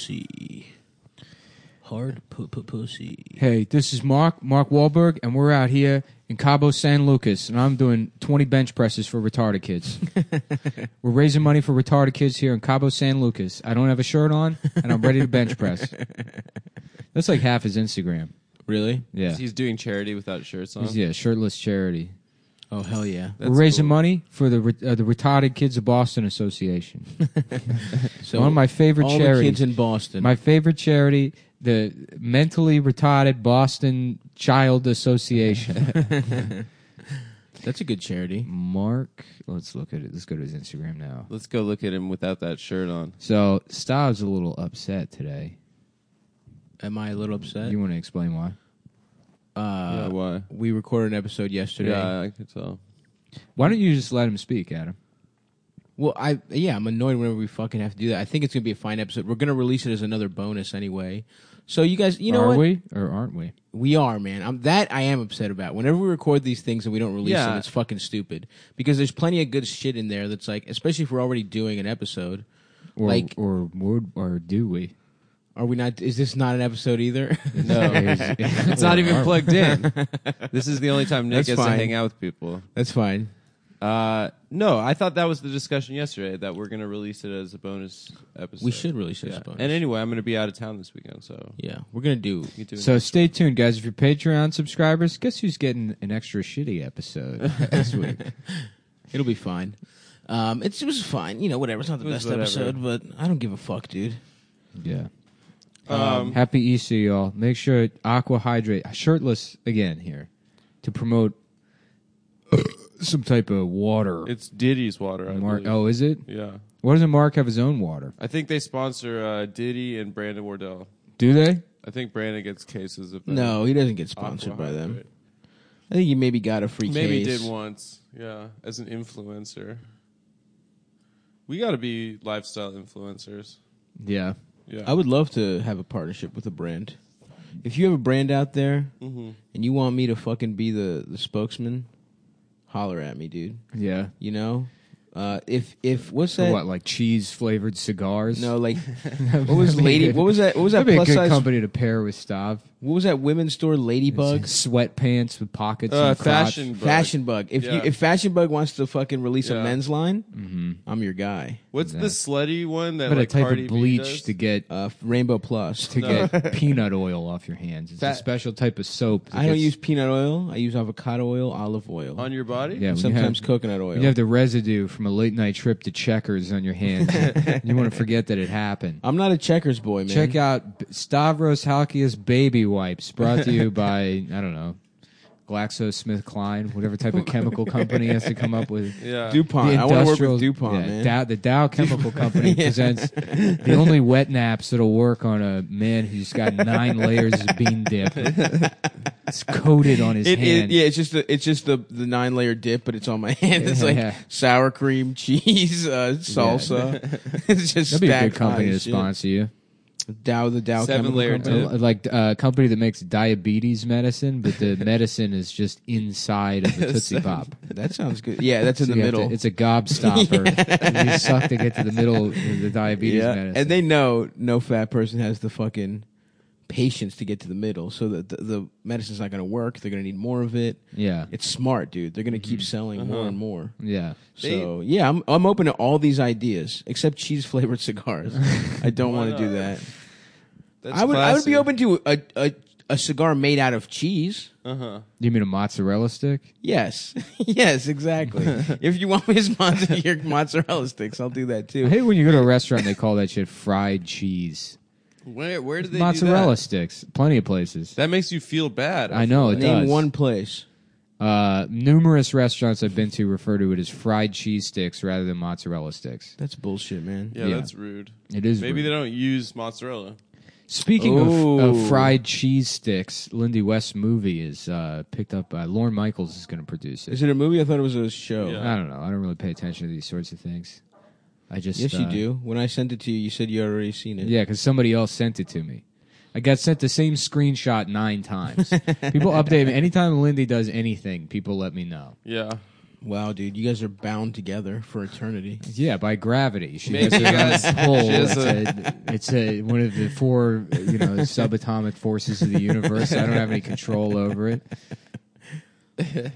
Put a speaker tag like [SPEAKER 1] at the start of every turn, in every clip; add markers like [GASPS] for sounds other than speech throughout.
[SPEAKER 1] pussy. Hard pu- pu- pussy.
[SPEAKER 2] Hey, this is Mark, Mark Wahlberg, and we're out here in Cabo San Lucas, and I'm doing 20 bench presses for retarded kids. we're raising money for retarded kids here in Cabo San Lucas. I don't have a shirt on, and I'm ready to bench press. That's like half his Instagram.
[SPEAKER 1] Really?
[SPEAKER 2] Yeah.
[SPEAKER 3] He's doing charity without shirts on.
[SPEAKER 2] He's, yeah, shirtless charity.
[SPEAKER 1] Oh hell yeah!
[SPEAKER 3] That's
[SPEAKER 2] we're raising
[SPEAKER 3] cool.
[SPEAKER 2] money for the re- uh, the Retarded Kids of
[SPEAKER 3] [LAUGHS]
[SPEAKER 2] Boston Association.
[SPEAKER 1] So
[SPEAKER 2] One of my favorite
[SPEAKER 1] all the
[SPEAKER 2] charities.
[SPEAKER 1] kids in Boston.
[SPEAKER 2] My favorite charity, the Mentally Retarded Boston
[SPEAKER 3] [LAUGHS]
[SPEAKER 2] Child Association.
[SPEAKER 1] That's a good charity.
[SPEAKER 2] Mark, let's look at it. Let's go to his Instagram now.
[SPEAKER 3] Let's go look at him without that shirt on.
[SPEAKER 2] So Styles a little upset today.
[SPEAKER 1] Am I a little upset?
[SPEAKER 2] You want to explain why?
[SPEAKER 3] yeah,
[SPEAKER 1] uh,
[SPEAKER 3] why?
[SPEAKER 1] we recorded an episode yesterday.
[SPEAKER 3] Yeah, I could tell.
[SPEAKER 1] [LAUGHS]
[SPEAKER 2] Why don't you just let him speak, Adam?
[SPEAKER 1] Well, I yeah, I'm annoyed whenever we fucking have to do that. I think it's gonna be a fine episode. We're gonna release it as another bonus anyway. So you guys, you know
[SPEAKER 2] Are
[SPEAKER 1] what?
[SPEAKER 2] we or aren't we?
[SPEAKER 1] We are, man. I'm that I am upset about. Whenever we record these things and we don't release
[SPEAKER 3] Yeah.
[SPEAKER 1] them, it's fucking stupid. Because there's plenty of good shit in there that's like, especially if we're already doing an episode.
[SPEAKER 2] Or
[SPEAKER 1] Like-
[SPEAKER 2] or would or
[SPEAKER 1] [LAUGHS]
[SPEAKER 2] do we?
[SPEAKER 1] Are we not? Is this not an episode either? [LAUGHS]
[SPEAKER 3] No.
[SPEAKER 2] [LAUGHS] it's
[SPEAKER 3] It's not even plugged in. [LAUGHS] this is the only time Nick
[SPEAKER 1] That's
[SPEAKER 3] gets to
[SPEAKER 1] fine.
[SPEAKER 3] hang out with people.
[SPEAKER 1] that's fine.
[SPEAKER 3] Uh, no, I thought that was the discussion yesterday that we're going to release it as a bonus episode.
[SPEAKER 1] We should release it
[SPEAKER 3] Yeah.
[SPEAKER 1] as a bonus.
[SPEAKER 3] And anyway, I'm going to be out of town this weekend, so
[SPEAKER 1] Yeah, we're gonna do.
[SPEAKER 3] you can do
[SPEAKER 2] So stay tuned, guys. If you're Patreon subscribers, guess who's getting an extra shitty episode
[SPEAKER 1] [LAUGHS]
[SPEAKER 2] this week?
[SPEAKER 1] It'll be fine. Um, it's, it was fine. You know, whatever. It's not the
[SPEAKER 3] It was
[SPEAKER 1] best
[SPEAKER 3] whatever.
[SPEAKER 1] episode, but I don't give a fuck, dude.
[SPEAKER 2] Yeah.
[SPEAKER 3] it. Um,
[SPEAKER 2] Happy Easter, y'all. Make sure Aqua Hydrate shirtless again here to promote [COUGHS] some type of water.
[SPEAKER 3] it's Diddy's water. I
[SPEAKER 2] Mark,
[SPEAKER 3] believe.
[SPEAKER 2] oh, is it?
[SPEAKER 3] yeah.
[SPEAKER 2] Why doesn't Mark have his own water?
[SPEAKER 3] I think they sponsor uh, Diddy and Brandon Wardell.
[SPEAKER 2] Do they?
[SPEAKER 3] I think Brandon gets cases of
[SPEAKER 1] No, he doesn't get
[SPEAKER 3] Aqua
[SPEAKER 1] sponsored by them.
[SPEAKER 3] Hydrate.
[SPEAKER 1] I think he maybe got a free
[SPEAKER 3] Maybe
[SPEAKER 1] case.
[SPEAKER 3] did once, yeah, as an influencer. We got to be lifestyle influencers.
[SPEAKER 2] Yeah.
[SPEAKER 3] Yeah,
[SPEAKER 1] I would love to have a partnership with a brand. If you have a brand out there
[SPEAKER 3] Mhm.
[SPEAKER 1] and you want me to fucking be the, the spokesman, holler at me, dude.
[SPEAKER 2] Yeah.
[SPEAKER 1] You know, uh, if if what's
[SPEAKER 2] For
[SPEAKER 1] that?
[SPEAKER 2] what, like cheese flavored cigars?
[SPEAKER 1] No, like what
[SPEAKER 2] [LAUGHS]
[SPEAKER 1] was lady? What was that? What was that
[SPEAKER 2] That'd be a
[SPEAKER 1] plus
[SPEAKER 2] good
[SPEAKER 1] size?
[SPEAKER 2] company to pair with Stav.
[SPEAKER 1] What was that women's store? Ladybug.
[SPEAKER 2] Sweatpants with pockets.
[SPEAKER 3] uh,
[SPEAKER 2] and crotch.
[SPEAKER 3] fashion, bug.
[SPEAKER 1] Fashion Bug. If you,
[SPEAKER 3] Yeah.
[SPEAKER 1] if Fashion Bug wants to fucking release a
[SPEAKER 3] Yeah.
[SPEAKER 1] men's line,
[SPEAKER 2] Mm-hmm.
[SPEAKER 1] I'm your guy.
[SPEAKER 3] What's the
[SPEAKER 2] Yeah.
[SPEAKER 3] slutty one that
[SPEAKER 2] But
[SPEAKER 3] like
[SPEAKER 2] a type
[SPEAKER 3] Cardi
[SPEAKER 2] of
[SPEAKER 3] B does?
[SPEAKER 2] bleach to get
[SPEAKER 1] Uh, Rainbow Plus.
[SPEAKER 3] [LAUGHS]
[SPEAKER 2] to get peanut oil off your hands. It's a
[SPEAKER 1] That-
[SPEAKER 2] special type of soap. that
[SPEAKER 1] I don't
[SPEAKER 2] gets-
[SPEAKER 1] use peanut oil. I use avocado oil, olive oil,
[SPEAKER 3] on your body.
[SPEAKER 2] Yeah, when you
[SPEAKER 1] sometimes
[SPEAKER 2] have-
[SPEAKER 1] coconut oil.
[SPEAKER 2] You have the residue from a late night trip to Checkers on
[SPEAKER 1] [LAUGHS]
[SPEAKER 2] your hands. you want to forget that it happened.
[SPEAKER 1] I'm not a checkers boy, man.
[SPEAKER 2] Check out B- Stavros Halkias baby wipes brought to
[SPEAKER 1] [LAUGHS]
[SPEAKER 2] you by I don't know GlaxoSmithKline, whatever type of chemical company has to come up with.
[SPEAKER 3] yeah.
[SPEAKER 1] DuPont. I want to work
[SPEAKER 2] industrial-
[SPEAKER 1] with DuPont,
[SPEAKER 2] yeah,
[SPEAKER 1] man.
[SPEAKER 2] Dow, the
[SPEAKER 1] [LAUGHS]
[SPEAKER 2] Dow Chemical Company presents the only wet naps that'll work on a man who's got nine layers of bean dip. It's coated on his
[SPEAKER 1] It- it-
[SPEAKER 2] hand.
[SPEAKER 1] yeah, it's just the, it's just the, the nine layer dip, but it's on my [LAUGHS] hand. It's like
[SPEAKER 2] Yeah.
[SPEAKER 1] sour cream, cheese, uh, salsa. [LAUGHS] it's just
[SPEAKER 2] That'd be a
[SPEAKER 1] stacked
[SPEAKER 2] good company
[SPEAKER 1] high
[SPEAKER 2] to
[SPEAKER 1] as shit.
[SPEAKER 2] sponsor you.
[SPEAKER 1] Dow the Dow
[SPEAKER 3] Seven
[SPEAKER 1] Chemical
[SPEAKER 3] layer
[SPEAKER 1] Company.
[SPEAKER 3] dip.
[SPEAKER 2] Uh, like uh, a company that makes diabetes medicine,
[SPEAKER 1] [LAUGHS]
[SPEAKER 2] but the medicine is just inside of the Tootsie Pop.
[SPEAKER 1] That sounds good. Yeah, that's in
[SPEAKER 2] So
[SPEAKER 1] the
[SPEAKER 2] you have to-
[SPEAKER 1] middle.
[SPEAKER 2] it's
[SPEAKER 1] [LAUGHS]
[SPEAKER 2] a gobstopper. You suck to get to the middle of the diabetes
[SPEAKER 1] yeah,
[SPEAKER 2] medicine.
[SPEAKER 1] and they know no fat person has the fucking patience to get to the middle, so that the, the medicine's not going to work. They're going to need more of it.
[SPEAKER 2] yeah,
[SPEAKER 1] It's smart, dude. They're going to keep selling more and more.
[SPEAKER 2] yeah.
[SPEAKER 3] Mm-hmm. Uh-huh. They-
[SPEAKER 1] So yeah, I'm I'm open to all these ideas except cheese flavored [LAUGHS] cigars. I don't
[SPEAKER 3] Why
[SPEAKER 1] want to
[SPEAKER 3] not?
[SPEAKER 1] do that.
[SPEAKER 3] That's
[SPEAKER 1] I would I would be
[SPEAKER 3] classy.
[SPEAKER 1] open to a, a a cigar made out of cheese.
[SPEAKER 3] Uh-huh.
[SPEAKER 2] You mean a mozzarella stick?
[SPEAKER 1] Yes, [LAUGHS]
[SPEAKER 3] [LAUGHS]
[SPEAKER 1] yes, exactly. if you want his mozzarella, your mozzarella sticks, I'll do that
[SPEAKER 2] I
[SPEAKER 1] too.
[SPEAKER 2] hate when you go to a restaurant and they call that shit fried cheese.
[SPEAKER 3] Where where do they do
[SPEAKER 2] Mozzarella
[SPEAKER 3] that?
[SPEAKER 2] sticks, plenty of places.
[SPEAKER 3] That makes you feel bad.
[SPEAKER 2] I know it
[SPEAKER 1] Name
[SPEAKER 2] does.
[SPEAKER 1] one place.
[SPEAKER 2] Uh, numerous restaurants I've been to refer to it as fried cheese sticks rather than mozzarella sticks.
[SPEAKER 1] That's bullshit, man.
[SPEAKER 3] Yeah,
[SPEAKER 2] Yeah.
[SPEAKER 3] that's rude.
[SPEAKER 2] It is
[SPEAKER 3] Maybe
[SPEAKER 2] rude.
[SPEAKER 3] they don't use mozzarella.
[SPEAKER 2] Speaking of,
[SPEAKER 1] Ooh.
[SPEAKER 2] of fried cheese sticks, Lindy West's movie is uh, picked up by Lorne Michaels is going to produce it.
[SPEAKER 1] Is it a movie? I thought it was a show.
[SPEAKER 3] Yeah.
[SPEAKER 2] I don't know. I don't really pay attention to these sorts of things. I just
[SPEAKER 1] Yes, you
[SPEAKER 2] uh,
[SPEAKER 1] do. When I sent it to you, you said you had already seen it.
[SPEAKER 2] Yeah, because somebody else sent it to me. I got sent the same
[SPEAKER 1] [LAUGHS]
[SPEAKER 2] screenshot nine times. people update me anytime Lindy does anything. People let me know.
[SPEAKER 3] Yeah.
[SPEAKER 1] Wow, dude, you guys are bound together for eternity.
[SPEAKER 2] Yeah, by gravity. She
[SPEAKER 3] Maybe
[SPEAKER 2] has her
[SPEAKER 3] you guys-
[SPEAKER 2] own pull.
[SPEAKER 3] she
[SPEAKER 2] It's,
[SPEAKER 3] has
[SPEAKER 2] a, it's a, one of the four, you know, subatomic forces of the universe. I don't have any control over it.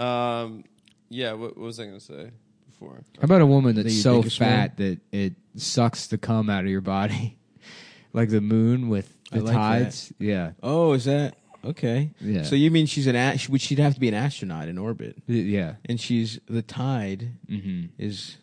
[SPEAKER 3] Um, yeah. What, what was I gonna say before?
[SPEAKER 2] How about a woman
[SPEAKER 1] That
[SPEAKER 2] that's
[SPEAKER 1] you
[SPEAKER 2] so
[SPEAKER 1] think is small?
[SPEAKER 2] fat that it sucks the cum out of your body, [LAUGHS] like the moon with
[SPEAKER 1] I
[SPEAKER 2] the
[SPEAKER 1] like
[SPEAKER 2] tides? Yeah,
[SPEAKER 1] Oh, is that okay?
[SPEAKER 2] Yeah.
[SPEAKER 1] So you mean she's an a- she would she'd have to be an astronaut in orbit,
[SPEAKER 2] Y- yeah.
[SPEAKER 1] and she's the tide
[SPEAKER 2] hmm
[SPEAKER 1] is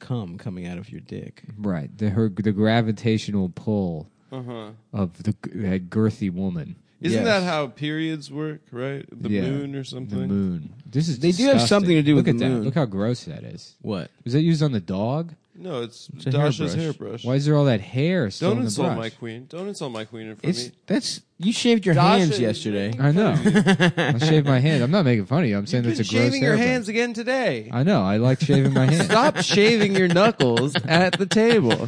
[SPEAKER 1] cum coming out of your dick.
[SPEAKER 2] Right. The her the gravitational pull
[SPEAKER 3] Uh huh.
[SPEAKER 2] of the g- that girthy woman,
[SPEAKER 3] Isn't
[SPEAKER 1] Yes.
[SPEAKER 3] that how periods work? Right? The
[SPEAKER 2] Yeah.
[SPEAKER 3] moon or
[SPEAKER 2] the
[SPEAKER 3] something.
[SPEAKER 2] moon. This is
[SPEAKER 1] They do have
[SPEAKER 2] disgusting.
[SPEAKER 1] something to do
[SPEAKER 2] Look
[SPEAKER 1] with
[SPEAKER 2] at
[SPEAKER 1] the
[SPEAKER 2] that.
[SPEAKER 1] moon.
[SPEAKER 2] Look how gross that is.
[SPEAKER 1] What?
[SPEAKER 2] Was that used on the dog?
[SPEAKER 3] No, it's,
[SPEAKER 1] a
[SPEAKER 3] Dasha's
[SPEAKER 1] hairbrush.
[SPEAKER 3] hairbrush.
[SPEAKER 2] Why is there all that hair still
[SPEAKER 3] Don't
[SPEAKER 2] in the
[SPEAKER 3] insult my
[SPEAKER 2] brush?
[SPEAKER 3] queen. Don't insult my queen in front
[SPEAKER 1] It's
[SPEAKER 3] of me.
[SPEAKER 1] that's you shaved your
[SPEAKER 3] Dasha
[SPEAKER 1] hands
[SPEAKER 3] is
[SPEAKER 1] yesterday.
[SPEAKER 3] making
[SPEAKER 2] I
[SPEAKER 3] [LAUGHS]
[SPEAKER 2] know.
[SPEAKER 3] fun of you.
[SPEAKER 2] I shave my hand. I'm not making fun of you. I'm saying
[SPEAKER 3] You've
[SPEAKER 2] that's a
[SPEAKER 3] been
[SPEAKER 2] gross
[SPEAKER 3] shaving your
[SPEAKER 2] hairbrush.
[SPEAKER 3] hands again
[SPEAKER 2] [LAUGHS]
[SPEAKER 3] today.
[SPEAKER 2] I know. I like shaving my
[SPEAKER 3] [LAUGHS]
[SPEAKER 2] hand.
[SPEAKER 3] Stop shaving your knuckles at the
[SPEAKER 4] [LAUGHS]
[SPEAKER 3] table.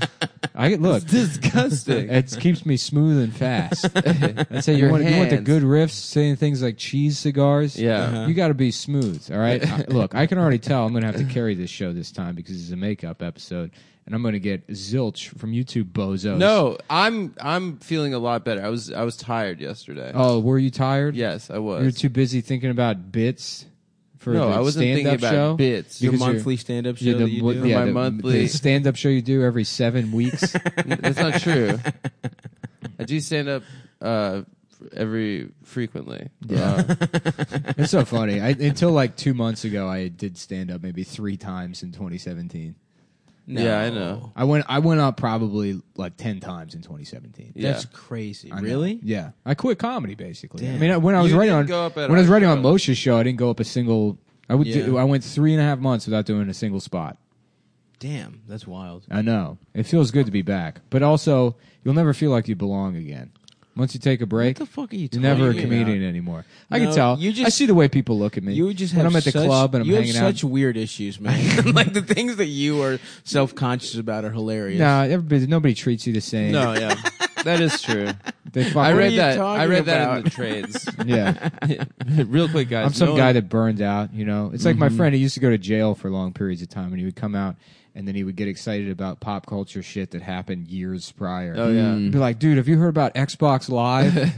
[SPEAKER 2] I look.
[SPEAKER 3] Disgusting.
[SPEAKER 2] It keeps me smooth and
[SPEAKER 4] [LAUGHS]
[SPEAKER 2] fast. I say you
[SPEAKER 4] Your
[SPEAKER 2] want, you want the
[SPEAKER 4] hands.
[SPEAKER 2] good riffs, saying things like cheese cigars.
[SPEAKER 4] Yeah.
[SPEAKER 1] Uh-huh.
[SPEAKER 2] you got to be smooth. All
[SPEAKER 4] [LAUGHS]
[SPEAKER 2] right, I- look, I can already tell I'm going to have to carry this show this time because it's a makeup episode, and I'm going to get zilch from you two bozos.
[SPEAKER 4] No, I'm I'm feeling a lot better. I was I was tired yesterday.
[SPEAKER 2] Oh, were you tired?
[SPEAKER 4] yes, I was.
[SPEAKER 2] You were too busy thinking about bits for
[SPEAKER 4] no,
[SPEAKER 2] the
[SPEAKER 4] I wasn't
[SPEAKER 2] stand-up
[SPEAKER 4] thinking about
[SPEAKER 2] show?
[SPEAKER 4] bits.
[SPEAKER 1] Your
[SPEAKER 2] Because you're-
[SPEAKER 1] monthly stand up show
[SPEAKER 2] Yeah,
[SPEAKER 1] that you
[SPEAKER 2] what-
[SPEAKER 1] do.
[SPEAKER 2] yeah,
[SPEAKER 4] My
[SPEAKER 2] the-
[SPEAKER 4] monthly-
[SPEAKER 2] the stand-up show you do every seven
[SPEAKER 4] [LAUGHS]
[SPEAKER 2] weeks.
[SPEAKER 4] That's not true. I do stand up uh, f- every frequently. Uh,
[SPEAKER 2] [LAUGHS] it's so funny. I, until like two months ago, I did stand-up maybe three times in 2017.
[SPEAKER 1] No.
[SPEAKER 4] Yeah, I know.
[SPEAKER 2] I went I went up probably like ten times in 2017.
[SPEAKER 4] Yeah.
[SPEAKER 1] That's crazy.
[SPEAKER 2] I know.
[SPEAKER 1] Really?
[SPEAKER 2] Yeah, I quit comedy basically. I
[SPEAKER 1] Damn.
[SPEAKER 2] mean, I- when I was
[SPEAKER 4] You
[SPEAKER 2] writing
[SPEAKER 4] didn't
[SPEAKER 2] on
[SPEAKER 4] go up at
[SPEAKER 2] when I was
[SPEAKER 4] our
[SPEAKER 2] writing on
[SPEAKER 4] show.
[SPEAKER 2] Moshe's show, I didn't go up a single. I would do,
[SPEAKER 1] Yeah.
[SPEAKER 2] I went three and a half months without doing a single spot.
[SPEAKER 1] Damn, that's wild.
[SPEAKER 2] I know it feels good to be back, but also you'll never feel like you belong again. Once you take a break,
[SPEAKER 1] What the fuck are you
[SPEAKER 2] you're
[SPEAKER 1] talking
[SPEAKER 2] never a
[SPEAKER 1] about?
[SPEAKER 2] comedian anymore. I
[SPEAKER 1] No,
[SPEAKER 2] can tell.
[SPEAKER 1] you just-
[SPEAKER 2] I see the way people look at me.
[SPEAKER 1] You would just
[SPEAKER 2] when
[SPEAKER 1] have
[SPEAKER 2] I'm at the
[SPEAKER 1] such-
[SPEAKER 2] club and I'm
[SPEAKER 1] you have
[SPEAKER 2] hanging out.
[SPEAKER 1] such weird issues, man. [LAUGHS] like the things that you are self conscious about are hilarious.
[SPEAKER 2] Nah, everybody, nobody treats you the same.
[SPEAKER 4] no,
[SPEAKER 2] [LAUGHS]
[SPEAKER 4] yeah, that is true.
[SPEAKER 2] they fuck
[SPEAKER 4] I
[SPEAKER 2] with-
[SPEAKER 4] read
[SPEAKER 1] you
[SPEAKER 4] that. I
[SPEAKER 1] talking
[SPEAKER 4] read that
[SPEAKER 1] about? [LAUGHS]
[SPEAKER 4] in the trades.
[SPEAKER 2] Yeah,
[SPEAKER 4] Real quick, guys.
[SPEAKER 2] I'm some
[SPEAKER 4] no
[SPEAKER 2] guy
[SPEAKER 4] one-
[SPEAKER 2] that burned out, you know. It's like my friend who used to go to jail for long periods of time and he would come out and then he would get excited about pop culture shit that happened years prior.
[SPEAKER 4] Oh yeah.
[SPEAKER 2] Be like, dude, have you heard about Xbox Live?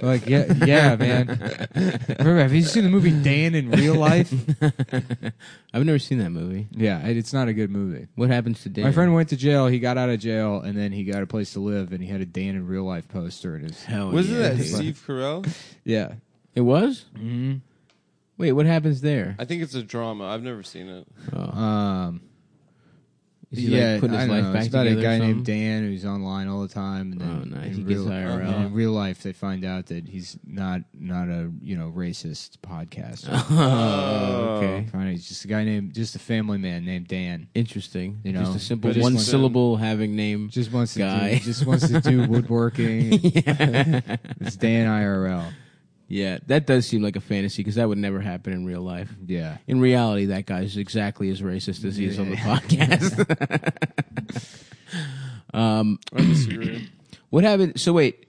[SPEAKER 2] like, yeah, yeah, man. Remember, have you seen the movie Dan in real life?
[SPEAKER 1] I've never seen that movie.
[SPEAKER 2] yeah, it- it's not a good movie.
[SPEAKER 1] What happens to Dan?
[SPEAKER 2] My friend went to jail. He got out of jail, and then he got a place to live, and he had a Dan in real life poster in his.
[SPEAKER 1] Hell
[SPEAKER 3] Wasn't
[SPEAKER 1] Oh, yeah,
[SPEAKER 3] that
[SPEAKER 1] dude. [LAUGHS]
[SPEAKER 3] Steve Carell?
[SPEAKER 2] Yeah,
[SPEAKER 1] It was.
[SPEAKER 2] mm-hmm.
[SPEAKER 1] Wait, what happens there?
[SPEAKER 3] I think it's a drama. I've never seen it.
[SPEAKER 1] Oh.
[SPEAKER 2] um,
[SPEAKER 1] Is he, like, putting his
[SPEAKER 2] I
[SPEAKER 1] life
[SPEAKER 2] know.
[SPEAKER 1] back
[SPEAKER 2] It's about a
[SPEAKER 1] together or
[SPEAKER 2] guy
[SPEAKER 1] something?
[SPEAKER 2] named Dan who's online all the time, and then
[SPEAKER 1] Oh, nice. He
[SPEAKER 2] in,
[SPEAKER 1] gets
[SPEAKER 2] real,
[SPEAKER 1] IRL.
[SPEAKER 2] and in real life they find out that he's not not a you know racist podcast. [LAUGHS]
[SPEAKER 1] Oh, okay.
[SPEAKER 2] Find out he's just a guy named just a family man named Dan.
[SPEAKER 1] Interesting.
[SPEAKER 2] You know,
[SPEAKER 1] just a simple
[SPEAKER 2] but just
[SPEAKER 1] one
[SPEAKER 2] one-
[SPEAKER 1] syllable having name.
[SPEAKER 2] Just wants to
[SPEAKER 1] Guy.
[SPEAKER 2] do, just wants to do
[SPEAKER 1] [LAUGHS]
[SPEAKER 2] woodworking.
[SPEAKER 1] yeah.
[SPEAKER 2] it's Dan IRL.
[SPEAKER 1] yeah, that does seem like a fantasy because that would never happen in real life.
[SPEAKER 2] Yeah.
[SPEAKER 1] In reality, that guy is exactly as racist as he is on the
[SPEAKER 2] Yeah.
[SPEAKER 1] podcast. um,
[SPEAKER 4] Uh,
[SPEAKER 3] I disagree.
[SPEAKER 1] what happened? So wait,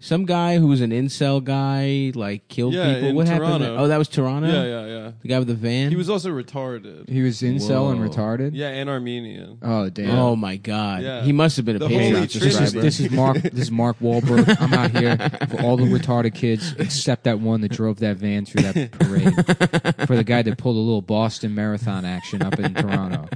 [SPEAKER 1] some guy who was an incel guy like killed
[SPEAKER 3] Yeah,
[SPEAKER 1] people.
[SPEAKER 3] in
[SPEAKER 1] what happened?
[SPEAKER 3] Toronto.
[SPEAKER 1] Oh, that was Toronto.
[SPEAKER 3] yeah, yeah, yeah.
[SPEAKER 1] The guy with the van.
[SPEAKER 3] He was also retarded.
[SPEAKER 2] He was incel
[SPEAKER 1] Whoa.
[SPEAKER 2] and retarded.
[SPEAKER 3] Yeah, and Armenian.
[SPEAKER 2] Oh damn.
[SPEAKER 1] Oh my god.
[SPEAKER 3] Yeah.
[SPEAKER 1] He must have been a
[SPEAKER 3] The
[SPEAKER 1] Patreon
[SPEAKER 3] Holy
[SPEAKER 2] This is,
[SPEAKER 1] subscriber.
[SPEAKER 2] this is Mark. This is Mark Wahlberg. I'm out here for
[SPEAKER 3] [LAUGHS]
[SPEAKER 2] all the retarded kids except that one that drove that van through that parade. For the guy that pulled a little Boston Marathon action up
[SPEAKER 3] [LAUGHS]
[SPEAKER 2] in Toronto.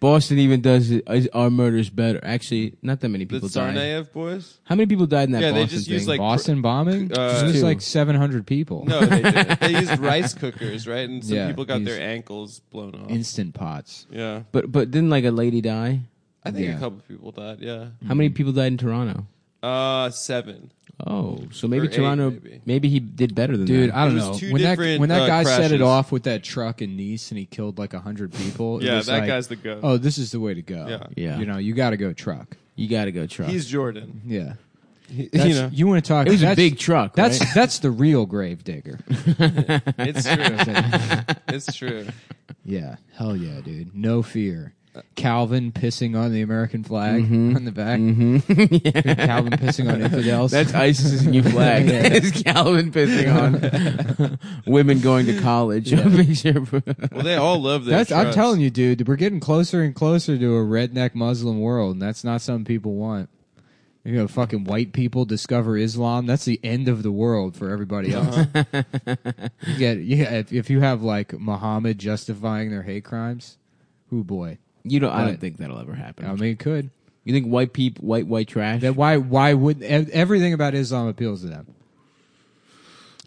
[SPEAKER 1] Boston even does it, is- our murders better. Actually, not that many
[SPEAKER 3] The
[SPEAKER 1] people died.
[SPEAKER 3] Tsarnaev boys?
[SPEAKER 1] How many people died in that
[SPEAKER 3] Yeah, they
[SPEAKER 1] Boston
[SPEAKER 3] just
[SPEAKER 1] thing?
[SPEAKER 3] use, like,
[SPEAKER 2] Boston bombing.
[SPEAKER 3] Uh,
[SPEAKER 2] it was
[SPEAKER 1] two.
[SPEAKER 2] like 700 people.
[SPEAKER 1] [LAUGHS]
[SPEAKER 3] No, they did. They used rice cookers, right? And some
[SPEAKER 2] Yeah,
[SPEAKER 3] people got
[SPEAKER 2] these-
[SPEAKER 3] their ankles blown off.
[SPEAKER 2] Instant pots.
[SPEAKER 3] yeah.
[SPEAKER 1] but but didn't like a lady die?
[SPEAKER 3] I think
[SPEAKER 2] Yeah.
[SPEAKER 3] a couple people died, yeah.
[SPEAKER 1] How many people died in Toronto?
[SPEAKER 3] Uh, seven.
[SPEAKER 1] Oh, so maybe
[SPEAKER 3] Or eight,
[SPEAKER 1] Toronto
[SPEAKER 3] maybe.
[SPEAKER 1] maybe. he did better than
[SPEAKER 2] Dude,
[SPEAKER 1] that.
[SPEAKER 2] I don't
[SPEAKER 3] It was
[SPEAKER 2] know.
[SPEAKER 3] two
[SPEAKER 2] When that
[SPEAKER 3] different,
[SPEAKER 2] when that
[SPEAKER 3] uh,
[SPEAKER 2] guy set
[SPEAKER 3] crashes.
[SPEAKER 2] it off with that truck in Nice and he killed like 100 people. it
[SPEAKER 3] yeah,
[SPEAKER 2] was
[SPEAKER 3] that
[SPEAKER 2] like,
[SPEAKER 3] guy's the goat.
[SPEAKER 2] Oh, this is the way to go.
[SPEAKER 3] Yeah.
[SPEAKER 1] Yeah.
[SPEAKER 2] You know, you got to go truck.
[SPEAKER 1] you got to go truck.
[SPEAKER 3] He's Jordan.
[SPEAKER 2] Yeah.
[SPEAKER 3] He- [LAUGHS] you
[SPEAKER 2] That's-
[SPEAKER 3] know,
[SPEAKER 2] you want to talk?
[SPEAKER 1] it was a
[SPEAKER 2] that's-
[SPEAKER 1] big truck. [LAUGHS]
[SPEAKER 2] That's
[SPEAKER 1] right?
[SPEAKER 2] that's the real
[SPEAKER 3] [LAUGHS]
[SPEAKER 2] grave digger.
[SPEAKER 1] [LAUGHS]
[SPEAKER 3] it's true. it's true.
[SPEAKER 2] yeah, hell yeah, dude. No fear. Calvin pissing on the American flag on
[SPEAKER 3] [LAUGHS]
[SPEAKER 2] the back.
[SPEAKER 1] Mm-hmm. [LAUGHS]
[SPEAKER 2] Calvin pissing on infidels.
[SPEAKER 4] That's ISIS's
[SPEAKER 1] [LAUGHS]
[SPEAKER 4] new flag. it's Calvin pissing on women going to
[SPEAKER 1] [LAUGHS]
[SPEAKER 4] college. Picture.
[SPEAKER 3] Well, they all love their
[SPEAKER 2] That's, I'm
[SPEAKER 3] trucks.
[SPEAKER 2] telling you, dude, we're getting closer and closer to a redneck Muslim world, and that's not something people want. You know, fucking white people discover Islam. That's the end of the world for everybody else. you get, yeah, if, if you have like Muhammad justifying their hate crimes, who boy?
[SPEAKER 1] You know, I
[SPEAKER 2] Right.
[SPEAKER 1] don't think that'll ever happen.
[SPEAKER 2] I mean, it could.
[SPEAKER 1] you think white peep, white white trash?
[SPEAKER 2] That why? Why would ev- everything about Islam appeals to them?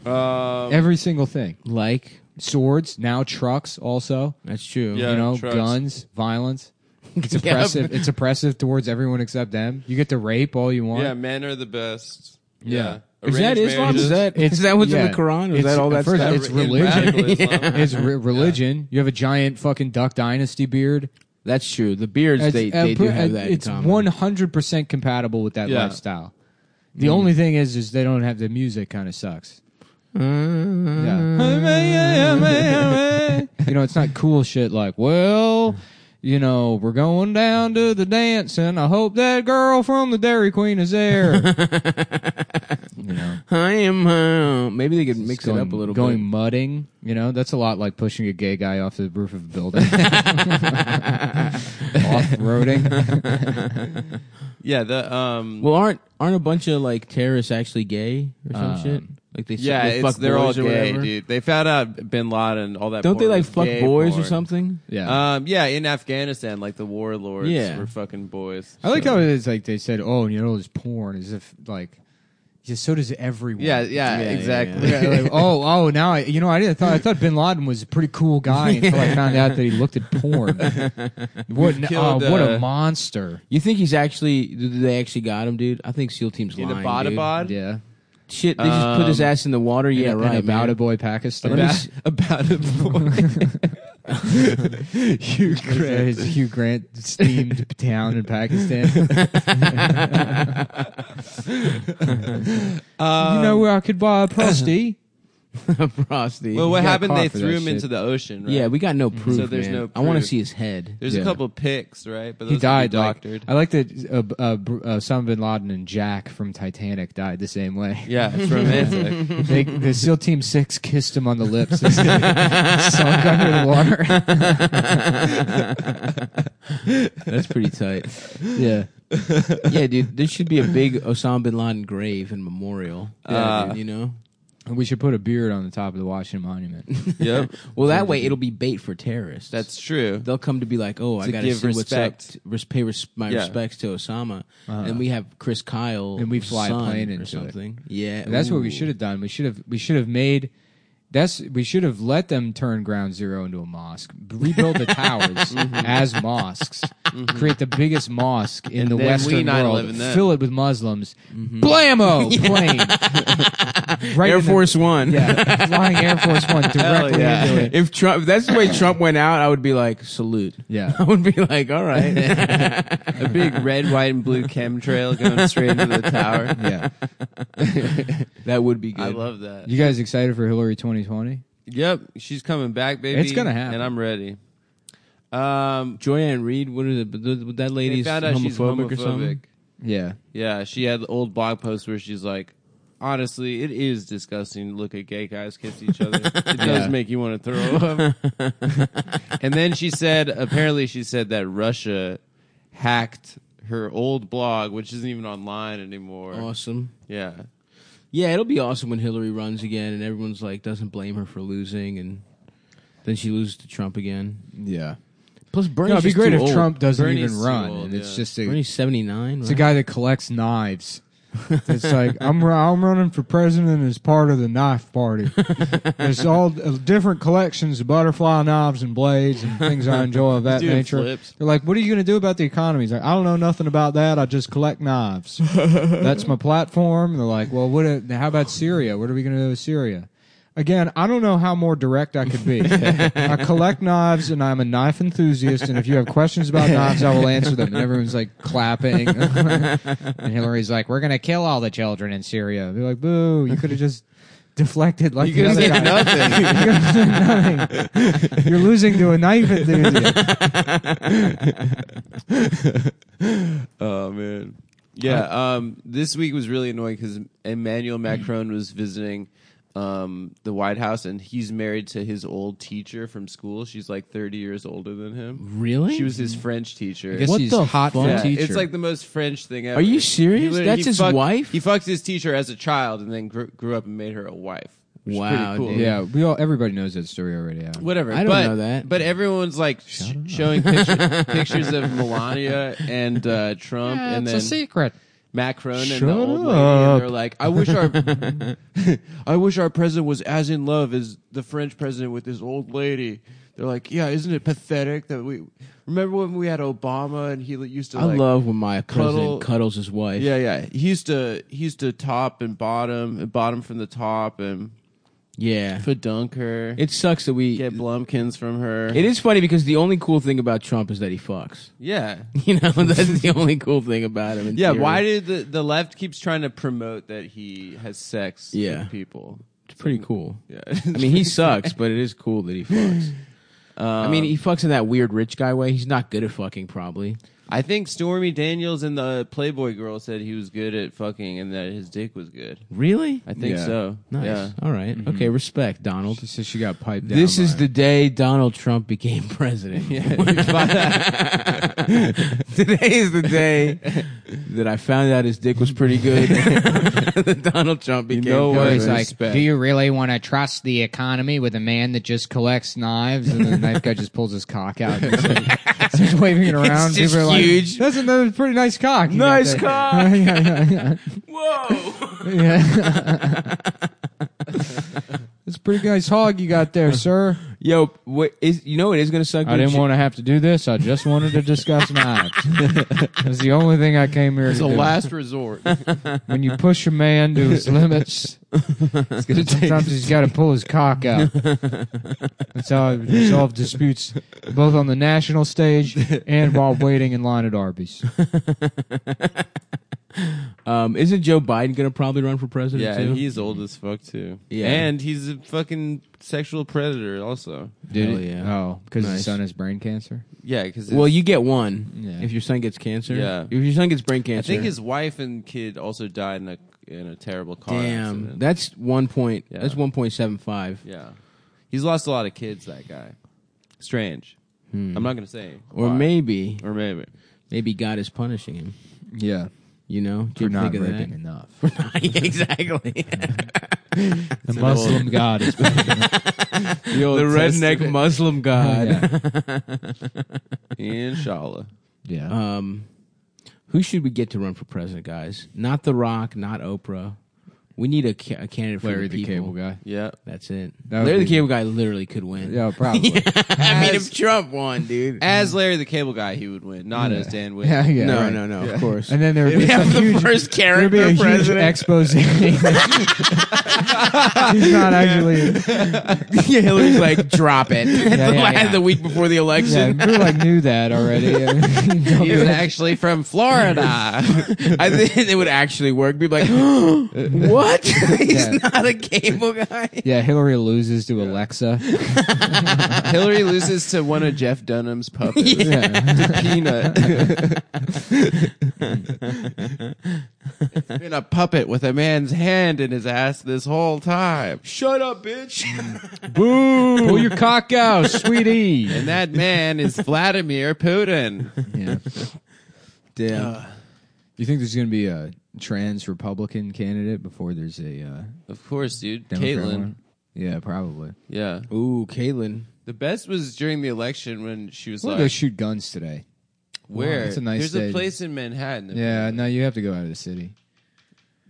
[SPEAKER 3] Um,
[SPEAKER 2] Every single thing.
[SPEAKER 1] like
[SPEAKER 2] Swords now, trucks also.
[SPEAKER 1] that's true.
[SPEAKER 3] Yeah.
[SPEAKER 2] you know,
[SPEAKER 3] trucks.
[SPEAKER 2] guns,
[SPEAKER 1] [LAUGHS]
[SPEAKER 2] violence. It's oppressive. It's oppressive towards everyone except them. You get to rape all you want.
[SPEAKER 3] yeah, men are the best.
[SPEAKER 2] Yeah.
[SPEAKER 1] Is that
[SPEAKER 3] Arranged
[SPEAKER 1] Islam? Is
[SPEAKER 3] marriages.
[SPEAKER 1] that
[SPEAKER 2] It's-
[SPEAKER 1] is that what's in
[SPEAKER 2] yeah.
[SPEAKER 1] the Quran? Is
[SPEAKER 2] It's-
[SPEAKER 1] that all that
[SPEAKER 2] first-
[SPEAKER 1] stuff?
[SPEAKER 2] it's
[SPEAKER 3] Ra-
[SPEAKER 2] religion.
[SPEAKER 3] radical Islam.
[SPEAKER 2] [LAUGHS] It's re- religion. You have a giant fucking Duck Dynasty beard.
[SPEAKER 1] That's true. The beards
[SPEAKER 2] It's-
[SPEAKER 1] they,
[SPEAKER 2] uh,
[SPEAKER 1] they do
[SPEAKER 2] pr-
[SPEAKER 1] have
[SPEAKER 2] uh,
[SPEAKER 1] that. in
[SPEAKER 2] It's
[SPEAKER 1] common.
[SPEAKER 2] one hundred percent compatible with that
[SPEAKER 3] Yeah.
[SPEAKER 2] lifestyle.
[SPEAKER 1] Mm.
[SPEAKER 2] The only thing is, is they don't have the music. Kind of sucks.
[SPEAKER 1] Uh,
[SPEAKER 2] Yeah. you know, it's not cool shit like, well, you know, we're going down to the dance and I hope that girl from the Dairy Queen is there. you know,
[SPEAKER 1] I am. Uh, maybe they could [LAUGHS] mix
[SPEAKER 2] going,
[SPEAKER 1] it up a little
[SPEAKER 2] Going
[SPEAKER 1] bit.
[SPEAKER 2] mudding, you know, that's a lot like pushing a gay guy off the roof of
[SPEAKER 1] [LAUGHS]
[SPEAKER 2] a
[SPEAKER 1] [LAUGHS]
[SPEAKER 2] building. [LAUGHS] Off-roading.
[SPEAKER 3] Yeah, the um,
[SPEAKER 1] Well, aren't aren't a bunch of like terrorists actually gay or some
[SPEAKER 2] Um,
[SPEAKER 1] shit? Like they
[SPEAKER 4] yeah,
[SPEAKER 1] they fuck
[SPEAKER 4] it's, they're all
[SPEAKER 1] boys or
[SPEAKER 4] gay,
[SPEAKER 1] whatever?
[SPEAKER 4] dude. They found out Bin Laden, all that.
[SPEAKER 1] Don't they
[SPEAKER 4] porn
[SPEAKER 1] like
[SPEAKER 4] was
[SPEAKER 1] fuck
[SPEAKER 4] gay
[SPEAKER 1] boys or
[SPEAKER 4] porn.
[SPEAKER 1] something?
[SPEAKER 2] Yeah.
[SPEAKER 4] Um, yeah, in Afghanistan, like the warlords
[SPEAKER 1] Yeah.
[SPEAKER 4] were fucking boys.
[SPEAKER 2] I like
[SPEAKER 4] So-
[SPEAKER 2] how it's like they said, oh, you know, there's porn as if like, yeah, so does everyone.
[SPEAKER 4] Yeah, yeah,
[SPEAKER 1] yeah,
[SPEAKER 4] exactly.
[SPEAKER 2] [LAUGHS]
[SPEAKER 4] [LAUGHS]
[SPEAKER 2] Yeah, like, oh, oh, now I, you know, I didn't thought I thought Bin Laden was a pretty cool
[SPEAKER 4] [LAUGHS]
[SPEAKER 2] guy until I found out that he looked at porn. what, an-
[SPEAKER 4] killed,
[SPEAKER 2] oh, what a
[SPEAKER 4] uh,
[SPEAKER 2] monster!
[SPEAKER 1] You think he's actually? do They actually got him, dude. I think SEAL team's
[SPEAKER 4] In
[SPEAKER 1] lying.
[SPEAKER 4] the Um,
[SPEAKER 1] dude.
[SPEAKER 4] Badabad?
[SPEAKER 2] Yeah,
[SPEAKER 1] Shit, they just put his ass in the water. Yeah,
[SPEAKER 2] And
[SPEAKER 1] right.
[SPEAKER 2] About
[SPEAKER 1] man.
[SPEAKER 2] a boy, Pakistan.
[SPEAKER 1] Let me
[SPEAKER 2] [LAUGHS] About-
[SPEAKER 1] s-
[SPEAKER 4] [LAUGHS] About a
[SPEAKER 2] [LAUGHS]
[SPEAKER 4] boy.
[SPEAKER 2] Hugh Grant, uh, his Hugh Grant steamed
[SPEAKER 4] [LAUGHS]
[SPEAKER 2] town in Pakistan.
[SPEAKER 1] [LAUGHS]
[SPEAKER 2] you
[SPEAKER 4] Um,
[SPEAKER 2] know where I could buy
[SPEAKER 4] [COUGHS]
[SPEAKER 2] a prosty?
[SPEAKER 1] Frosty.
[SPEAKER 4] well, what
[SPEAKER 2] got
[SPEAKER 4] happened?
[SPEAKER 2] caught
[SPEAKER 4] They
[SPEAKER 2] for
[SPEAKER 4] threw
[SPEAKER 2] that
[SPEAKER 4] him
[SPEAKER 2] shit.
[SPEAKER 4] into the ocean. Right?
[SPEAKER 1] yeah, we got no proof.
[SPEAKER 4] So there's
[SPEAKER 1] man.
[SPEAKER 4] no
[SPEAKER 1] I want to
[SPEAKER 4] proof.
[SPEAKER 1] see his head.
[SPEAKER 4] There's
[SPEAKER 2] Yeah.
[SPEAKER 4] a couple pics, right? But
[SPEAKER 2] he
[SPEAKER 4] those could
[SPEAKER 2] died.
[SPEAKER 4] be
[SPEAKER 2] Like,
[SPEAKER 4] doctored.
[SPEAKER 2] I like that uh, uh, Br- uh, Osama bin Laden and Jack from Titanic died the same way.
[SPEAKER 4] [LAUGHS] yeah, it's romantic.
[SPEAKER 2] [LAUGHS] they,
[SPEAKER 4] [LAUGHS]
[SPEAKER 2] the SEAL Team Six kissed him on the lips. [LAUGHS] as they sunk under the water.
[SPEAKER 1] [LAUGHS]
[SPEAKER 4] [LAUGHS]
[SPEAKER 1] That's pretty tight.
[SPEAKER 2] yeah,
[SPEAKER 1] yeah, dude. There should be a big Osama bin Laden grave and memorial. Yeah,
[SPEAKER 4] Uh,
[SPEAKER 1] dude, you know.
[SPEAKER 2] we should put a beard on the top of the Washington Monument. [LAUGHS]
[SPEAKER 4] yep,
[SPEAKER 1] Well, that
[SPEAKER 4] [LAUGHS]
[SPEAKER 1] way it'll be bait for terrorists.
[SPEAKER 4] that's true.
[SPEAKER 1] they'll come to be like, oh, I
[SPEAKER 4] To
[SPEAKER 1] gotta
[SPEAKER 4] give
[SPEAKER 1] see what's
[SPEAKER 4] respect.
[SPEAKER 1] up, res- pay res- my
[SPEAKER 4] Yeah. Uh-huh.
[SPEAKER 1] respects to Osama, and we have Chris Kyle
[SPEAKER 2] And we fly a
[SPEAKER 1] son
[SPEAKER 2] plane into
[SPEAKER 1] or
[SPEAKER 2] it.
[SPEAKER 1] something. Yeah,
[SPEAKER 2] That's what we
[SPEAKER 1] ooh.
[SPEAKER 2] should have done. We should have we should have made that's we should have let them turn Ground Zero into a mosque, rebuild the towers
[SPEAKER 4] [LAUGHS] Mm-hmm.
[SPEAKER 2] as mosques, create the biggest mosque in
[SPEAKER 4] And
[SPEAKER 2] the
[SPEAKER 4] then we
[SPEAKER 2] Western
[SPEAKER 4] 9/11
[SPEAKER 2] world,
[SPEAKER 4] then. Mm-hmm.
[SPEAKER 2] fill it with Muslims,
[SPEAKER 4] [LAUGHS]
[SPEAKER 2] blammo plane, right
[SPEAKER 1] Air
[SPEAKER 2] in the-
[SPEAKER 1] Force One.
[SPEAKER 2] yeah, flying Air Force
[SPEAKER 4] [LAUGHS]
[SPEAKER 2] One directly
[SPEAKER 4] yeah.
[SPEAKER 2] into
[SPEAKER 1] [LAUGHS]
[SPEAKER 2] it.
[SPEAKER 1] If Trump, if that's the way Trump went out, I would be like, salute. [LAUGHS]
[SPEAKER 2] Yeah.
[SPEAKER 1] I would be like, all right.
[SPEAKER 4] [LAUGHS] A big red, white, and blue chemtrail [LAUGHS] going straight into the tower.
[SPEAKER 2] Yeah,
[SPEAKER 1] that would be good.
[SPEAKER 4] I love that.
[SPEAKER 2] you guys excited for Hillary twenty twenty?
[SPEAKER 4] Yep, she's coming back, baby.
[SPEAKER 2] It's gonna happen.
[SPEAKER 4] and I'm ready. Um,
[SPEAKER 1] Joyanne Reed, what is it? but th- That
[SPEAKER 4] they
[SPEAKER 1] lady's
[SPEAKER 4] found out
[SPEAKER 1] homophobic,
[SPEAKER 4] she's
[SPEAKER 1] or something.
[SPEAKER 4] homophobic.
[SPEAKER 2] Yeah,
[SPEAKER 4] Yeah, she had the old blog post where she's like, honestly, it is disgusting to look at gay guys kiss each [LAUGHS] other. It
[SPEAKER 2] Yeah.
[SPEAKER 4] does make you want to throw [LAUGHS] up. and then she said, apparently, she said that Russia hacked her old blog, which isn't even online anymore.
[SPEAKER 1] Awesome.
[SPEAKER 4] Yeah.
[SPEAKER 1] Yeah, it'll be awesome when Hillary runs again and everyone's like doesn't blame her for losing and then she loses to Trump again.
[SPEAKER 2] yeah.
[SPEAKER 1] Plus Bernie's
[SPEAKER 2] No, it'd be
[SPEAKER 1] just
[SPEAKER 2] great
[SPEAKER 1] too
[SPEAKER 2] if
[SPEAKER 1] old.
[SPEAKER 2] Trump doesn't
[SPEAKER 4] Bernie's
[SPEAKER 2] even
[SPEAKER 4] too
[SPEAKER 2] run,
[SPEAKER 4] old,
[SPEAKER 2] and it's
[SPEAKER 4] yeah.
[SPEAKER 2] just a,
[SPEAKER 1] Bernie's 79,
[SPEAKER 2] It's
[SPEAKER 1] right?
[SPEAKER 2] a guy that collects knives. It's like I'm ru- I'm running for president as part of the knife party. There's all uh, different collections of butterfly knives and blades and things I enjoy of that
[SPEAKER 4] Doing
[SPEAKER 2] nature.
[SPEAKER 4] flips.
[SPEAKER 2] They're like, what are you going to do about the economy? He's like, I don't know nothing about that. I just collect knives. That's my platform. And they're like, well, what? a- How about Syria? What are we going to do with Syria? Again, I don't know how more direct I could be. I collect knives and I'm a knife enthusiast. And if you have questions about knives, I will answer them. And everyone's like clapping. and Hillary's like, we're going to kill all the children in Syria. They're like, boo, you could have just deflected like
[SPEAKER 4] You
[SPEAKER 2] the
[SPEAKER 4] guys
[SPEAKER 2] other
[SPEAKER 4] get
[SPEAKER 2] guy. [LAUGHS]
[SPEAKER 4] nothing.
[SPEAKER 2] You're losing nothing. You're losing to a knife enthusiast.
[SPEAKER 4] oh man. Yeah. Um, this week was really annoying because Emmanuel Macron was visiting um, the White House, and he's married to his old teacher from school. She's like thirty years older than him.
[SPEAKER 1] Really?
[SPEAKER 4] She was his French teacher.
[SPEAKER 2] I guess
[SPEAKER 1] What
[SPEAKER 2] he's
[SPEAKER 1] the
[SPEAKER 2] hot for
[SPEAKER 1] fuck?
[SPEAKER 2] a teacher.
[SPEAKER 4] It's like the most French thing ever.
[SPEAKER 1] Are you serious?
[SPEAKER 4] He literally-
[SPEAKER 1] That's
[SPEAKER 4] he
[SPEAKER 1] his
[SPEAKER 4] fucked-
[SPEAKER 1] wife?
[SPEAKER 4] He fucked his teacher as a child and then grew, grew up and made her a wife. which is
[SPEAKER 1] Wow,
[SPEAKER 4] pretty cool.
[SPEAKER 1] dude.
[SPEAKER 2] yeah, we all everybody knows that story already. Adam.
[SPEAKER 4] Whatever.
[SPEAKER 1] I don't
[SPEAKER 4] but,
[SPEAKER 1] know that.
[SPEAKER 4] But everyone's like sh-
[SPEAKER 1] [LAUGHS]
[SPEAKER 4] showing picture, pictures of Melania and uh, Trump and then
[SPEAKER 2] secret.
[SPEAKER 4] Macron
[SPEAKER 2] Shut
[SPEAKER 4] and the old lady,
[SPEAKER 2] up.
[SPEAKER 4] and they're like, "I
[SPEAKER 1] [LAUGHS]
[SPEAKER 4] wish our, [LAUGHS] I wish our president was as in love as the French president with this old lady." They're like, "Yeah, isn't it pathetic that we remember when we had Obama and he used to
[SPEAKER 1] I
[SPEAKER 4] like,
[SPEAKER 1] love when my
[SPEAKER 4] cuddle-
[SPEAKER 1] president cuddles his wife.
[SPEAKER 4] yeah, yeah, he used to he used to top and bottom and bottom from the top and
[SPEAKER 1] yeah.
[SPEAKER 4] fedunk her,
[SPEAKER 1] It sucks that we.
[SPEAKER 4] get Blumpkins from her,
[SPEAKER 1] It is funny because the only cool thing about Trump is that he fucks. [LAUGHS]
[SPEAKER 4] yeah."
[SPEAKER 1] You know, that's the only cool thing about him. in
[SPEAKER 4] Yeah,
[SPEAKER 1] theory.
[SPEAKER 4] why did the, the left keeps trying to promote that he has sex
[SPEAKER 1] Yeah.
[SPEAKER 4] with people?
[SPEAKER 1] It's pretty cool.
[SPEAKER 4] Yeah. [LAUGHS]
[SPEAKER 1] I mean, he sucks, but it is cool that he fucks.
[SPEAKER 4] Um,
[SPEAKER 1] I mean, he fucks in that weird rich guy way. He's not good at fucking, probably.
[SPEAKER 4] I think Stormy Daniels and the Playboy girl said he was good at fucking and that his dick was
[SPEAKER 1] [LAUGHS]
[SPEAKER 4] good.
[SPEAKER 1] Really?
[SPEAKER 4] I think
[SPEAKER 2] Yeah.
[SPEAKER 4] so.
[SPEAKER 1] Nice.
[SPEAKER 4] Yeah. Mm-hmm.
[SPEAKER 1] All right. Okay. Respect, Donald.
[SPEAKER 2] She says she got piped. down
[SPEAKER 1] This
[SPEAKER 2] by
[SPEAKER 1] is
[SPEAKER 2] her.
[SPEAKER 1] the day Donald Trump became [LAUGHS] president. [LAUGHS] Today is the day that I found out his dick was pretty
[SPEAKER 4] [LAUGHS]
[SPEAKER 1] good. [LAUGHS] that Donald Trump became
[SPEAKER 4] know what?
[SPEAKER 1] president.
[SPEAKER 2] He's like,
[SPEAKER 4] Respect.
[SPEAKER 2] do you really want to trust the economy with a man that just collects knives? And the knife guy just pulls his cock out and [LAUGHS] starts- starts waving it around.
[SPEAKER 1] just
[SPEAKER 2] People are
[SPEAKER 1] huge.
[SPEAKER 2] Like, That's another pretty nice cock. you
[SPEAKER 1] Nice
[SPEAKER 2] got
[SPEAKER 1] cock.
[SPEAKER 2] there." [LAUGHS] yeah, yeah,
[SPEAKER 1] Whoa! [LAUGHS]
[SPEAKER 2] yeah. Yeah. [LAUGHS] That's a pretty nice hog you got there, sir.
[SPEAKER 1] Yo, what is you know what is gonna suck?
[SPEAKER 2] I didn't want to have to do this. I just wanted to discuss knives. [LAUGHS] That's the only thing I came here
[SPEAKER 4] It's
[SPEAKER 2] to
[SPEAKER 4] a
[SPEAKER 2] do.
[SPEAKER 4] last resort.
[SPEAKER 2] When you push a man
[SPEAKER 1] [LAUGHS]
[SPEAKER 2] to his limits, sometimes he's got to pull his cock out. That's how I resolve disputes, both on the national stage and while waiting in line at Arby's.
[SPEAKER 1] Um, isn't Joe Biden gonna probably run for president? [LAUGHS]
[SPEAKER 4] [LAUGHS] yeah,
[SPEAKER 1] too?
[SPEAKER 4] and he's old as fuck too.
[SPEAKER 1] Yeah.
[SPEAKER 4] And he's a fucking sexual predator also.
[SPEAKER 1] Did Hell he? yeah.
[SPEAKER 2] Oh, because
[SPEAKER 1] Nice.
[SPEAKER 2] his son has brain cancer.
[SPEAKER 4] Yeah, because
[SPEAKER 1] well, you get one
[SPEAKER 2] Yeah.
[SPEAKER 1] if your son gets cancer.
[SPEAKER 4] Yeah.
[SPEAKER 1] if your son gets brain
[SPEAKER 4] I
[SPEAKER 1] cancer.
[SPEAKER 4] think his wife and kid also died in a in a terrible car
[SPEAKER 1] damn.
[SPEAKER 4] accident.
[SPEAKER 1] That's one point.
[SPEAKER 4] Yeah.
[SPEAKER 1] That's one point seven five.
[SPEAKER 4] Yeah. He's lost a lot of kids, that guy. Strange. I'm not going to say.
[SPEAKER 1] Hmm. Or
[SPEAKER 4] why.
[SPEAKER 1] maybe,
[SPEAKER 4] Or maybe.
[SPEAKER 1] maybe God is punishing him.
[SPEAKER 2] Yeah,
[SPEAKER 1] You know,
[SPEAKER 2] for
[SPEAKER 1] did you
[SPEAKER 2] not
[SPEAKER 1] think of
[SPEAKER 2] raping
[SPEAKER 1] [LAUGHS] that? [LAUGHS]
[SPEAKER 2] enough.
[SPEAKER 1] exactly.
[SPEAKER 2] The Muslim
[SPEAKER 1] [LAUGHS]
[SPEAKER 2] God is.
[SPEAKER 1] The, redneck Muslim God.
[SPEAKER 2] Oh, yeah.
[SPEAKER 4] Inshallah.
[SPEAKER 1] [LAUGHS]
[SPEAKER 2] yeah.
[SPEAKER 1] Um, who should we get to run for president, guys? Not The Rock, not Oprah. We need a, ca- a candidate for
[SPEAKER 2] Larry
[SPEAKER 1] the
[SPEAKER 2] the
[SPEAKER 1] people.
[SPEAKER 2] Cable Guy.
[SPEAKER 4] Yeah.
[SPEAKER 1] That's it.
[SPEAKER 2] That would
[SPEAKER 1] Larry the
[SPEAKER 2] be-
[SPEAKER 1] Cable Guy literally could win.
[SPEAKER 2] Yeah,
[SPEAKER 1] [LAUGHS]
[SPEAKER 2] probably.
[SPEAKER 1] I mean, if Trump won, dude.
[SPEAKER 4] As Larry the Cable Guy, he would win, not as
[SPEAKER 1] [LAUGHS]
[SPEAKER 4] Dan Wynn.
[SPEAKER 2] Yeah, yeah,
[SPEAKER 1] no,
[SPEAKER 2] right.
[SPEAKER 1] no, no, of course.
[SPEAKER 2] And then there would
[SPEAKER 1] [LAUGHS] we
[SPEAKER 2] be some
[SPEAKER 1] have the
[SPEAKER 2] huge
[SPEAKER 1] first
[SPEAKER 2] There'd
[SPEAKER 1] character
[SPEAKER 2] be a huge
[SPEAKER 1] president.
[SPEAKER 2] expose. [LAUGHS]
[SPEAKER 1] [LAUGHS]
[SPEAKER 2] He's not actually.
[SPEAKER 1] Hillary's like, drop it.
[SPEAKER 2] yeah,
[SPEAKER 1] the, [LAUGHS] la-
[SPEAKER 2] yeah.
[SPEAKER 1] the week before the
[SPEAKER 2] Yeah,
[SPEAKER 1] election.
[SPEAKER 2] we like knew that [LAUGHS] already.
[SPEAKER 4] He's actually from Florida.
[SPEAKER 1] [LAUGHS] I think it would actually work. People [GASPS] like, what? [LAUGHS] He's
[SPEAKER 2] Yeah.
[SPEAKER 1] not a cable guy.
[SPEAKER 2] yeah, Hillary loses to
[SPEAKER 4] [LAUGHS]
[SPEAKER 2] Alexa.
[SPEAKER 4] Hillary loses to one of Jeff
[SPEAKER 1] [LAUGHS]
[SPEAKER 4] Dunham's puppets.
[SPEAKER 2] Yeah.
[SPEAKER 4] To Peanut. It's been a puppet with a man's hand in his ass this whole time.
[SPEAKER 1] Shut up, bitch.
[SPEAKER 2] Pull your cock out, sweetie.
[SPEAKER 4] And that man is Vladimir Putin.
[SPEAKER 2] Yeah.
[SPEAKER 1] Damn.
[SPEAKER 2] You think there's going to be a trans Republican candidate before there's a uh,
[SPEAKER 4] Of course, dude.
[SPEAKER 2] Democrat
[SPEAKER 4] Caitlin.
[SPEAKER 2] one? Yeah, probably.
[SPEAKER 4] Yeah.
[SPEAKER 1] Ooh, Caitlin.
[SPEAKER 4] The best was during the election when she was
[SPEAKER 2] We'll
[SPEAKER 4] like,
[SPEAKER 2] go shoot guns today.
[SPEAKER 4] "Where?
[SPEAKER 2] Wow, that's a nice
[SPEAKER 4] There's a
[SPEAKER 2] stage.
[SPEAKER 4] place in Manhattan.
[SPEAKER 2] Yeah, no, you have to go out of the city.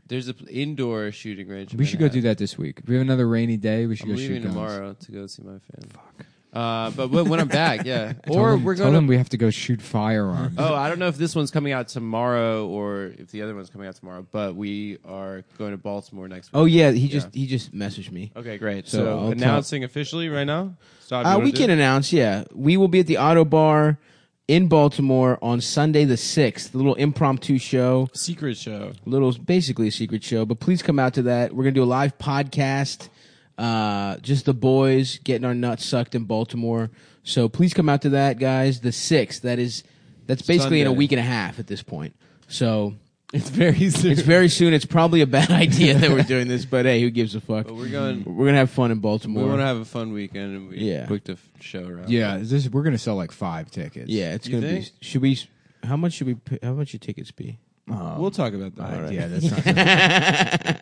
[SPEAKER 4] There's an indoor shooting range. in
[SPEAKER 2] We should go do
[SPEAKER 4] Manhattan.
[SPEAKER 2] that this week. If we have another rainy day, we should
[SPEAKER 4] I'm
[SPEAKER 2] go shoot
[SPEAKER 4] leaving
[SPEAKER 2] guns.
[SPEAKER 4] tomorrow to go see my family. Fuck. Uh, but when, when I'm back, yeah.
[SPEAKER 2] [LAUGHS] Tell
[SPEAKER 4] or
[SPEAKER 2] them-
[SPEAKER 4] we're
[SPEAKER 2] tell
[SPEAKER 4] going.
[SPEAKER 2] them
[SPEAKER 4] to...
[SPEAKER 2] we have to go shoot firearms.
[SPEAKER 4] [LAUGHS] Oh, I don't know if this one's coming out tomorrow or if the other one's coming out tomorrow. But we are going to Baltimore next week.
[SPEAKER 1] Oh yeah, he just he just messaged me.
[SPEAKER 4] Okay, great.
[SPEAKER 1] So
[SPEAKER 4] So,
[SPEAKER 1] I'll
[SPEAKER 4] announcing officially right now. Stop.
[SPEAKER 1] Uh, we can announce. Yeah, we will be at the Auto Bar in Baltimore on Sunday the sixth. A little impromptu show,
[SPEAKER 3] Secret
[SPEAKER 4] [LAUGHS]
[SPEAKER 3] show.
[SPEAKER 1] little basically a secret show. But please come out to that. We're gonna do a live podcast. Uh, just the boys getting our nuts sucked in Baltimore. So please come out to that, guys. The sixth. That is that's basically in a
[SPEAKER 3] Sunday.
[SPEAKER 1] week and a half at this point.
[SPEAKER 4] [LAUGHS]
[SPEAKER 1] So
[SPEAKER 3] It's very soon.
[SPEAKER 1] it's very soon. It's probably a bad [LAUGHS] idea that we're doing this, but hey, who gives a fuck?
[SPEAKER 4] But we're going.
[SPEAKER 1] We're gonna have fun in
[SPEAKER 4] We
[SPEAKER 1] Baltimore.
[SPEAKER 4] want to have a fun weekend, and we
[SPEAKER 1] Yeah.
[SPEAKER 4] booked a f- show around.
[SPEAKER 2] Yeah, this we're gonna sell like five tickets.
[SPEAKER 1] yeah, it's
[SPEAKER 4] You
[SPEAKER 1] gonna
[SPEAKER 4] think?
[SPEAKER 1] be. Should we? How much should we? pay- How much should tickets be?
[SPEAKER 2] Um,
[SPEAKER 3] We'll talk about that.
[SPEAKER 2] all
[SPEAKER 3] Alright.
[SPEAKER 2] right, Yeah, that's
[SPEAKER 4] [LAUGHS]
[SPEAKER 2] not.
[SPEAKER 4] uh,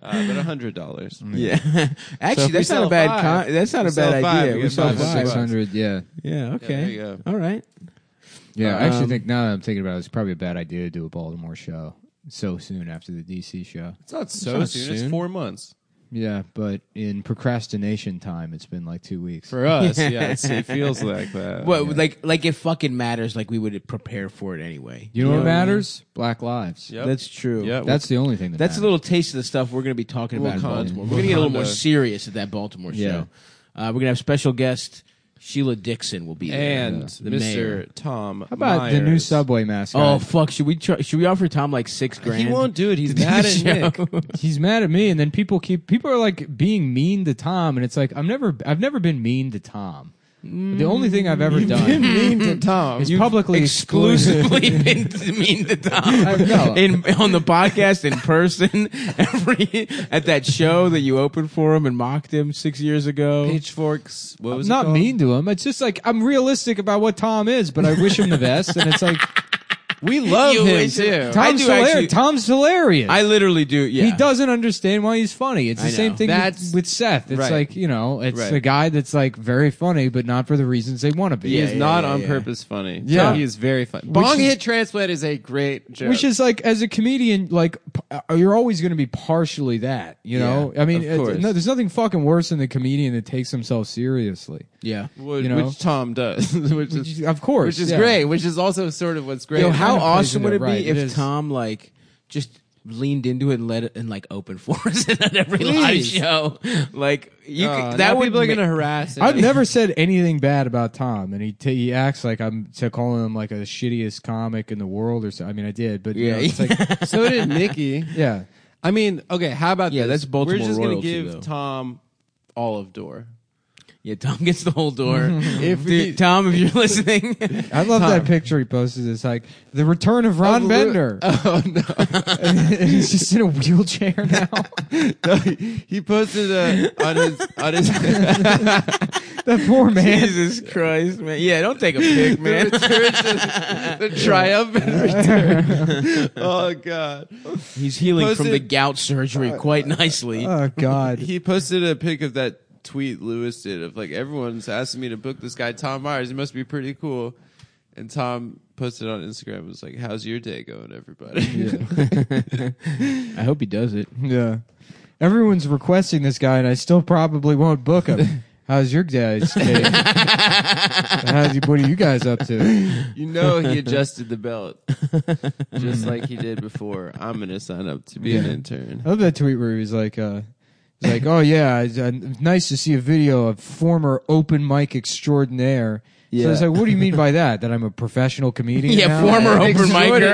[SPEAKER 4] but a hundred dollars.
[SPEAKER 1] Yeah, [LAUGHS] actually,
[SPEAKER 4] if
[SPEAKER 1] that's
[SPEAKER 4] we
[SPEAKER 1] not
[SPEAKER 4] sell
[SPEAKER 1] a bad.
[SPEAKER 4] five-
[SPEAKER 1] Con- that's not
[SPEAKER 4] we
[SPEAKER 1] a bad
[SPEAKER 4] sell five,
[SPEAKER 1] idea.
[SPEAKER 4] we
[SPEAKER 1] we
[SPEAKER 4] get
[SPEAKER 1] sell
[SPEAKER 4] five bucks.
[SPEAKER 1] five.
[SPEAKER 2] Six hundred. Yeah,
[SPEAKER 1] Yeah.
[SPEAKER 4] there
[SPEAKER 1] Okay.
[SPEAKER 4] you go.
[SPEAKER 1] All right.
[SPEAKER 2] yeah. I actually
[SPEAKER 1] Um,
[SPEAKER 2] think now that I'm thinking about it, it's probably a bad idea to do a Baltimore show so soon after the DC show.
[SPEAKER 4] It's not
[SPEAKER 1] so soon.
[SPEAKER 4] It's four months
[SPEAKER 2] Yeah, but in procrastination time, it's been like two weeks.
[SPEAKER 4] for [LAUGHS] us. yeah, it's, it feels like that.
[SPEAKER 1] Well, like, like it fucking matters. Like we would prepare for it anyway.
[SPEAKER 2] you know
[SPEAKER 4] Yeah.
[SPEAKER 2] what matters? Black lives.
[SPEAKER 4] Yep.
[SPEAKER 1] That's true.
[SPEAKER 4] Yeah,
[SPEAKER 2] That's the only thing. That
[SPEAKER 1] That's a
[SPEAKER 2] matters.
[SPEAKER 1] little taste of the stuff we're going to be talking about in
[SPEAKER 4] Wakanda.
[SPEAKER 1] Baltimore. We're going to get a little more
[SPEAKER 4] Wakanda.
[SPEAKER 1] serious at that Baltimore show.
[SPEAKER 2] Yeah.
[SPEAKER 1] Uh, we're going to have special guest Sheila Dixon will be there.
[SPEAKER 4] and
[SPEAKER 1] the
[SPEAKER 4] Mr.
[SPEAKER 1] mayor.
[SPEAKER 4] Tom. How
[SPEAKER 2] about the new subway
[SPEAKER 1] Oh
[SPEAKER 2] mascot. [LAUGHS]
[SPEAKER 1] fuck! Should we try, should we offer Tom like six grand?
[SPEAKER 4] He won't do it. He's
[SPEAKER 1] to do
[SPEAKER 4] mad
[SPEAKER 1] the
[SPEAKER 4] at
[SPEAKER 1] show?
[SPEAKER 4] Nick.
[SPEAKER 2] [LAUGHS] he's mad at me, and then people keep people are like being mean to Tom, and it's like I'm never I've never been mean to Tom. the only thing I've ever done
[SPEAKER 4] Mm. mean to Tom.
[SPEAKER 2] is publicly
[SPEAKER 1] [LAUGHS]
[SPEAKER 2] exclusive.
[SPEAKER 1] Exclusively been to- mean to
[SPEAKER 2] I
[SPEAKER 1] Tom
[SPEAKER 2] know.
[SPEAKER 1] in on the podcast in person [LAUGHS] every at that show that you opened for him and mocked him six years ago.
[SPEAKER 4] Pitchforks. What was it
[SPEAKER 2] not
[SPEAKER 4] called?
[SPEAKER 2] mean to him. It's just like I'm realistic about what Tom is, but I wish him the best. And it's
[SPEAKER 4] [LAUGHS]
[SPEAKER 2] like
[SPEAKER 4] We love
[SPEAKER 1] You
[SPEAKER 4] him
[SPEAKER 1] wish- Tom- I
[SPEAKER 4] too.
[SPEAKER 2] Tom's
[SPEAKER 1] do
[SPEAKER 2] hilarious.
[SPEAKER 1] actually-
[SPEAKER 2] Tom's hilarious.
[SPEAKER 1] I literally do. Yeah,
[SPEAKER 2] He doesn't understand why he's funny. It's the
[SPEAKER 1] I
[SPEAKER 2] same
[SPEAKER 1] know.
[SPEAKER 2] thing
[SPEAKER 4] That's-
[SPEAKER 2] with, with Seth. It's
[SPEAKER 4] Right.
[SPEAKER 2] like you know, it's
[SPEAKER 4] Right.
[SPEAKER 2] a guy that's like very funny, but not for the reasons they want to be.
[SPEAKER 4] He is
[SPEAKER 1] Yeah,
[SPEAKER 4] not
[SPEAKER 1] yeah,
[SPEAKER 4] on
[SPEAKER 1] yeah.
[SPEAKER 4] purpose funny.
[SPEAKER 2] Yeah.
[SPEAKER 4] he is very funny. Bong
[SPEAKER 2] is-
[SPEAKER 4] hit transplant is a great joke.
[SPEAKER 2] Which is like, as a comedian, like p- uh, you're always going to be partially that, you know. I mean,
[SPEAKER 4] of
[SPEAKER 2] it's-
[SPEAKER 4] course.
[SPEAKER 2] no, there's nothing fucking worse than the comedian that takes himself seriously.
[SPEAKER 1] yeah.
[SPEAKER 4] Wh-
[SPEAKER 2] you know?
[SPEAKER 4] which Tom does, [LAUGHS] which
[SPEAKER 2] Which
[SPEAKER 4] is
[SPEAKER 2] is- of course,
[SPEAKER 4] which is
[SPEAKER 2] yeah.
[SPEAKER 4] great, which is also sort of what's great.
[SPEAKER 1] Yo,
[SPEAKER 2] It
[SPEAKER 1] how
[SPEAKER 2] kind of plays
[SPEAKER 1] awesome
[SPEAKER 2] into
[SPEAKER 1] would
[SPEAKER 2] it,
[SPEAKER 1] it be
[SPEAKER 2] right. It
[SPEAKER 1] if
[SPEAKER 2] is.
[SPEAKER 1] Tom like just leaned into it and let it and like open [LAUGHS] for us at every live
[SPEAKER 4] Please.
[SPEAKER 1] show? Like you,
[SPEAKER 4] Uh,
[SPEAKER 1] could,
[SPEAKER 4] now
[SPEAKER 1] that would
[SPEAKER 4] people are
[SPEAKER 1] ma-
[SPEAKER 4] gonna harass. him.
[SPEAKER 2] I've never said anything bad about Tom, and he t- he acts like I'm to calling him like a shittiest comic in the world or something. I mean, I did, but yeah,
[SPEAKER 1] Yeah.
[SPEAKER 2] it's like,
[SPEAKER 4] [LAUGHS] so did Nikki.
[SPEAKER 2] yeah,
[SPEAKER 4] I mean, okay, how about
[SPEAKER 1] Yeah,
[SPEAKER 4] this?
[SPEAKER 1] that's Baltimore
[SPEAKER 4] We're just gonna
[SPEAKER 1] royalty,
[SPEAKER 4] give
[SPEAKER 1] though.
[SPEAKER 4] Tom olive door.
[SPEAKER 1] Yeah, Tom gets the whole door. if
[SPEAKER 4] [LAUGHS] If we-
[SPEAKER 1] Tom, if you're
[SPEAKER 4] [LAUGHS]
[SPEAKER 1] listening,
[SPEAKER 2] I love that picture he posted. It's like the return of Ron
[SPEAKER 4] Of Lou-
[SPEAKER 2] Bender.
[SPEAKER 4] Oh no,
[SPEAKER 2] And [LAUGHS] he's just in a wheelchair now.
[SPEAKER 4] [LAUGHS]
[SPEAKER 2] [LAUGHS]
[SPEAKER 4] no he he posted uh, on his on his. [LAUGHS]
[SPEAKER 2] that poor man.
[SPEAKER 1] Jesus Christ, man. Yeah, don't take a pic,
[SPEAKER 4] [LAUGHS]
[SPEAKER 1] man.
[SPEAKER 4] the triumphant return. oh god.
[SPEAKER 1] He's healing from
[SPEAKER 4] Posted-
[SPEAKER 1] the gout surgery quite nicely.
[SPEAKER 2] Oh God.
[SPEAKER 4] He posted a pic of that tweet Lewis did of like everyone's asking me to book this guy Tom Myers. He must be pretty cool. And Tom posted on Instagram and was like, "How's your day going, everybody?"
[SPEAKER 1] I hope he does it.
[SPEAKER 2] Yeah. Everyone's requesting this guy, and I still probably won't book him. How's your guys? day? How's you, what are you guys up to?
[SPEAKER 4] [LAUGHS] you know, he adjusted the belt just like he did before. I'm gonna sign up to be an
[SPEAKER 2] Yeah. [LAUGHS]
[SPEAKER 4] intern.
[SPEAKER 2] I love that tweet where he was like, uh, he's like, oh yeah, it's, uh, nice to see a video of former open mic extraordinaire. So I was
[SPEAKER 4] Yeah.
[SPEAKER 2] like, what do you mean by that? That I'm a professional comedian?
[SPEAKER 1] Yeah,
[SPEAKER 2] now?
[SPEAKER 1] former open micer.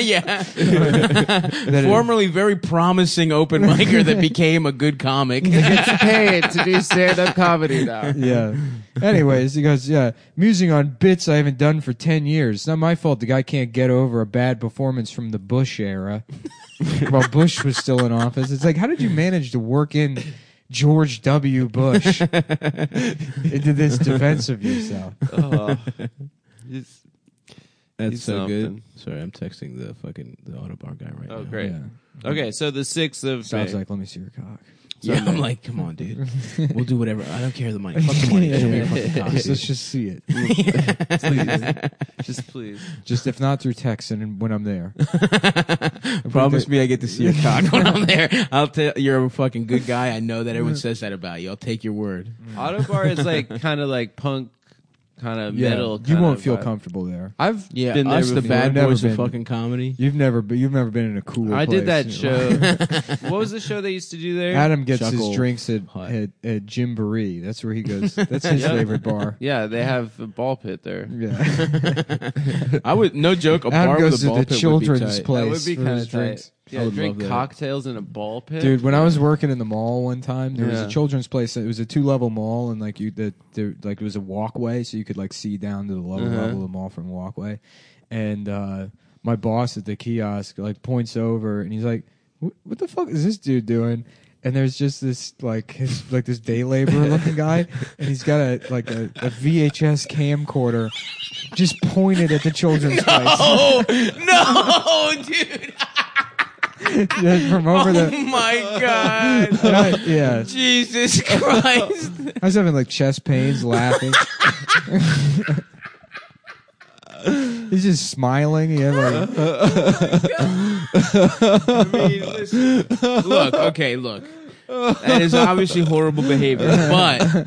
[SPEAKER 1] [LAUGHS] yeah.
[SPEAKER 2] That it-
[SPEAKER 1] Formerly very promising open micer that became a good [LAUGHS] comic.
[SPEAKER 4] Gets paid to do stand-up comedy now.
[SPEAKER 2] [LAUGHS] yeah. Anyways, he goes, yeah, musing on bits I haven't done for 10 years. It's not my fault the guy can't get over a bad performance from the Bush era [LAUGHS] while Bush was still in office. It's like, how did you manage to work in George
[SPEAKER 1] [LAUGHS]
[SPEAKER 2] W. Bush into this defense of yourself?
[SPEAKER 4] Oh, It's-
[SPEAKER 1] That's
[SPEAKER 4] He's
[SPEAKER 1] so
[SPEAKER 4] something.
[SPEAKER 1] good. Sorry, I'm texting the fucking the Autobar guy right
[SPEAKER 4] oh,
[SPEAKER 1] now.
[SPEAKER 4] great.
[SPEAKER 2] Yeah.
[SPEAKER 4] Okay, so the sixth of
[SPEAKER 2] Sounds
[SPEAKER 4] May.
[SPEAKER 2] like, let me see your cock.
[SPEAKER 1] Yeah, I'm like, come on, dude. We'll do whatever. I don't care the money. Fuck
[SPEAKER 2] [LAUGHS]
[SPEAKER 1] the money. Show [LAUGHS] me your fucking cock,
[SPEAKER 2] Just-
[SPEAKER 1] dude.
[SPEAKER 2] let's just see it.
[SPEAKER 1] [LAUGHS]
[SPEAKER 4] just please.
[SPEAKER 2] Just if not through text and when I'm there.
[SPEAKER 1] Promise me I get to see your cock when I'm there. I'll tell you're a fucking good [LAUGHS] guy. I know that everyone says that about you. I'll take your word.
[SPEAKER 4] Autobar is like kind of like punk kind of
[SPEAKER 2] Yeah,
[SPEAKER 4] metal.
[SPEAKER 2] you
[SPEAKER 4] kinda
[SPEAKER 2] won't feel
[SPEAKER 4] vibe.
[SPEAKER 2] comfortable there.
[SPEAKER 4] I've
[SPEAKER 1] Yeah,
[SPEAKER 4] been there
[SPEAKER 1] us the
[SPEAKER 4] before.
[SPEAKER 1] bad
[SPEAKER 2] Never
[SPEAKER 1] boys of
[SPEAKER 2] been.
[SPEAKER 1] fucking comedy.
[SPEAKER 2] You've never, but you've never been in a cooler.
[SPEAKER 4] I did
[SPEAKER 2] place
[SPEAKER 4] that
[SPEAKER 2] in your life.
[SPEAKER 4] show. what was the show they used to do there?
[SPEAKER 2] [LAUGHS] Adam gets
[SPEAKER 1] Chuckle
[SPEAKER 2] his drinks at,
[SPEAKER 1] Hut.
[SPEAKER 2] at, at Gymboree. That's where he
[SPEAKER 4] [LAUGHS]
[SPEAKER 2] goes. That's his
[SPEAKER 4] Yeah.
[SPEAKER 2] favorite
[SPEAKER 4] [LAUGHS]
[SPEAKER 2] bar.
[SPEAKER 4] Yeah, they have a ball pit there.
[SPEAKER 2] Yeah. [LAUGHS]
[SPEAKER 1] I would no joke. A
[SPEAKER 2] Adam
[SPEAKER 1] bar with
[SPEAKER 2] goes
[SPEAKER 1] a ball
[SPEAKER 2] to the
[SPEAKER 1] pit would be
[SPEAKER 2] children's
[SPEAKER 1] tight.
[SPEAKER 2] place.
[SPEAKER 4] that would be
[SPEAKER 2] for
[SPEAKER 4] kind
[SPEAKER 2] his
[SPEAKER 4] of tight.
[SPEAKER 2] drinks.
[SPEAKER 1] I
[SPEAKER 4] Yeah,
[SPEAKER 1] would
[SPEAKER 4] drink
[SPEAKER 1] love that.
[SPEAKER 4] cocktails in a ball pit.
[SPEAKER 2] Dude, when I was working in the mall one time, there was
[SPEAKER 4] Yeah.
[SPEAKER 2] a children's place. That, it was a two-level mall, and like you, the, there like it was a walkway, so you could like see down to the lower
[SPEAKER 4] Uh-huh.
[SPEAKER 2] level of the mall from the walkway. And uh, my boss at the kiosk like points over, and he's like, "Wh- "What the fuck is this dude doing?" And there's just this like his, like this day laborer
[SPEAKER 4] [LAUGHS]
[SPEAKER 2] looking guy, and he's got a like a, a VHS camcorder just pointed at the
[SPEAKER 4] [LAUGHS]
[SPEAKER 2] children's place
[SPEAKER 1] Oh [LAUGHS] no, dude!
[SPEAKER 2] [LAUGHS] from over
[SPEAKER 1] Oh
[SPEAKER 2] the.
[SPEAKER 1] my god! [LAUGHS]
[SPEAKER 4] Oh,
[SPEAKER 2] And I- yeah,
[SPEAKER 1] Jesus Christ!
[SPEAKER 2] I was having like chest
[SPEAKER 1] [LAUGHS]
[SPEAKER 2] pains, laughing. He's just smiling. He had like,
[SPEAKER 1] look, okay, look. That is obviously horrible behavior, but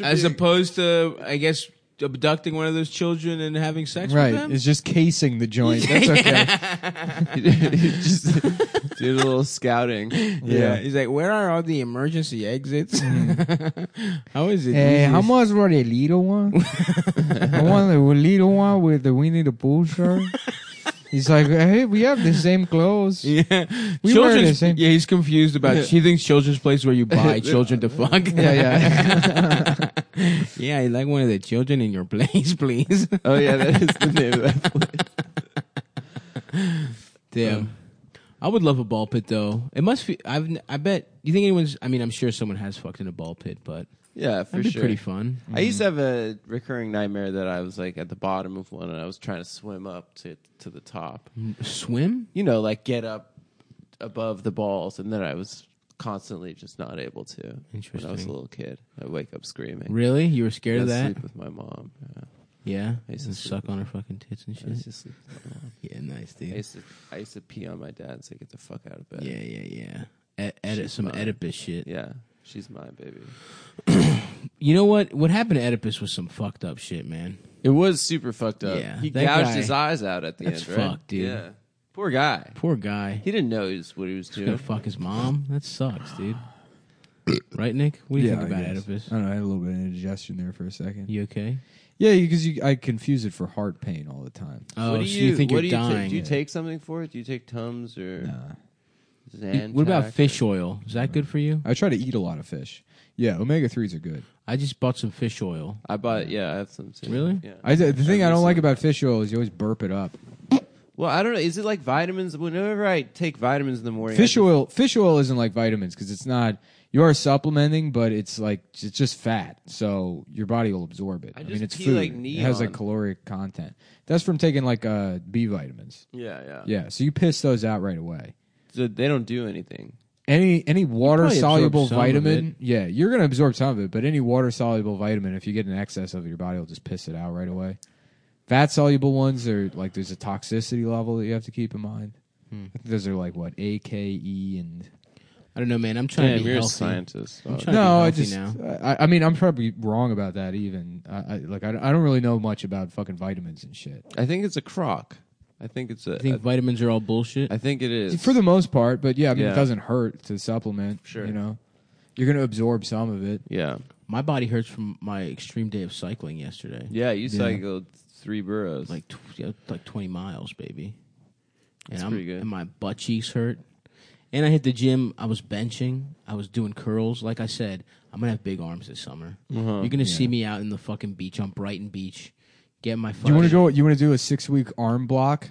[SPEAKER 1] as opposed to, I guess, abducting one of those children and having sex
[SPEAKER 2] right.
[SPEAKER 1] with them.
[SPEAKER 2] It's just casing the joint. That's okay.
[SPEAKER 4] [LAUGHS]
[SPEAKER 1] [LAUGHS]
[SPEAKER 4] just did a little scouting.
[SPEAKER 1] yeah.
[SPEAKER 2] Yeah.
[SPEAKER 1] he's like, where are all the emergency exits? [LAUGHS] how is it?
[SPEAKER 2] Mm. Hey,
[SPEAKER 1] easy?
[SPEAKER 2] how much for the little one? I want the little one with the Winnie the Pooh shirt. He's like, hey, we have the same
[SPEAKER 1] [LAUGHS]
[SPEAKER 2] clothes.
[SPEAKER 1] Yeah,
[SPEAKER 2] We were
[SPEAKER 1] children's,
[SPEAKER 2] the same-
[SPEAKER 1] Yeah, he's confused about. He thinks children's place where you
[SPEAKER 4] [LAUGHS]
[SPEAKER 1] buy children to fuck.
[SPEAKER 2] Yeah, yeah.
[SPEAKER 1] [LAUGHS] yeah. You like one of the children in your place, [LAUGHS] please.
[SPEAKER 4] Oh yeah, that is the name of that. place.
[SPEAKER 1] Damn.
[SPEAKER 4] Uh.
[SPEAKER 1] I would love a ball pit though. It must be. I've. n- I bet. You think anyone's? I mean, I'm sure someone has fucked in a ball pit, but
[SPEAKER 4] Yeah, for
[SPEAKER 1] that'd be
[SPEAKER 4] sure.
[SPEAKER 1] pretty fun.
[SPEAKER 4] I used to have a recurring nightmare that I was like at the bottom of one, and I was trying to swim up to to the top.
[SPEAKER 1] Swim?
[SPEAKER 4] You know, like get up above the balls, and then I was constantly just not able to. When I was
[SPEAKER 1] Interesting.
[SPEAKER 4] a little kid, I wake up screaming.
[SPEAKER 1] Really? You were scared
[SPEAKER 4] I
[SPEAKER 1] of that?
[SPEAKER 4] sleep with my mom. Yeah.
[SPEAKER 1] Yeah.
[SPEAKER 4] I used to
[SPEAKER 1] And
[SPEAKER 4] sleep
[SPEAKER 1] suck on her fucking tits and
[SPEAKER 4] I used
[SPEAKER 1] shit.
[SPEAKER 4] to sleep with my mom.
[SPEAKER 1] Yeah, nice
[SPEAKER 4] I
[SPEAKER 1] dude.
[SPEAKER 4] used to, I used to pee on my dad and say, "Get the fuck out of bed."
[SPEAKER 1] Yeah, yeah, yeah. E- edit
[SPEAKER 4] She's
[SPEAKER 1] some
[SPEAKER 4] mine.
[SPEAKER 1] Oedipus shit.
[SPEAKER 4] Yeah, she's mine, baby.
[SPEAKER 1] You know what? What happened to Oedipus was some fucked up shit, man.
[SPEAKER 4] It was super fucked up.
[SPEAKER 1] Yeah,
[SPEAKER 4] he
[SPEAKER 1] that
[SPEAKER 4] gouged
[SPEAKER 1] guy-
[SPEAKER 4] his eyes out at the
[SPEAKER 1] That's
[SPEAKER 4] end. Right?
[SPEAKER 1] fucked, dude.
[SPEAKER 4] Yeah, poor guy.
[SPEAKER 1] Poor guy.
[SPEAKER 4] He didn't know he was- what he was
[SPEAKER 1] He's gonna
[SPEAKER 4] doing.
[SPEAKER 1] fuck his mom. That sucks,
[SPEAKER 2] [CLEARS THROAT]
[SPEAKER 1] dude. right, Nick? What do you
[SPEAKER 2] Yeah,
[SPEAKER 1] think
[SPEAKER 2] I
[SPEAKER 1] about
[SPEAKER 2] guess. Uh,
[SPEAKER 1] Oedipus?
[SPEAKER 2] I don't know. I had a little bit of indigestion there for a second.
[SPEAKER 1] You okay?
[SPEAKER 2] Yeah, because you, I confuse it for heart pain all the time.
[SPEAKER 1] Oh,
[SPEAKER 4] what do
[SPEAKER 1] so
[SPEAKER 4] you,
[SPEAKER 1] you think
[SPEAKER 4] what
[SPEAKER 1] you're
[SPEAKER 4] do you ta-
[SPEAKER 1] dying?
[SPEAKER 4] do you take something for it? Do you take Tums or
[SPEAKER 2] Nah.
[SPEAKER 4] Xanax?
[SPEAKER 1] What about
[SPEAKER 4] or-
[SPEAKER 1] fish oil? Is that good for you?
[SPEAKER 2] I try to eat a lot of fish. Yeah, omega threes are good.
[SPEAKER 1] I just bought some fish oil.
[SPEAKER 4] I bought. Yeah, I have some. Too.
[SPEAKER 1] Really?
[SPEAKER 4] Yeah.
[SPEAKER 2] I the thing I
[SPEAKER 4] do
[SPEAKER 2] don't
[SPEAKER 4] some.
[SPEAKER 2] like about fish oil is you always burp it up.
[SPEAKER 4] Well, I don't know. Is it like vitamins? Whenever I take vitamins in the morning, I
[SPEAKER 2] Fish
[SPEAKER 4] just-
[SPEAKER 2] oil, fish oil isn't like vitamins because it's not. You are supplementing, but it's like it's just fat, so your body will absorb it.
[SPEAKER 4] I
[SPEAKER 2] I,
[SPEAKER 4] just
[SPEAKER 2] mean, it's
[SPEAKER 4] pee
[SPEAKER 2] food.
[SPEAKER 4] like
[SPEAKER 2] it has like
[SPEAKER 4] neon.
[SPEAKER 2] caloric content. That's from taking like uh, B vitamins.
[SPEAKER 4] Yeah, yeah,
[SPEAKER 2] Yeah, so you piss those out right away.
[SPEAKER 4] So they don't do anything.
[SPEAKER 2] Any any water soluble
[SPEAKER 1] absorb some of
[SPEAKER 2] vitamin, yeah, you're gonna absorb some of it. But any water soluble vitamin, if you get an excess of it, your body will just piss it out right away. Fat soluble ones are like there's a toxicity level that you have to keep in mind.
[SPEAKER 1] Hmm.
[SPEAKER 2] I think those are like what A K E and
[SPEAKER 1] I don't know, man. I'm trying to
[SPEAKER 4] Damn,
[SPEAKER 1] be
[SPEAKER 4] you're
[SPEAKER 1] healthy.
[SPEAKER 4] a scientist.
[SPEAKER 1] trying-
[SPEAKER 4] dog.
[SPEAKER 1] to be
[SPEAKER 2] no, I
[SPEAKER 1] healthy
[SPEAKER 2] just,
[SPEAKER 1] now.
[SPEAKER 2] I, I mean, I'm probably wrong about that. Even I, I like, I, don't- I don't really know much about fucking vitamins and shit.
[SPEAKER 4] I think it's a crock. I think it's a.
[SPEAKER 1] I think vitamins are all bullshit.
[SPEAKER 4] I think it is
[SPEAKER 2] For the most part, but yeah, I mean,
[SPEAKER 4] Yeah.
[SPEAKER 2] it doesn't hurt to supplement.
[SPEAKER 4] Sure.
[SPEAKER 2] you know, you're gonna absorb some of it.
[SPEAKER 4] Yeah,
[SPEAKER 1] My body hurts from my extreme day of cycling yesterday.
[SPEAKER 4] yeah. You cycled three burrows.
[SPEAKER 1] Like tw- yeah, like 20 miles, baby. And
[SPEAKER 4] That's
[SPEAKER 1] I'm,
[SPEAKER 4] pretty good.
[SPEAKER 1] And my butt cheeks hurt. And I hit the gym. I was benching. I was doing curls. Like I said, I'm gonna have big arms this summer.
[SPEAKER 4] Uh-huh.
[SPEAKER 1] You're gonna see me out in the fucking beach on Brighton Beach. Get my fucking.
[SPEAKER 2] Do you want to go? You want to do a six week arm block?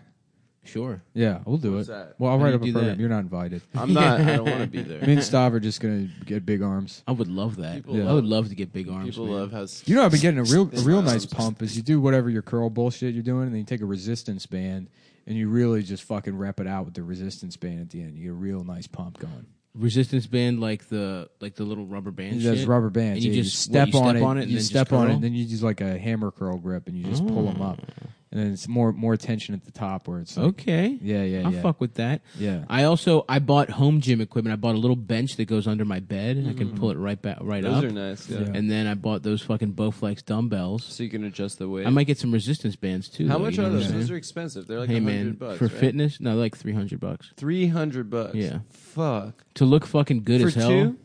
[SPEAKER 1] Sure.
[SPEAKER 2] Yeah, we'll do
[SPEAKER 4] What's
[SPEAKER 2] it.
[SPEAKER 4] that?
[SPEAKER 2] Well, I'll
[SPEAKER 1] How
[SPEAKER 2] write
[SPEAKER 1] do
[SPEAKER 2] up
[SPEAKER 1] you
[SPEAKER 2] a
[SPEAKER 1] do
[SPEAKER 2] program.
[SPEAKER 1] that?
[SPEAKER 2] You're
[SPEAKER 1] [LAUGHS]
[SPEAKER 2] not invited.
[SPEAKER 4] I'm not. I don't want to be there.
[SPEAKER 2] Me and Stav are just gonna get big arms.
[SPEAKER 1] I would love that.
[SPEAKER 4] People
[SPEAKER 1] I
[SPEAKER 4] love-
[SPEAKER 1] would love to get big arms.
[SPEAKER 4] People
[SPEAKER 1] man.
[SPEAKER 4] love how. s-
[SPEAKER 2] You know, I've been getting a real, a real nice
[SPEAKER 4] Arms.
[SPEAKER 2] pump is you do whatever your curl bullshit you're doing, and then you take a resistance band and you really just fucking rep it out with the resistance band at the end. You get a real nice pump going.
[SPEAKER 1] resistance band, like the like the little rubber band.
[SPEAKER 2] Those
[SPEAKER 1] shit?
[SPEAKER 2] rubber bands.
[SPEAKER 1] And you
[SPEAKER 2] yeah,
[SPEAKER 1] just
[SPEAKER 2] step,
[SPEAKER 1] what, you
[SPEAKER 2] on,
[SPEAKER 1] step
[SPEAKER 2] it,
[SPEAKER 1] on it. And
[SPEAKER 2] You
[SPEAKER 1] then just
[SPEAKER 2] step on it.
[SPEAKER 1] curl?
[SPEAKER 2] And then you use like a hammer curl grip, and you just pull 'em pull them up. and then it's more more tension at the top where it's like,
[SPEAKER 1] Okay.
[SPEAKER 2] Yeah, yeah,
[SPEAKER 1] I'll
[SPEAKER 2] yeah.
[SPEAKER 1] fuck with that.
[SPEAKER 2] Yeah.
[SPEAKER 1] I also I bought home gym equipment. I bought a little bench that goes under my bed. I can pull it right back right
[SPEAKER 4] Mm. Those
[SPEAKER 1] up.
[SPEAKER 4] are nice. Yeah.
[SPEAKER 2] Yeah.
[SPEAKER 1] And then I bought those fucking Bowflex dumbbells.
[SPEAKER 4] So you can adjust the weight.
[SPEAKER 1] I might get some resistance bands too.
[SPEAKER 4] How
[SPEAKER 1] though,
[SPEAKER 4] much
[SPEAKER 1] you know
[SPEAKER 4] are
[SPEAKER 1] what
[SPEAKER 4] those?
[SPEAKER 1] I'm
[SPEAKER 4] Those
[SPEAKER 1] saying?
[SPEAKER 4] are expensive. They're like
[SPEAKER 1] hey man,
[SPEAKER 4] hundred bucks.
[SPEAKER 1] for
[SPEAKER 4] right?
[SPEAKER 1] fitness, no, like three hundred bucks.
[SPEAKER 4] three hundred bucks.
[SPEAKER 1] Yeah.
[SPEAKER 4] Fuck.
[SPEAKER 1] To look fucking good
[SPEAKER 4] For
[SPEAKER 1] as hell.
[SPEAKER 4] two?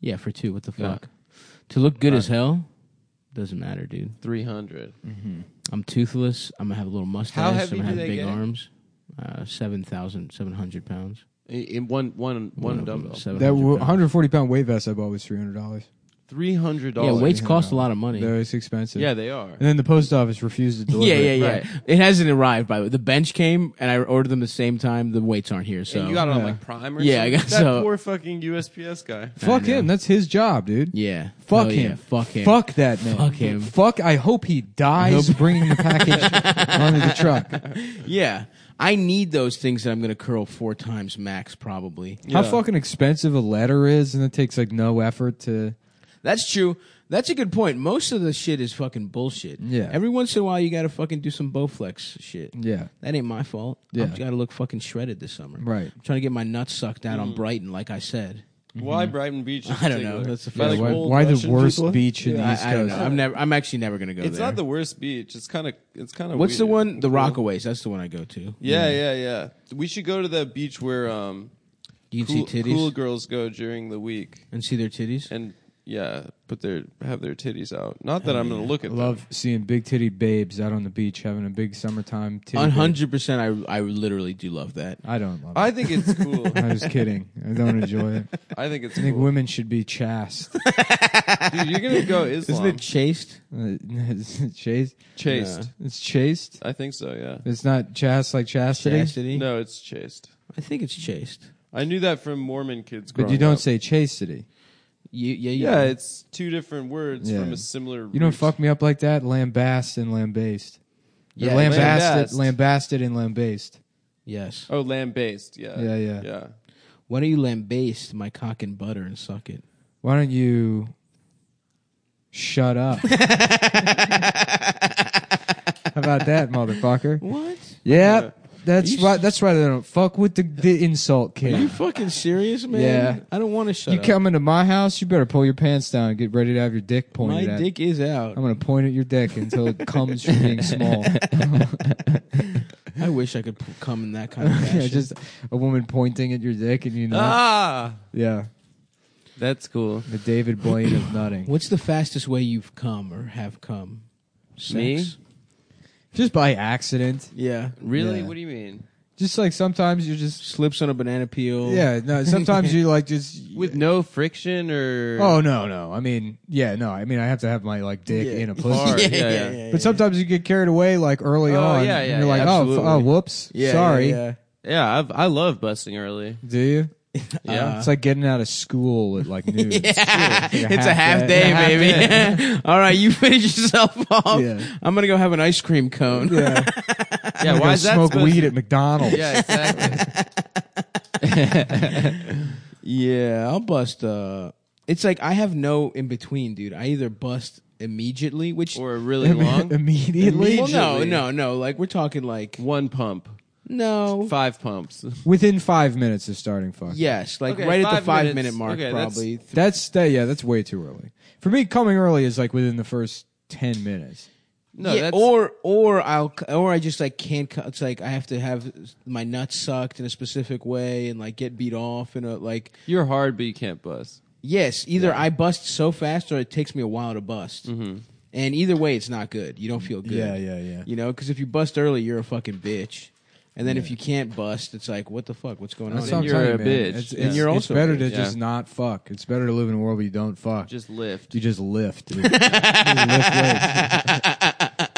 [SPEAKER 1] Yeah, for two. What the
[SPEAKER 4] Yeah.
[SPEAKER 1] fuck? To look good as hell doesn't matter, dude.
[SPEAKER 4] Three hundred.
[SPEAKER 1] Mm. I'm toothless. I'm gonna have a little mustache.
[SPEAKER 4] heavy
[SPEAKER 1] I'm
[SPEAKER 4] do
[SPEAKER 1] gonna have
[SPEAKER 4] they
[SPEAKER 1] big
[SPEAKER 4] get?
[SPEAKER 1] arms. Uh, seven thousand seven hundred pounds.
[SPEAKER 4] In in one one one
[SPEAKER 1] of them
[SPEAKER 4] dumbbell.
[SPEAKER 1] is 700
[SPEAKER 2] That
[SPEAKER 1] pounds.
[SPEAKER 2] 140 pound weight vest I bought was 300 dollars.
[SPEAKER 4] Three hundred
[SPEAKER 1] Yeah,
[SPEAKER 4] dollars.
[SPEAKER 1] weights cost a lot of money.
[SPEAKER 2] That was expensive.
[SPEAKER 4] Yeah, they are.
[SPEAKER 2] And then the post
[SPEAKER 1] [LAUGHS]
[SPEAKER 2] office refused to deliver.
[SPEAKER 1] Yeah, yeah,
[SPEAKER 2] it.
[SPEAKER 1] yeah.
[SPEAKER 4] Right.
[SPEAKER 1] It hasn't arrived by the way. The bench came and I ordered them the same time. The weights aren't here, so
[SPEAKER 4] and you got it on
[SPEAKER 2] Yeah.
[SPEAKER 4] like Prime or
[SPEAKER 1] Yeah, I got
[SPEAKER 4] something? that
[SPEAKER 1] so-
[SPEAKER 4] poor fucking USPS guy.
[SPEAKER 2] Fuck
[SPEAKER 1] I know.
[SPEAKER 2] him. That's his job, dude.
[SPEAKER 1] yeah.
[SPEAKER 2] Fuck
[SPEAKER 1] Hell yeah,
[SPEAKER 2] him.
[SPEAKER 1] Fuck him.
[SPEAKER 2] Fuck that man.
[SPEAKER 1] Fuck him.
[SPEAKER 2] Fuck. I hope he dies bringing the [LAUGHS] package onto the truck.
[SPEAKER 1] Yeah. I need those things that I'm gonna curl four times max probably.
[SPEAKER 2] How
[SPEAKER 4] Yeah.
[SPEAKER 2] fucking expensive a letter is, and it takes like no effort to.
[SPEAKER 1] That's true. That's a good point. Most of the shit is fucking bullshit.
[SPEAKER 2] Yeah.
[SPEAKER 1] Every once in a while you gotta fucking do some Bowflex shit.
[SPEAKER 2] Yeah.
[SPEAKER 1] That ain't my fault.
[SPEAKER 2] Yeah.
[SPEAKER 1] I've gotta look fucking shredded this summer.
[SPEAKER 2] Right.
[SPEAKER 1] I'm trying to get my nuts sucked out
[SPEAKER 4] Mm.
[SPEAKER 1] on Brighton, like I said.
[SPEAKER 4] Why Brighton Beach? in
[SPEAKER 1] Mm-hmm. I don't know.
[SPEAKER 4] particular?
[SPEAKER 1] That's a
[SPEAKER 4] By,
[SPEAKER 1] fair-
[SPEAKER 4] like,
[SPEAKER 2] why
[SPEAKER 4] old
[SPEAKER 2] why the
[SPEAKER 4] Russian
[SPEAKER 2] worst
[SPEAKER 4] people?
[SPEAKER 2] beach in the East
[SPEAKER 1] I, I don't
[SPEAKER 2] Coast?
[SPEAKER 1] know. I'm never I'm actually never gonna go
[SPEAKER 4] It's
[SPEAKER 1] there.
[SPEAKER 4] not the worst beach. It's kind of. It's kind of.
[SPEAKER 1] What's the one? The Rockaways. That's the one I go to.
[SPEAKER 4] Yeah, yeah, yeah. We should go to the beach where um
[SPEAKER 1] You can
[SPEAKER 4] cool,
[SPEAKER 1] see titties
[SPEAKER 4] cool girls go during the week
[SPEAKER 1] and see their titties.
[SPEAKER 4] and yeah, put their have their titties out. Not that I'm going to look at them.
[SPEAKER 2] Love seeing big titty babes out on the beach having a big summertime titty.
[SPEAKER 1] One
[SPEAKER 2] babe.
[SPEAKER 1] hundred percent. I I literally do love that.
[SPEAKER 2] I don't love
[SPEAKER 4] I think it's cool.
[SPEAKER 2] it. I was kidding. I don't enjoy it.
[SPEAKER 4] I think
[SPEAKER 2] [LAUGHS]
[SPEAKER 4] it's
[SPEAKER 2] I
[SPEAKER 4] [LAUGHS]
[SPEAKER 2] think
[SPEAKER 4] cool.
[SPEAKER 2] women should be
[SPEAKER 4] [LAUGHS]
[SPEAKER 2] chaste.
[SPEAKER 4] Dude, you're going to
[SPEAKER 2] [LAUGHS]
[SPEAKER 4] go Islam.
[SPEAKER 1] Isn't it chaste?
[SPEAKER 2] Uh, [LAUGHS] is it chaste.
[SPEAKER 4] chaste?
[SPEAKER 2] It's chaste.
[SPEAKER 4] I think so, yeah.
[SPEAKER 2] It's not chaste like chastity.
[SPEAKER 1] Chastity?
[SPEAKER 4] No, it's chaste.
[SPEAKER 1] I think it's chaste.
[SPEAKER 4] I knew that from Mormon kids
[SPEAKER 2] But
[SPEAKER 4] growing
[SPEAKER 2] you don't
[SPEAKER 4] up.
[SPEAKER 2] say chastity.
[SPEAKER 1] You, yeah,
[SPEAKER 4] Yeah, it's two different words
[SPEAKER 2] Yeah.
[SPEAKER 4] from a similar
[SPEAKER 2] You don't
[SPEAKER 4] root.
[SPEAKER 2] fuck me up like that. Lambast and lambaste.
[SPEAKER 1] Yeah,
[SPEAKER 2] Yeah, lambasted,
[SPEAKER 4] lambast.
[SPEAKER 2] lambasted, and lambaste.
[SPEAKER 1] yes.
[SPEAKER 4] Oh, lamb based. Yeah.
[SPEAKER 2] Yeah, yeah.
[SPEAKER 4] Yeah.
[SPEAKER 1] Why don't you lambaste my cock and butter and suck it?
[SPEAKER 2] Why don't you
[SPEAKER 1] [LAUGHS]
[SPEAKER 2] shut up? How about that,
[SPEAKER 1] [LAUGHS]
[SPEAKER 2] motherfucker?
[SPEAKER 1] What?
[SPEAKER 2] Yeah,
[SPEAKER 4] Yeah.
[SPEAKER 2] that's
[SPEAKER 1] you
[SPEAKER 2] why. That's why they don't fuck with the, the insult
[SPEAKER 1] Are you
[SPEAKER 2] kid.
[SPEAKER 1] fucking serious, man?
[SPEAKER 2] Yeah.
[SPEAKER 1] I don't want to shut
[SPEAKER 2] You
[SPEAKER 1] up.
[SPEAKER 2] come into my house, you better pull your pants down and get ready to have your dick
[SPEAKER 1] my
[SPEAKER 2] pointed at.
[SPEAKER 1] dick is out.
[SPEAKER 2] I'm gonna point at your dick until it comes from
[SPEAKER 1] [LAUGHS]
[SPEAKER 2] being small.
[SPEAKER 1] I wish I could p- come in that kind of fashion.
[SPEAKER 2] [LAUGHS] yeah, just a woman pointing at your dick, and you know,
[SPEAKER 4] Ah,
[SPEAKER 2] yeah,
[SPEAKER 4] that's cool.
[SPEAKER 2] the David Blaine of nutting.
[SPEAKER 1] What's the fastest way you've come or have come? Sex?
[SPEAKER 4] Me?
[SPEAKER 2] Just by accident.
[SPEAKER 1] Yeah.
[SPEAKER 4] Really?
[SPEAKER 2] Yeah.
[SPEAKER 4] What do you mean?
[SPEAKER 2] Just like sometimes you're just
[SPEAKER 1] Slips on a banana peel.
[SPEAKER 2] Yeah,
[SPEAKER 4] [LAUGHS]
[SPEAKER 2] no. Sometimes you like just
[SPEAKER 4] With no friction or
[SPEAKER 2] Oh no, no. I mean, yeah, no. I mean, I have to have my like dick in a pussy.
[SPEAKER 4] Hard.
[SPEAKER 1] [LAUGHS] Yeah,
[SPEAKER 4] Yeah,
[SPEAKER 1] yeah, yeah,
[SPEAKER 4] yeah.
[SPEAKER 1] yeah.
[SPEAKER 2] [LAUGHS] But sometimes you get carried away like early
[SPEAKER 4] Oh,
[SPEAKER 2] on.
[SPEAKER 4] yeah,
[SPEAKER 2] and
[SPEAKER 4] yeah,
[SPEAKER 2] You're like,
[SPEAKER 4] yeah,
[SPEAKER 2] oh, f-
[SPEAKER 4] absolutely.
[SPEAKER 2] oh, whoops, sorry.
[SPEAKER 4] Yeah, I've, I love
[SPEAKER 2] [LAUGHS]
[SPEAKER 4] busting early.
[SPEAKER 2] Do you? Uh-huh.
[SPEAKER 4] Yeah.
[SPEAKER 1] Uh-huh. [LAUGHS]
[SPEAKER 2] it's like getting out of school at
[SPEAKER 4] [LAUGHS]
[SPEAKER 2] like noon.
[SPEAKER 1] it's a half day, baby. [LAUGHS] All right, you finish yourself [LAUGHS] off.
[SPEAKER 2] Yeah.
[SPEAKER 1] I'm gonna go have an ice cream cone.
[SPEAKER 2] Yeah,
[SPEAKER 4] yeah, why is that
[SPEAKER 2] smoke
[SPEAKER 4] supposed
[SPEAKER 2] weed
[SPEAKER 4] to-
[SPEAKER 2] at McDonald's?
[SPEAKER 4] Yeah, exactly.
[SPEAKER 1] [LAUGHS] Yeah, I'll bust. Uh, it's like I have no in between, dude. I either bust immediately, which
[SPEAKER 2] [LAUGHS]
[SPEAKER 4] or really long.
[SPEAKER 2] Immediately,
[SPEAKER 1] well, no,
[SPEAKER 4] immediately.
[SPEAKER 1] no, no. Like we're talking like
[SPEAKER 4] One pump,
[SPEAKER 1] no,
[SPEAKER 4] five pumps. [LAUGHS]
[SPEAKER 2] within five minutes of starting fuck.
[SPEAKER 1] yes, like
[SPEAKER 4] Okay,
[SPEAKER 1] right at the
[SPEAKER 4] five
[SPEAKER 1] five minute
[SPEAKER 4] minutes.
[SPEAKER 1] mark,
[SPEAKER 4] Okay, that's-
[SPEAKER 1] probably.
[SPEAKER 2] that's that. Yeah, that's way too early for me. Coming early is like within the first ten
[SPEAKER 4] Oh,
[SPEAKER 2] minutes.
[SPEAKER 4] No,
[SPEAKER 1] Yeah,
[SPEAKER 4] that's
[SPEAKER 1] or or I'll c- or I just like can't. c- It's like I have to have my nuts sucked in a specific way and like get beat off in a like.
[SPEAKER 4] you're hard, but you can't bust.
[SPEAKER 1] Yes, either I bust so fast or it takes me a while to bust. And either way, it's not good. You don't feel good.
[SPEAKER 2] Mm-hmm. Yeah, yeah, yeah.
[SPEAKER 1] You know, because if you bust early, you're a fucking bitch. And then if you can't bust, it's like, what the fuck? What's going
[SPEAKER 2] That's
[SPEAKER 1] on?
[SPEAKER 2] what
[SPEAKER 1] here?
[SPEAKER 2] I'm
[SPEAKER 4] you're
[SPEAKER 2] telling
[SPEAKER 4] a
[SPEAKER 2] you, man.
[SPEAKER 4] bitch.
[SPEAKER 2] It's,
[SPEAKER 4] Yeah.
[SPEAKER 2] it's-
[SPEAKER 1] You're
[SPEAKER 2] it's
[SPEAKER 1] also a
[SPEAKER 2] better to
[SPEAKER 1] bitch.
[SPEAKER 2] just
[SPEAKER 4] Yeah.
[SPEAKER 2] not fuck. It's better to live in a world where you don't fuck.
[SPEAKER 4] Just lift.
[SPEAKER 2] you just lift. dude. [LAUGHS] You lift weights.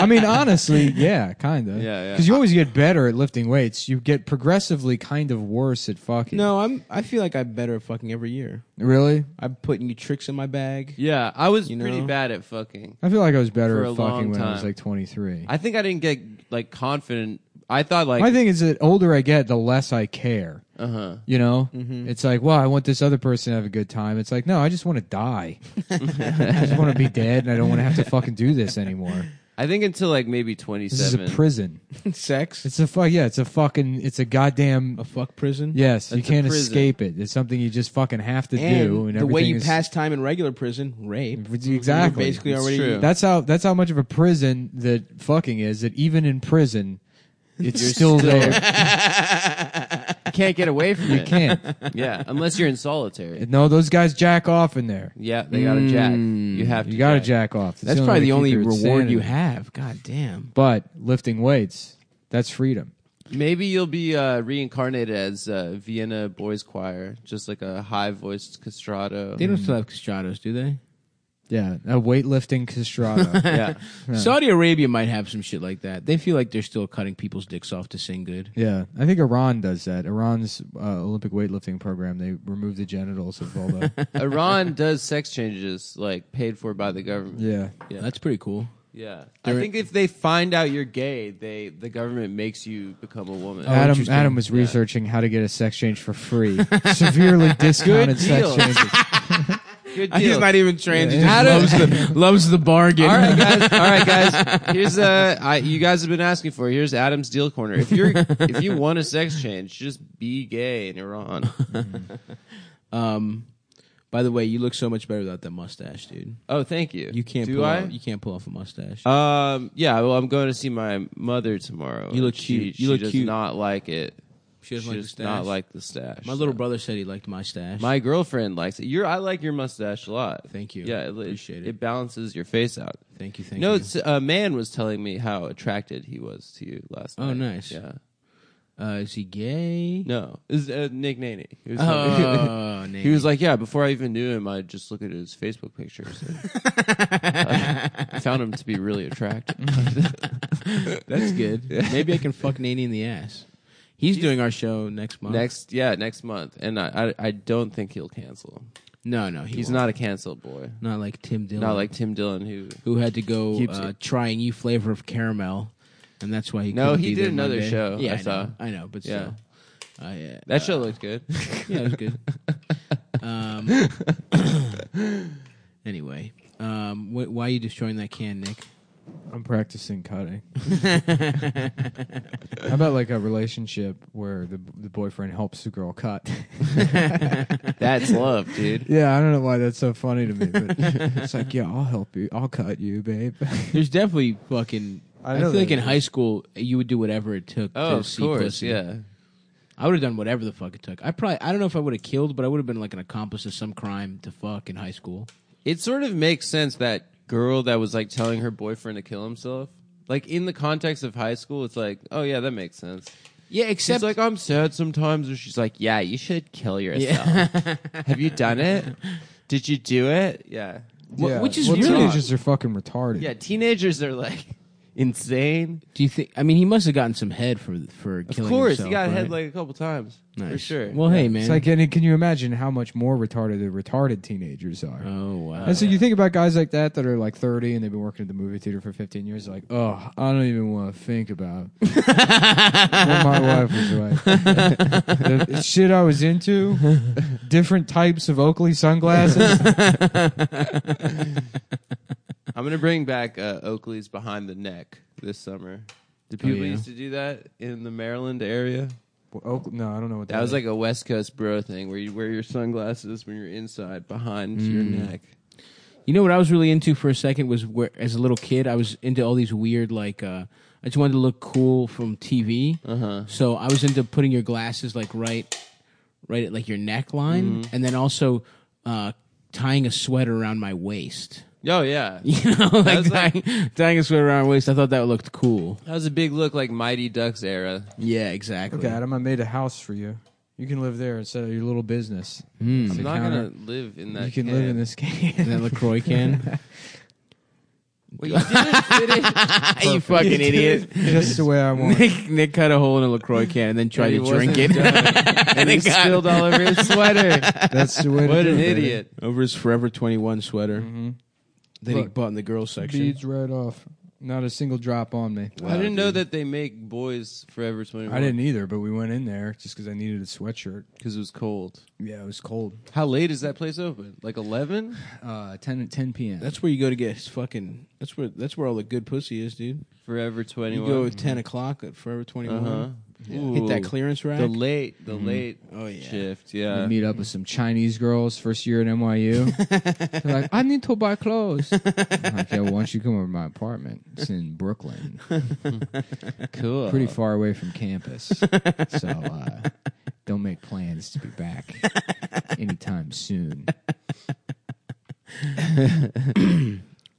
[SPEAKER 2] I mean, honestly, yeah, kind of.
[SPEAKER 4] Yeah, yeah.
[SPEAKER 2] Because you always get better at lifting weights. You get progressively kind of worse at fucking.
[SPEAKER 1] No, I'm. I feel like I'm better at fucking every year.
[SPEAKER 2] really.
[SPEAKER 1] I'm putting new tricks in my bag.
[SPEAKER 4] Yeah, I was
[SPEAKER 1] You
[SPEAKER 4] pretty
[SPEAKER 1] know?
[SPEAKER 4] bad at fucking.
[SPEAKER 2] I feel like I was
[SPEAKER 4] For
[SPEAKER 2] better
[SPEAKER 4] a
[SPEAKER 2] at
[SPEAKER 4] long
[SPEAKER 2] fucking when I was
[SPEAKER 4] time.
[SPEAKER 2] like 23.
[SPEAKER 4] I think I didn't get like confident. I thought like
[SPEAKER 2] My thing is that older I get, the less I care.
[SPEAKER 4] uh huh.
[SPEAKER 2] You know, it's like, well, I want this other person to have a good time. It's like, no, I just want to die. I just want to be dead, and I don't want to have to fucking do this anymore.
[SPEAKER 4] I think until like maybe 27.
[SPEAKER 2] This is a prison.
[SPEAKER 1] [LAUGHS] Sex?
[SPEAKER 2] It's a fuck. Yeah, it's a fucking. It's a goddamn.
[SPEAKER 1] a fuck prison?
[SPEAKER 2] Yes, you
[SPEAKER 4] It's a
[SPEAKER 2] can't
[SPEAKER 4] prison.
[SPEAKER 2] escape it. It's something you just fucking have to
[SPEAKER 1] And
[SPEAKER 2] do. And
[SPEAKER 1] the way
[SPEAKER 2] everything
[SPEAKER 1] you
[SPEAKER 2] is-
[SPEAKER 1] pass time in regular prison, rape.
[SPEAKER 2] Exactly.
[SPEAKER 1] You're basically
[SPEAKER 4] It's
[SPEAKER 1] already
[SPEAKER 4] true.
[SPEAKER 2] That's how. That's how much of a prison that fucking is. That even in prison, it's
[SPEAKER 4] You're
[SPEAKER 2] still,
[SPEAKER 4] still-
[SPEAKER 2] there.
[SPEAKER 4] You can't get
[SPEAKER 2] [LAUGHS]
[SPEAKER 4] away from
[SPEAKER 2] You
[SPEAKER 4] it.
[SPEAKER 2] can't.
[SPEAKER 4] Yeah, unless you're in solitary.
[SPEAKER 2] No, those guys jack off in there.
[SPEAKER 4] Yeah, they got a jack. You have to.
[SPEAKER 2] You got to jack off. It's
[SPEAKER 1] That's probably the
[SPEAKER 2] way
[SPEAKER 1] only
[SPEAKER 2] to keep your
[SPEAKER 1] reward you
[SPEAKER 2] insanity.
[SPEAKER 1] have. God damn.
[SPEAKER 2] But lifting weights, that's freedom.
[SPEAKER 4] Maybe you'll be uh, reincarnated as uh, Vienna Boys Choir, just like a high voiced castrato.
[SPEAKER 1] They
[SPEAKER 2] Mm.
[SPEAKER 1] don't still have castratos, do they?
[SPEAKER 2] Yeah, a weightlifting
[SPEAKER 1] [LAUGHS]
[SPEAKER 2] castrata.
[SPEAKER 4] yeah,
[SPEAKER 1] Saudi Arabia might have some shit like that. They feel like they're still cutting people's dicks off to sing good.
[SPEAKER 2] yeah, I think Iran does that. Iran's uh, Olympic weightlifting program, they remove the genitals of
[SPEAKER 1] [LAUGHS]
[SPEAKER 2] all
[SPEAKER 1] Oh,
[SPEAKER 2] the.
[SPEAKER 4] Iran does sex changes like paid for by the government.
[SPEAKER 2] yeah.
[SPEAKER 1] Yeah, that's pretty cool.
[SPEAKER 4] Yeah, I think if they find out you're gay, they the government makes you become a woman.
[SPEAKER 2] Adam
[SPEAKER 1] interesting.
[SPEAKER 2] Adam was researching how to get a sex change for free. [LAUGHS] Severely discounted sex
[SPEAKER 1] [LAUGHS]
[SPEAKER 4] deal.
[SPEAKER 2] changes.
[SPEAKER 4] Good deal.
[SPEAKER 1] even trans.
[SPEAKER 2] he just
[SPEAKER 1] loves, the, [LAUGHS] loves the bargain.
[SPEAKER 4] all right, guys. All right, guys. Here's uh, I, you guys have been asking for. Here's Adam's deal corner. If you're if you want a sex change, just be gay in [LAUGHS] Iran.
[SPEAKER 1] [LAUGHS] Um, by the way, you look so much better without that mustache, dude.
[SPEAKER 4] Oh, thank you.
[SPEAKER 1] You can't.
[SPEAKER 4] Do
[SPEAKER 1] pull
[SPEAKER 4] I?
[SPEAKER 1] Off, you can't pull off a mustache.
[SPEAKER 4] Um. Yeah. Well, I'm going to see my mother tomorrow.
[SPEAKER 1] You look
[SPEAKER 4] She-
[SPEAKER 1] cute.
[SPEAKER 4] She,
[SPEAKER 1] You look
[SPEAKER 4] does
[SPEAKER 1] cute.
[SPEAKER 4] Not like it.
[SPEAKER 1] she doesn't
[SPEAKER 4] she
[SPEAKER 1] like the
[SPEAKER 4] does
[SPEAKER 1] stash.
[SPEAKER 4] not like the stash.
[SPEAKER 1] My little
[SPEAKER 4] so.
[SPEAKER 1] brother said he liked my stash.
[SPEAKER 4] My girlfriend likes it. Your. I like your mustache a lot.
[SPEAKER 1] Thank you.
[SPEAKER 4] Yeah. It,
[SPEAKER 1] Appreciate it.
[SPEAKER 4] It balances your face out.
[SPEAKER 1] thank you. Thank
[SPEAKER 4] no,
[SPEAKER 1] you.
[SPEAKER 4] it's a man was telling me how attracted he was to you last night.
[SPEAKER 1] Oh, nice.
[SPEAKER 4] Yeah.
[SPEAKER 1] uh, is he gay?
[SPEAKER 4] No, it was, uh, Nick Naney. He was, [LAUGHS]
[SPEAKER 1] Oh, Nate.
[SPEAKER 4] he was like, yeah. Before I even knew him, I just looked at his Facebook
[SPEAKER 1] [LAUGHS]
[SPEAKER 4] pictures. [LAUGHS] And, I found him to be really attractive.
[SPEAKER 1] That's
[SPEAKER 4] [LAUGHS]
[SPEAKER 1] good. Maybe I can fuck Nate in the ass. He's doing our show next month.
[SPEAKER 4] next, yeah, next month, and I, I, I don't think he'll cancel.
[SPEAKER 1] No, no, he
[SPEAKER 4] He's
[SPEAKER 1] won't.
[SPEAKER 4] not a canceled boy.
[SPEAKER 1] Not like Tim Dillon.
[SPEAKER 4] Not like Tim Dillon, who.
[SPEAKER 1] who had to go
[SPEAKER 4] Keeps
[SPEAKER 1] uh, try a new flavor of caramel, and that's why he.
[SPEAKER 4] No,
[SPEAKER 1] couldn't
[SPEAKER 4] he
[SPEAKER 1] be
[SPEAKER 4] did
[SPEAKER 1] there
[SPEAKER 4] another
[SPEAKER 1] Monday.
[SPEAKER 4] show,
[SPEAKER 1] Yeah,
[SPEAKER 4] I
[SPEAKER 1] know.
[SPEAKER 4] saw.
[SPEAKER 1] I know, but
[SPEAKER 4] Yeah.
[SPEAKER 1] still, I, uh,
[SPEAKER 4] That show
[SPEAKER 1] [LAUGHS]
[SPEAKER 4] looked good.
[SPEAKER 1] yeah, it was good. um,
[SPEAKER 4] [LAUGHS]
[SPEAKER 1] [COUGHS] anyway, um, wh- why are you destroying that can, Nick?
[SPEAKER 2] I'm
[SPEAKER 1] [LAUGHS]
[SPEAKER 2] practicing cutting. How about like a relationship where the the boyfriend helps the girl cut?
[SPEAKER 4] That's love, dude.
[SPEAKER 2] yeah, I don't know why that's so funny to me, but it's like, yeah, I'll help you. I'll cut you, babe.
[SPEAKER 1] There's definitely fucking. I,
[SPEAKER 2] I know
[SPEAKER 1] feel like
[SPEAKER 2] there
[SPEAKER 1] in
[SPEAKER 2] is.
[SPEAKER 1] high school you would do whatever it took.
[SPEAKER 4] Oh,
[SPEAKER 1] to
[SPEAKER 4] of
[SPEAKER 1] see
[SPEAKER 4] course,
[SPEAKER 1] pussy.
[SPEAKER 4] yeah.
[SPEAKER 1] I would have done whatever the fuck it took. I probably I don't know if I would have killed, but I would have been like an accomplice of some crime to fuck in high school.
[SPEAKER 4] It sort of makes sense that girl that was like telling her boyfriend to kill himself. Like in the context of high school, it's like, oh yeah, that makes sense.
[SPEAKER 1] Yeah,
[SPEAKER 4] She's
[SPEAKER 1] except [LAUGHS]
[SPEAKER 4] like, I'm sad sometimes, or she's like, yeah, you should kill yourself. [LAUGHS] Have you
[SPEAKER 1] [LAUGHS]
[SPEAKER 4] done it? Did you do it? Yeah,
[SPEAKER 1] Wh- which is
[SPEAKER 2] well,
[SPEAKER 1] really-
[SPEAKER 2] teenagers are fucking retarded.
[SPEAKER 4] yeah. Teenagers are like [LAUGHS] insane.
[SPEAKER 1] Do you think? I mean, he must have gotten some head for for killing.
[SPEAKER 4] of course,
[SPEAKER 1] himself,
[SPEAKER 4] he got
[SPEAKER 1] right?
[SPEAKER 4] head like a couple times for
[SPEAKER 1] Nice.
[SPEAKER 4] sure.
[SPEAKER 1] Well, hey man.
[SPEAKER 2] It's like, and can you imagine how much more retarded the retarded teenagers are?
[SPEAKER 1] oh
[SPEAKER 4] Uh,
[SPEAKER 1] wow.
[SPEAKER 2] and so you think about guys like that that are like 30 and they've been working at the movie theater for 15 years, like, oh, I don't even want to think about what my wife was like. the shit I was into, different types of Oakley sunglasses.
[SPEAKER 4] I'm gonna bring back uh, Oakley's behind the neck this summer. Did people
[SPEAKER 1] yeah.
[SPEAKER 4] used to do that in the Maryland area?
[SPEAKER 2] Well, Oak, no, I don't know what that,
[SPEAKER 4] That was
[SPEAKER 2] is.
[SPEAKER 4] like a West Coast bro thing where you wear your sunglasses when you're inside behind your neck.
[SPEAKER 1] You know what I was really into for a second was where, as a little kid, I was into all these weird like uh, I just wanted to look cool from TV. Uh-huh. So I was into putting your glasses like right, right at like your neckline,
[SPEAKER 4] Mm-hmm.
[SPEAKER 1] and then also uh, tying a sweater around my waist. [LAUGHS]
[SPEAKER 4] Oh yeah,
[SPEAKER 1] You know, like,
[SPEAKER 4] was
[SPEAKER 1] tying,
[SPEAKER 4] like-
[SPEAKER 1] tying a sweater around my waist. I thought that looked cool.
[SPEAKER 4] that was a big look like Mighty Ducks era.
[SPEAKER 1] Yeah, exactly.
[SPEAKER 2] Look, Adam, I made a house for you. You can live there instead of your little business. It's
[SPEAKER 4] I'm
[SPEAKER 2] a
[SPEAKER 4] not
[SPEAKER 2] counter.
[SPEAKER 4] gonna live in that.
[SPEAKER 2] You can live in
[SPEAKER 4] can. [LAUGHS]
[SPEAKER 2] this can.
[SPEAKER 1] That Lacroix can.
[SPEAKER 4] Well, you didn't fit it. [LAUGHS]
[SPEAKER 1] you fucking idiot.
[SPEAKER 2] Just the way I
[SPEAKER 1] [LAUGHS]
[SPEAKER 2] want. it.
[SPEAKER 1] Nick, Nick cut a hole in a Lacroix can and then tried
[SPEAKER 4] He
[SPEAKER 1] to drink
[SPEAKER 4] wasn't
[SPEAKER 1] it. [LAUGHS]
[SPEAKER 4] done. [LAUGHS] and it
[SPEAKER 1] Thank God.
[SPEAKER 4] spilled all over his sweater.
[SPEAKER 2] That's the way. to [LAUGHS]
[SPEAKER 4] What
[SPEAKER 2] do
[SPEAKER 4] an
[SPEAKER 2] it, baby.
[SPEAKER 4] idiot! Mm-hmm.
[SPEAKER 1] over his Forever 21 sweater that he
[SPEAKER 2] Look.
[SPEAKER 1] bought in the girls section.
[SPEAKER 2] Beads right off. Not a single drop on me.
[SPEAKER 4] I didn't know that they make boys forever 21.
[SPEAKER 2] I didn't either, but we went in there just because I needed a sweatshirt.
[SPEAKER 4] because it was cold.
[SPEAKER 2] Yeah, it was cold.
[SPEAKER 4] How late is that place open? Like 11?
[SPEAKER 2] Uh, 10 at 10 p.m.
[SPEAKER 1] That's where you go to get fucking. That's where that's where all the good pussy is, dude.
[SPEAKER 4] Forever
[SPEAKER 1] You
[SPEAKER 4] 21.
[SPEAKER 1] go at ten o'clock at Forever Twenty One.
[SPEAKER 4] Uh-huh.
[SPEAKER 1] Hit that clearance rack.
[SPEAKER 4] The late, the late
[SPEAKER 1] Oh, yeah.
[SPEAKER 4] shift.
[SPEAKER 2] We
[SPEAKER 4] Yeah.
[SPEAKER 2] meet up with some Chinese girls first year at [LAUGHS] NYU. They're like, I need to buy clothes. I'm like, yeah, why don't you come over to my apartment? It's in Brooklyn,
[SPEAKER 4] cool.
[SPEAKER 2] pretty far away from
[SPEAKER 4] [LAUGHS]
[SPEAKER 2] campus. So uh, don't make plans to be back anytime soon.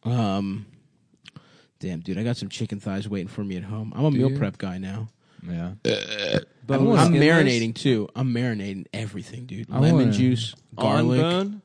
[SPEAKER 1] Um, damn, dude, I got some chicken thighs waiting for me at home. I'm a
[SPEAKER 2] you?
[SPEAKER 1] meal prep guy now.
[SPEAKER 2] Yeah.
[SPEAKER 1] I'm,
[SPEAKER 4] Bone
[SPEAKER 1] I'm
[SPEAKER 4] skinless?
[SPEAKER 1] marinating too. I'm marinating everything, dude.
[SPEAKER 2] I
[SPEAKER 1] Lemon
[SPEAKER 2] wanna-
[SPEAKER 1] juice,
[SPEAKER 4] On
[SPEAKER 1] garlic,
[SPEAKER 4] bone?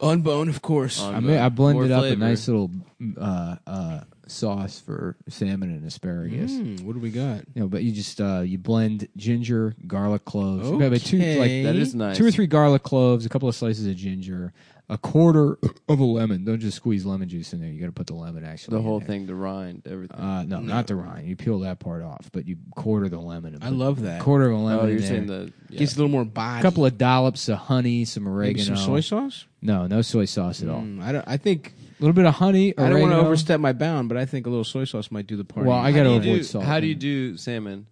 [SPEAKER 1] on bone, of course.
[SPEAKER 4] On
[SPEAKER 2] I, made, I blended
[SPEAKER 4] More
[SPEAKER 2] up
[SPEAKER 4] flavor.
[SPEAKER 2] a nice little uh, uh, sauce for salmon and asparagus.
[SPEAKER 1] Mm, what do we got?
[SPEAKER 2] You know, but you just uh, you blend ginger, garlic cloves. You gotta have two, like,
[SPEAKER 4] That is nice.
[SPEAKER 2] two or three garlic cloves, a couple of slices of ginger, a quarter of a lemon. Don't just squeeze lemon juice in there. You got to put the lemon actually.
[SPEAKER 4] The
[SPEAKER 2] in
[SPEAKER 4] whole
[SPEAKER 2] there.
[SPEAKER 4] thing, the rind, everything.
[SPEAKER 2] Uh, no, not the rind. You peel that part off, but you quarter the lemon. and
[SPEAKER 1] I
[SPEAKER 2] put-
[SPEAKER 1] love that.
[SPEAKER 2] quarter of a
[SPEAKER 4] oh,
[SPEAKER 2] lemon.
[SPEAKER 4] you're
[SPEAKER 2] in there.
[SPEAKER 4] saying the. Yeah.
[SPEAKER 1] Gets a little more body.
[SPEAKER 2] a couple of dollops of honey, some
[SPEAKER 1] maybe
[SPEAKER 2] oregano,
[SPEAKER 1] some soy sauce.
[SPEAKER 2] No, no soy sauce at all.
[SPEAKER 1] Mm, I don't. I think
[SPEAKER 2] A little bit of honey.
[SPEAKER 1] I don't want to
[SPEAKER 2] oregano.
[SPEAKER 1] overstep my bound, but I think a little soy sauce might do the party.
[SPEAKER 2] Well, I
[SPEAKER 4] How
[SPEAKER 2] gotta
[SPEAKER 4] do you
[SPEAKER 2] avoid
[SPEAKER 4] do-
[SPEAKER 2] salt.
[SPEAKER 4] How do you do salmon?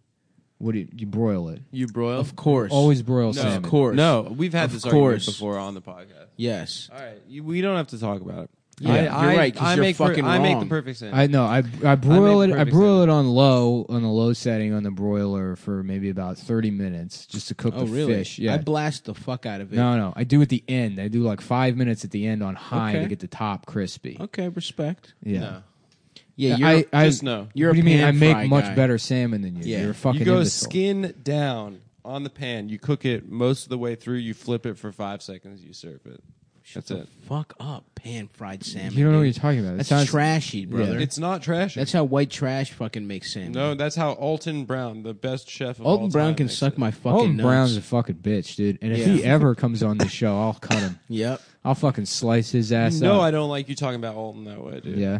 [SPEAKER 2] What do you, you broil it?
[SPEAKER 4] You broil?
[SPEAKER 1] of course,
[SPEAKER 2] Always broil
[SPEAKER 4] No.
[SPEAKER 2] salmon.
[SPEAKER 1] of course,
[SPEAKER 4] No, we've had
[SPEAKER 1] Of
[SPEAKER 4] this argument
[SPEAKER 1] course.
[SPEAKER 4] before on the podcast.
[SPEAKER 1] yes.
[SPEAKER 4] All right, you, we don't have to talk about it.
[SPEAKER 1] Yeah,
[SPEAKER 4] I,
[SPEAKER 1] you're
[SPEAKER 4] I,
[SPEAKER 1] right, 'cause
[SPEAKER 4] I
[SPEAKER 1] you're
[SPEAKER 4] make per-
[SPEAKER 1] fucking
[SPEAKER 4] I make the
[SPEAKER 1] wrong.
[SPEAKER 4] perfect sense.
[SPEAKER 2] I know. I I broil
[SPEAKER 4] made
[SPEAKER 2] it. I
[SPEAKER 4] perfect
[SPEAKER 2] broil it on low on a low setting on the broiler for maybe about thirty minutes just to cook
[SPEAKER 1] Oh,
[SPEAKER 2] the
[SPEAKER 1] really?
[SPEAKER 2] fish. Yeah.
[SPEAKER 1] I blast the fuck out of it.
[SPEAKER 2] no, no. I do at the end. I do like five minutes at the end on high to
[SPEAKER 1] Okay.
[SPEAKER 2] get the top crispy.
[SPEAKER 1] Okay, respect.
[SPEAKER 2] Yeah.
[SPEAKER 4] No.
[SPEAKER 1] Yeah, you're,
[SPEAKER 2] I, I
[SPEAKER 4] Just no.
[SPEAKER 1] you're
[SPEAKER 2] what
[SPEAKER 1] a
[SPEAKER 2] do you mean?
[SPEAKER 1] pan
[SPEAKER 2] I
[SPEAKER 1] fry
[SPEAKER 2] make much
[SPEAKER 1] guy.
[SPEAKER 2] better salmon than you.
[SPEAKER 1] Yeah.
[SPEAKER 2] You're a
[SPEAKER 1] You
[SPEAKER 2] fucking
[SPEAKER 4] you go
[SPEAKER 2] imbecile.
[SPEAKER 4] skin down on the pan. You cook it most of the way through. You flip it for five seconds. You serve it.
[SPEAKER 1] Shut
[SPEAKER 4] That's
[SPEAKER 1] the fuck up, pan fried salmon.
[SPEAKER 2] You don't know what
[SPEAKER 1] dude.
[SPEAKER 2] you're talking about. It
[SPEAKER 1] That's
[SPEAKER 2] sounds-
[SPEAKER 1] trashy, brother.
[SPEAKER 2] Yeah.
[SPEAKER 4] It's not trash.
[SPEAKER 1] That's how white trash fucking makes salmon.
[SPEAKER 4] no, that's how Alton Brown, the best chef of all
[SPEAKER 1] Alton
[SPEAKER 4] time,
[SPEAKER 1] Brown can
[SPEAKER 4] makes
[SPEAKER 1] suck
[SPEAKER 4] it.
[SPEAKER 1] my fucking
[SPEAKER 2] Alton
[SPEAKER 1] nuts.
[SPEAKER 2] Brown's a fucking bitch, dude. And if he
[SPEAKER 1] Yeah.
[SPEAKER 2] ever comes on the show, I'll cut him.
[SPEAKER 1] Yep.
[SPEAKER 2] I'll fucking slice his ass
[SPEAKER 4] No, I
[SPEAKER 2] up.
[SPEAKER 4] don't like you talking about Alton that way, dude.
[SPEAKER 2] yeah.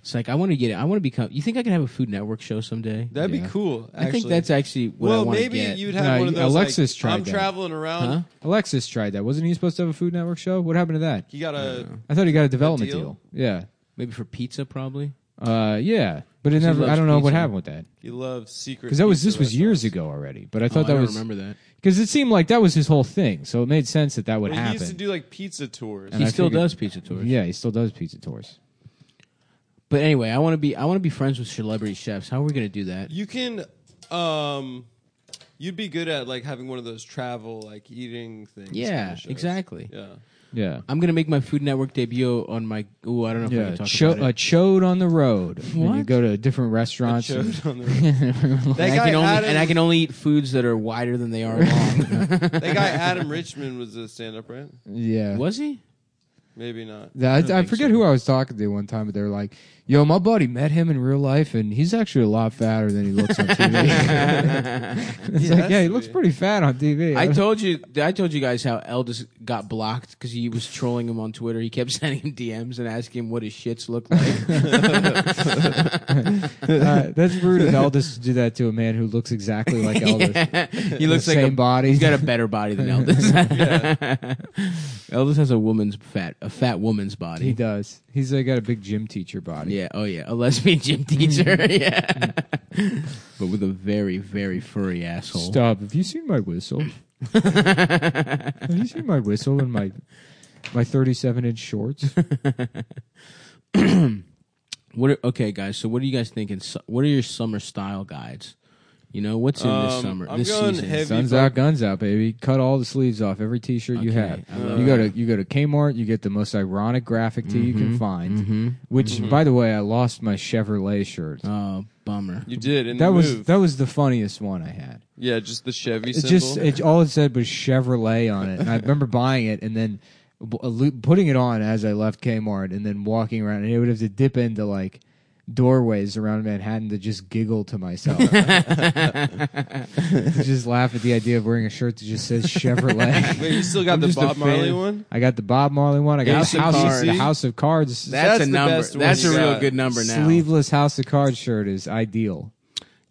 [SPEAKER 1] It's like I want to get it. I want to become. You think I can have a Food Network show someday?
[SPEAKER 4] That'd
[SPEAKER 2] Yeah.
[SPEAKER 4] be cool.
[SPEAKER 1] I think
[SPEAKER 4] actually.
[SPEAKER 1] that's actually what I
[SPEAKER 4] well,
[SPEAKER 1] want to
[SPEAKER 4] maybe
[SPEAKER 1] get.
[SPEAKER 4] you'd have
[SPEAKER 2] No,
[SPEAKER 4] one of those.
[SPEAKER 2] Alexis
[SPEAKER 4] like,
[SPEAKER 2] tried
[SPEAKER 4] I'm
[SPEAKER 2] that.
[SPEAKER 4] traveling around.
[SPEAKER 1] Huh?
[SPEAKER 2] Alexis tried that. Wasn't he supposed to have a Food Network show? What happened to that?
[SPEAKER 4] He got a.
[SPEAKER 2] I thought he got a development
[SPEAKER 4] deal?
[SPEAKER 2] deal? Yeah.
[SPEAKER 1] maybe for pizza, probably.
[SPEAKER 2] Uh, yeah. But it
[SPEAKER 1] He
[SPEAKER 2] never. I
[SPEAKER 1] loves
[SPEAKER 2] don't know what
[SPEAKER 1] pizza.
[SPEAKER 2] happened with that
[SPEAKER 4] He loves secret.
[SPEAKER 2] because that was
[SPEAKER 4] pizza
[SPEAKER 2] this was years
[SPEAKER 4] restaurants.
[SPEAKER 2] ago already. But
[SPEAKER 1] Oh,
[SPEAKER 2] I
[SPEAKER 1] I
[SPEAKER 2] thought that
[SPEAKER 1] don't
[SPEAKER 2] was
[SPEAKER 1] remember that.
[SPEAKER 2] because it seemed like that was his whole thing. So it made sense that that would
[SPEAKER 4] Well, he
[SPEAKER 2] happen.
[SPEAKER 4] used to do like pizza tours.
[SPEAKER 2] And
[SPEAKER 1] He
[SPEAKER 2] I
[SPEAKER 1] still
[SPEAKER 2] figured-
[SPEAKER 1] does pizza tours.
[SPEAKER 2] yeah, he still does pizza tours.
[SPEAKER 1] But anyway, I want to be. I want to be friends with celebrity chefs. How are we going to do that?
[SPEAKER 4] You can, um, you'd be good at like having one of those travel like eating things. kind
[SPEAKER 1] Yeah,
[SPEAKER 4] of shows.
[SPEAKER 1] exactly. Uh,
[SPEAKER 4] Yeah,
[SPEAKER 2] Yeah.
[SPEAKER 1] I'm gonna make my Food Network debut on my. Ooh, I don't know if I
[SPEAKER 2] Yeah,
[SPEAKER 1] can talk
[SPEAKER 2] cho-
[SPEAKER 1] about
[SPEAKER 2] a
[SPEAKER 1] it.
[SPEAKER 2] chode on the road. And you
[SPEAKER 1] What?
[SPEAKER 2] go to different restaurants.
[SPEAKER 4] Showed
[SPEAKER 2] and-
[SPEAKER 1] [LAUGHS]
[SPEAKER 4] on the- that
[SPEAKER 1] and, I
[SPEAKER 4] guy
[SPEAKER 1] can only,
[SPEAKER 4] Adam,
[SPEAKER 1] and I can only eat foods that are wider than they are long.
[SPEAKER 4] that
[SPEAKER 1] [LAUGHS]
[SPEAKER 4] guy Adam Richmond was a stand-up, right?
[SPEAKER 2] yeah.
[SPEAKER 1] Was he?
[SPEAKER 4] Maybe not.
[SPEAKER 2] Yeah,
[SPEAKER 4] don't
[SPEAKER 2] I, I
[SPEAKER 4] think
[SPEAKER 2] forget
[SPEAKER 4] so.
[SPEAKER 2] who I was talking to one time, but they were like, "Yo, my buddy met him in real life, and he's actually a lot fatter than he looks on [LAUGHS] TV." it's
[SPEAKER 4] Yeah,
[SPEAKER 2] like, yeah, he
[SPEAKER 4] that's
[SPEAKER 2] looks
[SPEAKER 4] weird.
[SPEAKER 2] pretty fat on TV.
[SPEAKER 1] I
[SPEAKER 2] [LAUGHS] don't-
[SPEAKER 1] told you, I told you guys how Eldis got blocked because he was trolling him on Twitter. He kept [LAUGHS] sending him DMs and asking him what his shits look
[SPEAKER 2] [LAUGHS]
[SPEAKER 1] like.
[SPEAKER 2] Uh, that's rude of Eldis to do that to a man who looks [LAUGHS] exactly like Eldis.
[SPEAKER 1] he looks
[SPEAKER 2] the
[SPEAKER 1] like
[SPEAKER 2] same
[SPEAKER 1] a,
[SPEAKER 2] body.
[SPEAKER 1] he's got a better body than Eldis. [LAUGHS] Eldis has a woman's fat, a fat woman's
[SPEAKER 2] [LAUGHS] he
[SPEAKER 1] body.
[SPEAKER 2] does. He's uh, got a big gym teacher body.
[SPEAKER 1] Yeah. Oh yeah. A lesbian gym
[SPEAKER 2] Mm.
[SPEAKER 1] teacher. [LAUGHS] yeah. but with a very, very furry asshole.
[SPEAKER 2] Stop. Have you seen my whistle? Have you seen my whistle and my my thirty-seven inch shorts?
[SPEAKER 1] What? Are, okay, guys. So, what are you guys thinking? Su- What are your summer style guides? You know, what's in this
[SPEAKER 4] Um,
[SPEAKER 1] summer?
[SPEAKER 4] I'm
[SPEAKER 1] this
[SPEAKER 4] going
[SPEAKER 1] season.
[SPEAKER 4] heavy-
[SPEAKER 2] Guns
[SPEAKER 4] Bug-
[SPEAKER 2] out, guns out, baby. Cut all the sleeves off every T-shirt you
[SPEAKER 1] Okay,
[SPEAKER 2] have.
[SPEAKER 1] I love
[SPEAKER 2] You go to you go to Kmart. You get the most ironic graphic tee you can find.
[SPEAKER 1] Mhm.
[SPEAKER 2] Which, by the way, I lost my Chevrolet shirt.
[SPEAKER 1] Oh, bummer.
[SPEAKER 4] You did, and
[SPEAKER 2] that
[SPEAKER 4] the
[SPEAKER 2] was
[SPEAKER 4] move.
[SPEAKER 2] that was the funniest one I had.
[SPEAKER 4] yeah, just the Chevy
[SPEAKER 2] It
[SPEAKER 4] symbol.
[SPEAKER 2] just it, all it said was Chevrolet on it, and I
[SPEAKER 4] [LAUGHS]
[SPEAKER 2] remember buying it and then uh, b- lo- putting it on as I left Kmart, and then walking around, and it would have to dip into like doorways around Manhattan to just giggle to
[SPEAKER 4] [LAUGHS]
[SPEAKER 2] myself. [LAUGHS] just laugh at the idea of wearing a shirt that just says Chevrolet.
[SPEAKER 4] [LAUGHS] Wait,
[SPEAKER 2] [LAUGHS]
[SPEAKER 4] you still
[SPEAKER 1] I'm
[SPEAKER 4] got the
[SPEAKER 1] just a
[SPEAKER 4] Bob Marley
[SPEAKER 1] fan.
[SPEAKER 4] one?
[SPEAKER 2] I got the Bob Marley one. I got
[SPEAKER 1] House
[SPEAKER 2] the
[SPEAKER 1] of
[SPEAKER 2] House
[SPEAKER 1] Cards.
[SPEAKER 2] of, the House of Cards.
[SPEAKER 1] That's,
[SPEAKER 4] That's
[SPEAKER 1] a
[SPEAKER 4] the
[SPEAKER 1] number.
[SPEAKER 4] best one
[SPEAKER 1] That's a
[SPEAKER 4] you
[SPEAKER 1] real
[SPEAKER 4] got.
[SPEAKER 1] good number now.
[SPEAKER 2] Sleeveless House of Cards shirt is ideal.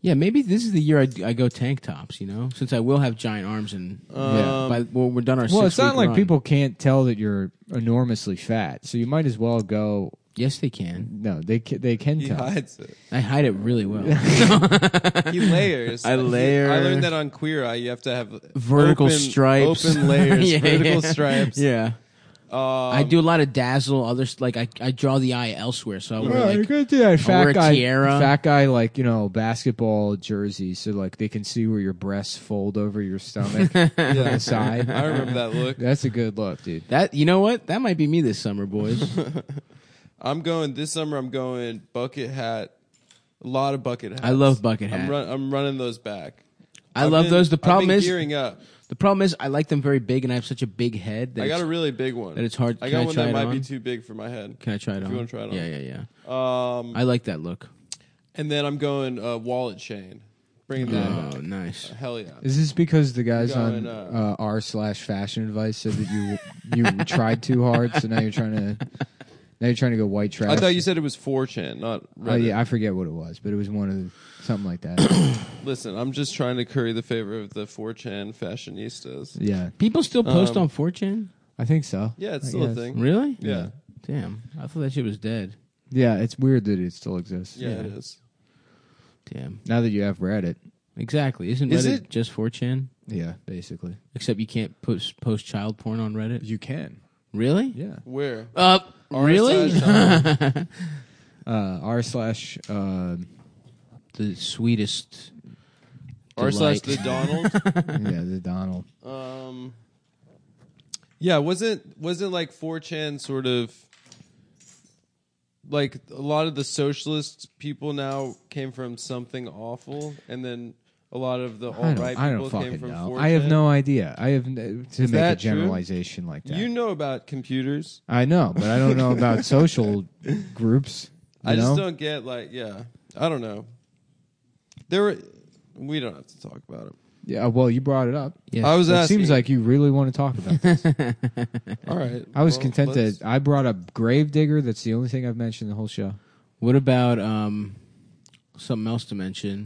[SPEAKER 1] Yeah, maybe this is the year I, I go tank tops. You know, since I will have giant arms and yeah, by, well, we're done our.
[SPEAKER 2] Well, it's
[SPEAKER 1] six-week
[SPEAKER 2] not like
[SPEAKER 1] run.
[SPEAKER 2] people can't tell that you're enormously fat, so you might as well go.
[SPEAKER 1] Yes, they can.
[SPEAKER 2] No, they ca- they can
[SPEAKER 4] He
[SPEAKER 2] tell.
[SPEAKER 4] hides it.
[SPEAKER 1] I hide it really
[SPEAKER 4] [LAUGHS]
[SPEAKER 1] well.
[SPEAKER 2] [LAUGHS]
[SPEAKER 4] He layers.
[SPEAKER 1] I layer.
[SPEAKER 4] I learned that on Queer Eye. You have to have
[SPEAKER 1] Vertical
[SPEAKER 4] open-
[SPEAKER 1] stripes.
[SPEAKER 4] open layers,
[SPEAKER 1] [LAUGHS] Yeah,
[SPEAKER 4] vertical
[SPEAKER 1] yeah.
[SPEAKER 4] stripes.
[SPEAKER 1] yeah,
[SPEAKER 4] Um,
[SPEAKER 1] I do a lot of dazzle. Others like I, I draw the eye elsewhere. So I wear,
[SPEAKER 2] Well,
[SPEAKER 1] like,
[SPEAKER 2] you're gonna do that
[SPEAKER 1] wear a
[SPEAKER 2] fat guy,
[SPEAKER 1] tiara.
[SPEAKER 2] fat guy, like you know, basketball jersey, so like they can see where your breasts fold over your [LAUGHS] stomach on the side.
[SPEAKER 4] I remember
[SPEAKER 1] [LAUGHS]
[SPEAKER 4] that look.
[SPEAKER 2] That's a good look, dude.
[SPEAKER 1] that. You know what? That might be me this summer,
[SPEAKER 4] [LAUGHS]
[SPEAKER 1] boys.
[SPEAKER 4] I'm going this summer. I'm going bucket hat. A lot of bucket hats.
[SPEAKER 1] I love bucket
[SPEAKER 4] I'm,
[SPEAKER 1] hat.
[SPEAKER 4] run, I'm running those back.
[SPEAKER 1] I
[SPEAKER 4] I've
[SPEAKER 1] love
[SPEAKER 4] been-
[SPEAKER 1] those. The
[SPEAKER 4] I've been
[SPEAKER 1] problem is,
[SPEAKER 4] gearing up.
[SPEAKER 1] the problem is, I like them very big, and I have such a big head that
[SPEAKER 4] I got
[SPEAKER 1] it's-
[SPEAKER 4] a really big one.
[SPEAKER 1] that it's hard-
[SPEAKER 4] I
[SPEAKER 1] can
[SPEAKER 4] got
[SPEAKER 1] I
[SPEAKER 4] one
[SPEAKER 1] try
[SPEAKER 4] that
[SPEAKER 1] it
[SPEAKER 4] might be
[SPEAKER 1] on?
[SPEAKER 4] too big for my head.
[SPEAKER 1] Can I try it on?
[SPEAKER 4] you wanna try it on.
[SPEAKER 1] Yeah, yeah, yeah.
[SPEAKER 4] Um,
[SPEAKER 1] I like that look.
[SPEAKER 4] and then I'm going uh, wallet chain. Bring that. back.
[SPEAKER 1] Oh, nice.
[SPEAKER 4] Hell yeah.
[SPEAKER 2] Is this because the guys on
[SPEAKER 4] Going,
[SPEAKER 2] uh, r slash fashion advice said that you you tried too hard, so now you're trying to now you're trying to go white trash?
[SPEAKER 4] I thought you said it was 4chan, not Reddit.
[SPEAKER 2] Oh, yeah, I forget what it was, but it was one of the, something like [COUGHS] that.
[SPEAKER 4] Listen, I'm just trying to curry the favor of the 4chan fashionistas.
[SPEAKER 2] yeah,
[SPEAKER 1] People still post
[SPEAKER 4] Um,
[SPEAKER 1] on 4chan?
[SPEAKER 2] I think so.
[SPEAKER 4] Yeah, it's
[SPEAKER 2] I
[SPEAKER 4] still a
[SPEAKER 2] guess.
[SPEAKER 4] thing.
[SPEAKER 1] Really?
[SPEAKER 4] Yeah.
[SPEAKER 1] Damn. I thought that shit was dead.
[SPEAKER 2] Yeah, it's weird that it still exists.
[SPEAKER 4] Yeah, it
[SPEAKER 1] Yeah.
[SPEAKER 4] is.
[SPEAKER 1] Damn.
[SPEAKER 2] Now that you have Reddit,
[SPEAKER 1] Exactly. Isn't Reddit
[SPEAKER 4] Is it-
[SPEAKER 1] just 4chan?
[SPEAKER 2] yeah, basically
[SPEAKER 1] Except you can't post, post child porn on Reddit?
[SPEAKER 2] you can.
[SPEAKER 1] Really?
[SPEAKER 2] Yeah.
[SPEAKER 4] Where?
[SPEAKER 1] Uh, really?
[SPEAKER 2] [LAUGHS]
[SPEAKER 4] RSI
[SPEAKER 2] Uh, r slash uh,
[SPEAKER 1] [LAUGHS] the sweetest.
[SPEAKER 4] R slash the
[SPEAKER 1] delight.
[SPEAKER 4] Donald.
[SPEAKER 2] [LAUGHS] yeah the
[SPEAKER 4] [LAUGHS]
[SPEAKER 2] Donald.
[SPEAKER 4] Um, yeah, wasn't wasn't like 4chan sort of like a lot of the socialist people now came from something awful, and then a lot of the
[SPEAKER 2] I
[SPEAKER 4] alt
[SPEAKER 2] don't,
[SPEAKER 4] right
[SPEAKER 2] I don't
[SPEAKER 4] people came
[SPEAKER 2] fucking
[SPEAKER 4] from
[SPEAKER 2] know.
[SPEAKER 4] 4chan.
[SPEAKER 2] I have no idea. I have n- to make a
[SPEAKER 4] that true?
[SPEAKER 2] generalization like that.
[SPEAKER 4] You know about computers.
[SPEAKER 2] I know, but I don't know [LAUGHS] about social groups. you
[SPEAKER 4] I just
[SPEAKER 2] know?
[SPEAKER 4] don't get like yeah. I don't know. There were we don't have to talk about it.
[SPEAKER 2] Yeah, well, you brought it up.
[SPEAKER 1] Yes.
[SPEAKER 4] I was
[SPEAKER 2] it
[SPEAKER 4] asking.
[SPEAKER 2] seems like you really want to talk about this.
[SPEAKER 4] all right.
[SPEAKER 2] [LAUGHS] I was
[SPEAKER 4] well,
[SPEAKER 2] content
[SPEAKER 4] let's-
[SPEAKER 2] that I brought up Gravedigger. That's the only thing I've mentioned the whole show.
[SPEAKER 1] What about um, something else to mention?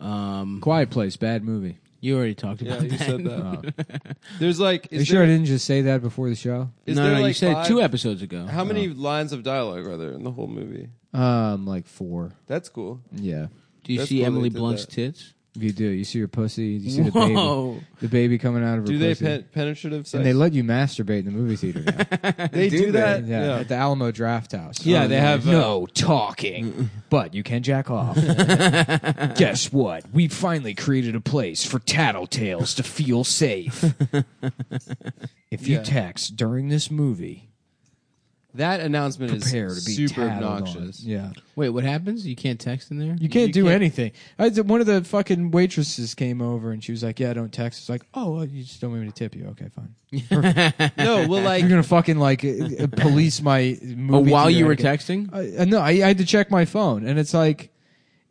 [SPEAKER 1] Um,
[SPEAKER 2] Quiet Place, bad movie.
[SPEAKER 1] you already talked about
[SPEAKER 4] Yeah, you
[SPEAKER 1] that. [LAUGHS]
[SPEAKER 4] said that.
[SPEAKER 2] Oh.
[SPEAKER 4] [LAUGHS] There's like
[SPEAKER 2] Are
[SPEAKER 4] is
[SPEAKER 2] you sure I
[SPEAKER 4] there-
[SPEAKER 2] didn't just say that before the show?
[SPEAKER 4] is
[SPEAKER 1] no,
[SPEAKER 4] there
[SPEAKER 1] no,
[SPEAKER 4] like
[SPEAKER 1] you said
[SPEAKER 4] five-
[SPEAKER 1] it two episodes ago.
[SPEAKER 4] How many lines of dialogue are there in the whole movie?
[SPEAKER 2] Um, like four.
[SPEAKER 4] That's cool.
[SPEAKER 2] Yeah.
[SPEAKER 1] Do you
[SPEAKER 4] That's
[SPEAKER 1] see
[SPEAKER 4] cool they
[SPEAKER 1] Emily
[SPEAKER 4] did
[SPEAKER 1] Blunt's
[SPEAKER 4] that.
[SPEAKER 1] tits?
[SPEAKER 2] You do. You see her pussy. You see the
[SPEAKER 1] Whoa.
[SPEAKER 2] baby. The baby coming out of her
[SPEAKER 4] Do they
[SPEAKER 2] pussy.
[SPEAKER 4] pen- penetrative sex?
[SPEAKER 2] and they let you masturbate in the movie theater. Now.
[SPEAKER 4] [LAUGHS] They do, that.
[SPEAKER 2] yeah,
[SPEAKER 4] Yeah.
[SPEAKER 2] at the Alamo Draft House. Oh,
[SPEAKER 4] Yeah, they have, uh,
[SPEAKER 2] no
[SPEAKER 4] [LAUGHS]
[SPEAKER 2] talking, but you can jack off. Guess what? We finally created a place for tattletales to feel
[SPEAKER 4] [LAUGHS]
[SPEAKER 2] safe. if you
[SPEAKER 4] Yeah.
[SPEAKER 2] text during this movie,
[SPEAKER 4] That announcement is
[SPEAKER 2] prepare to be
[SPEAKER 4] super
[SPEAKER 2] tattled on.
[SPEAKER 4] obnoxious.
[SPEAKER 2] [LAUGHS] Yeah,
[SPEAKER 1] Wait, what happens? You can't text in there?
[SPEAKER 2] you can't
[SPEAKER 4] You
[SPEAKER 2] do
[SPEAKER 4] can't-
[SPEAKER 2] anything. I did, one of the fucking waitresses came over and she was like, "Yeah, don't text." It's like, "Oh, well, you just don't want me to tip you? Okay, fine."
[SPEAKER 4] No, well, [LAUGHS] like
[SPEAKER 2] You're gonna fucking like uh, uh, police my
[SPEAKER 1] Oh,
[SPEAKER 2] movie
[SPEAKER 1] while
[SPEAKER 2] theater
[SPEAKER 1] you were
[SPEAKER 2] etiquette.
[SPEAKER 1] texting?
[SPEAKER 2] I, I- no, I, I had to check my phone, and it's like,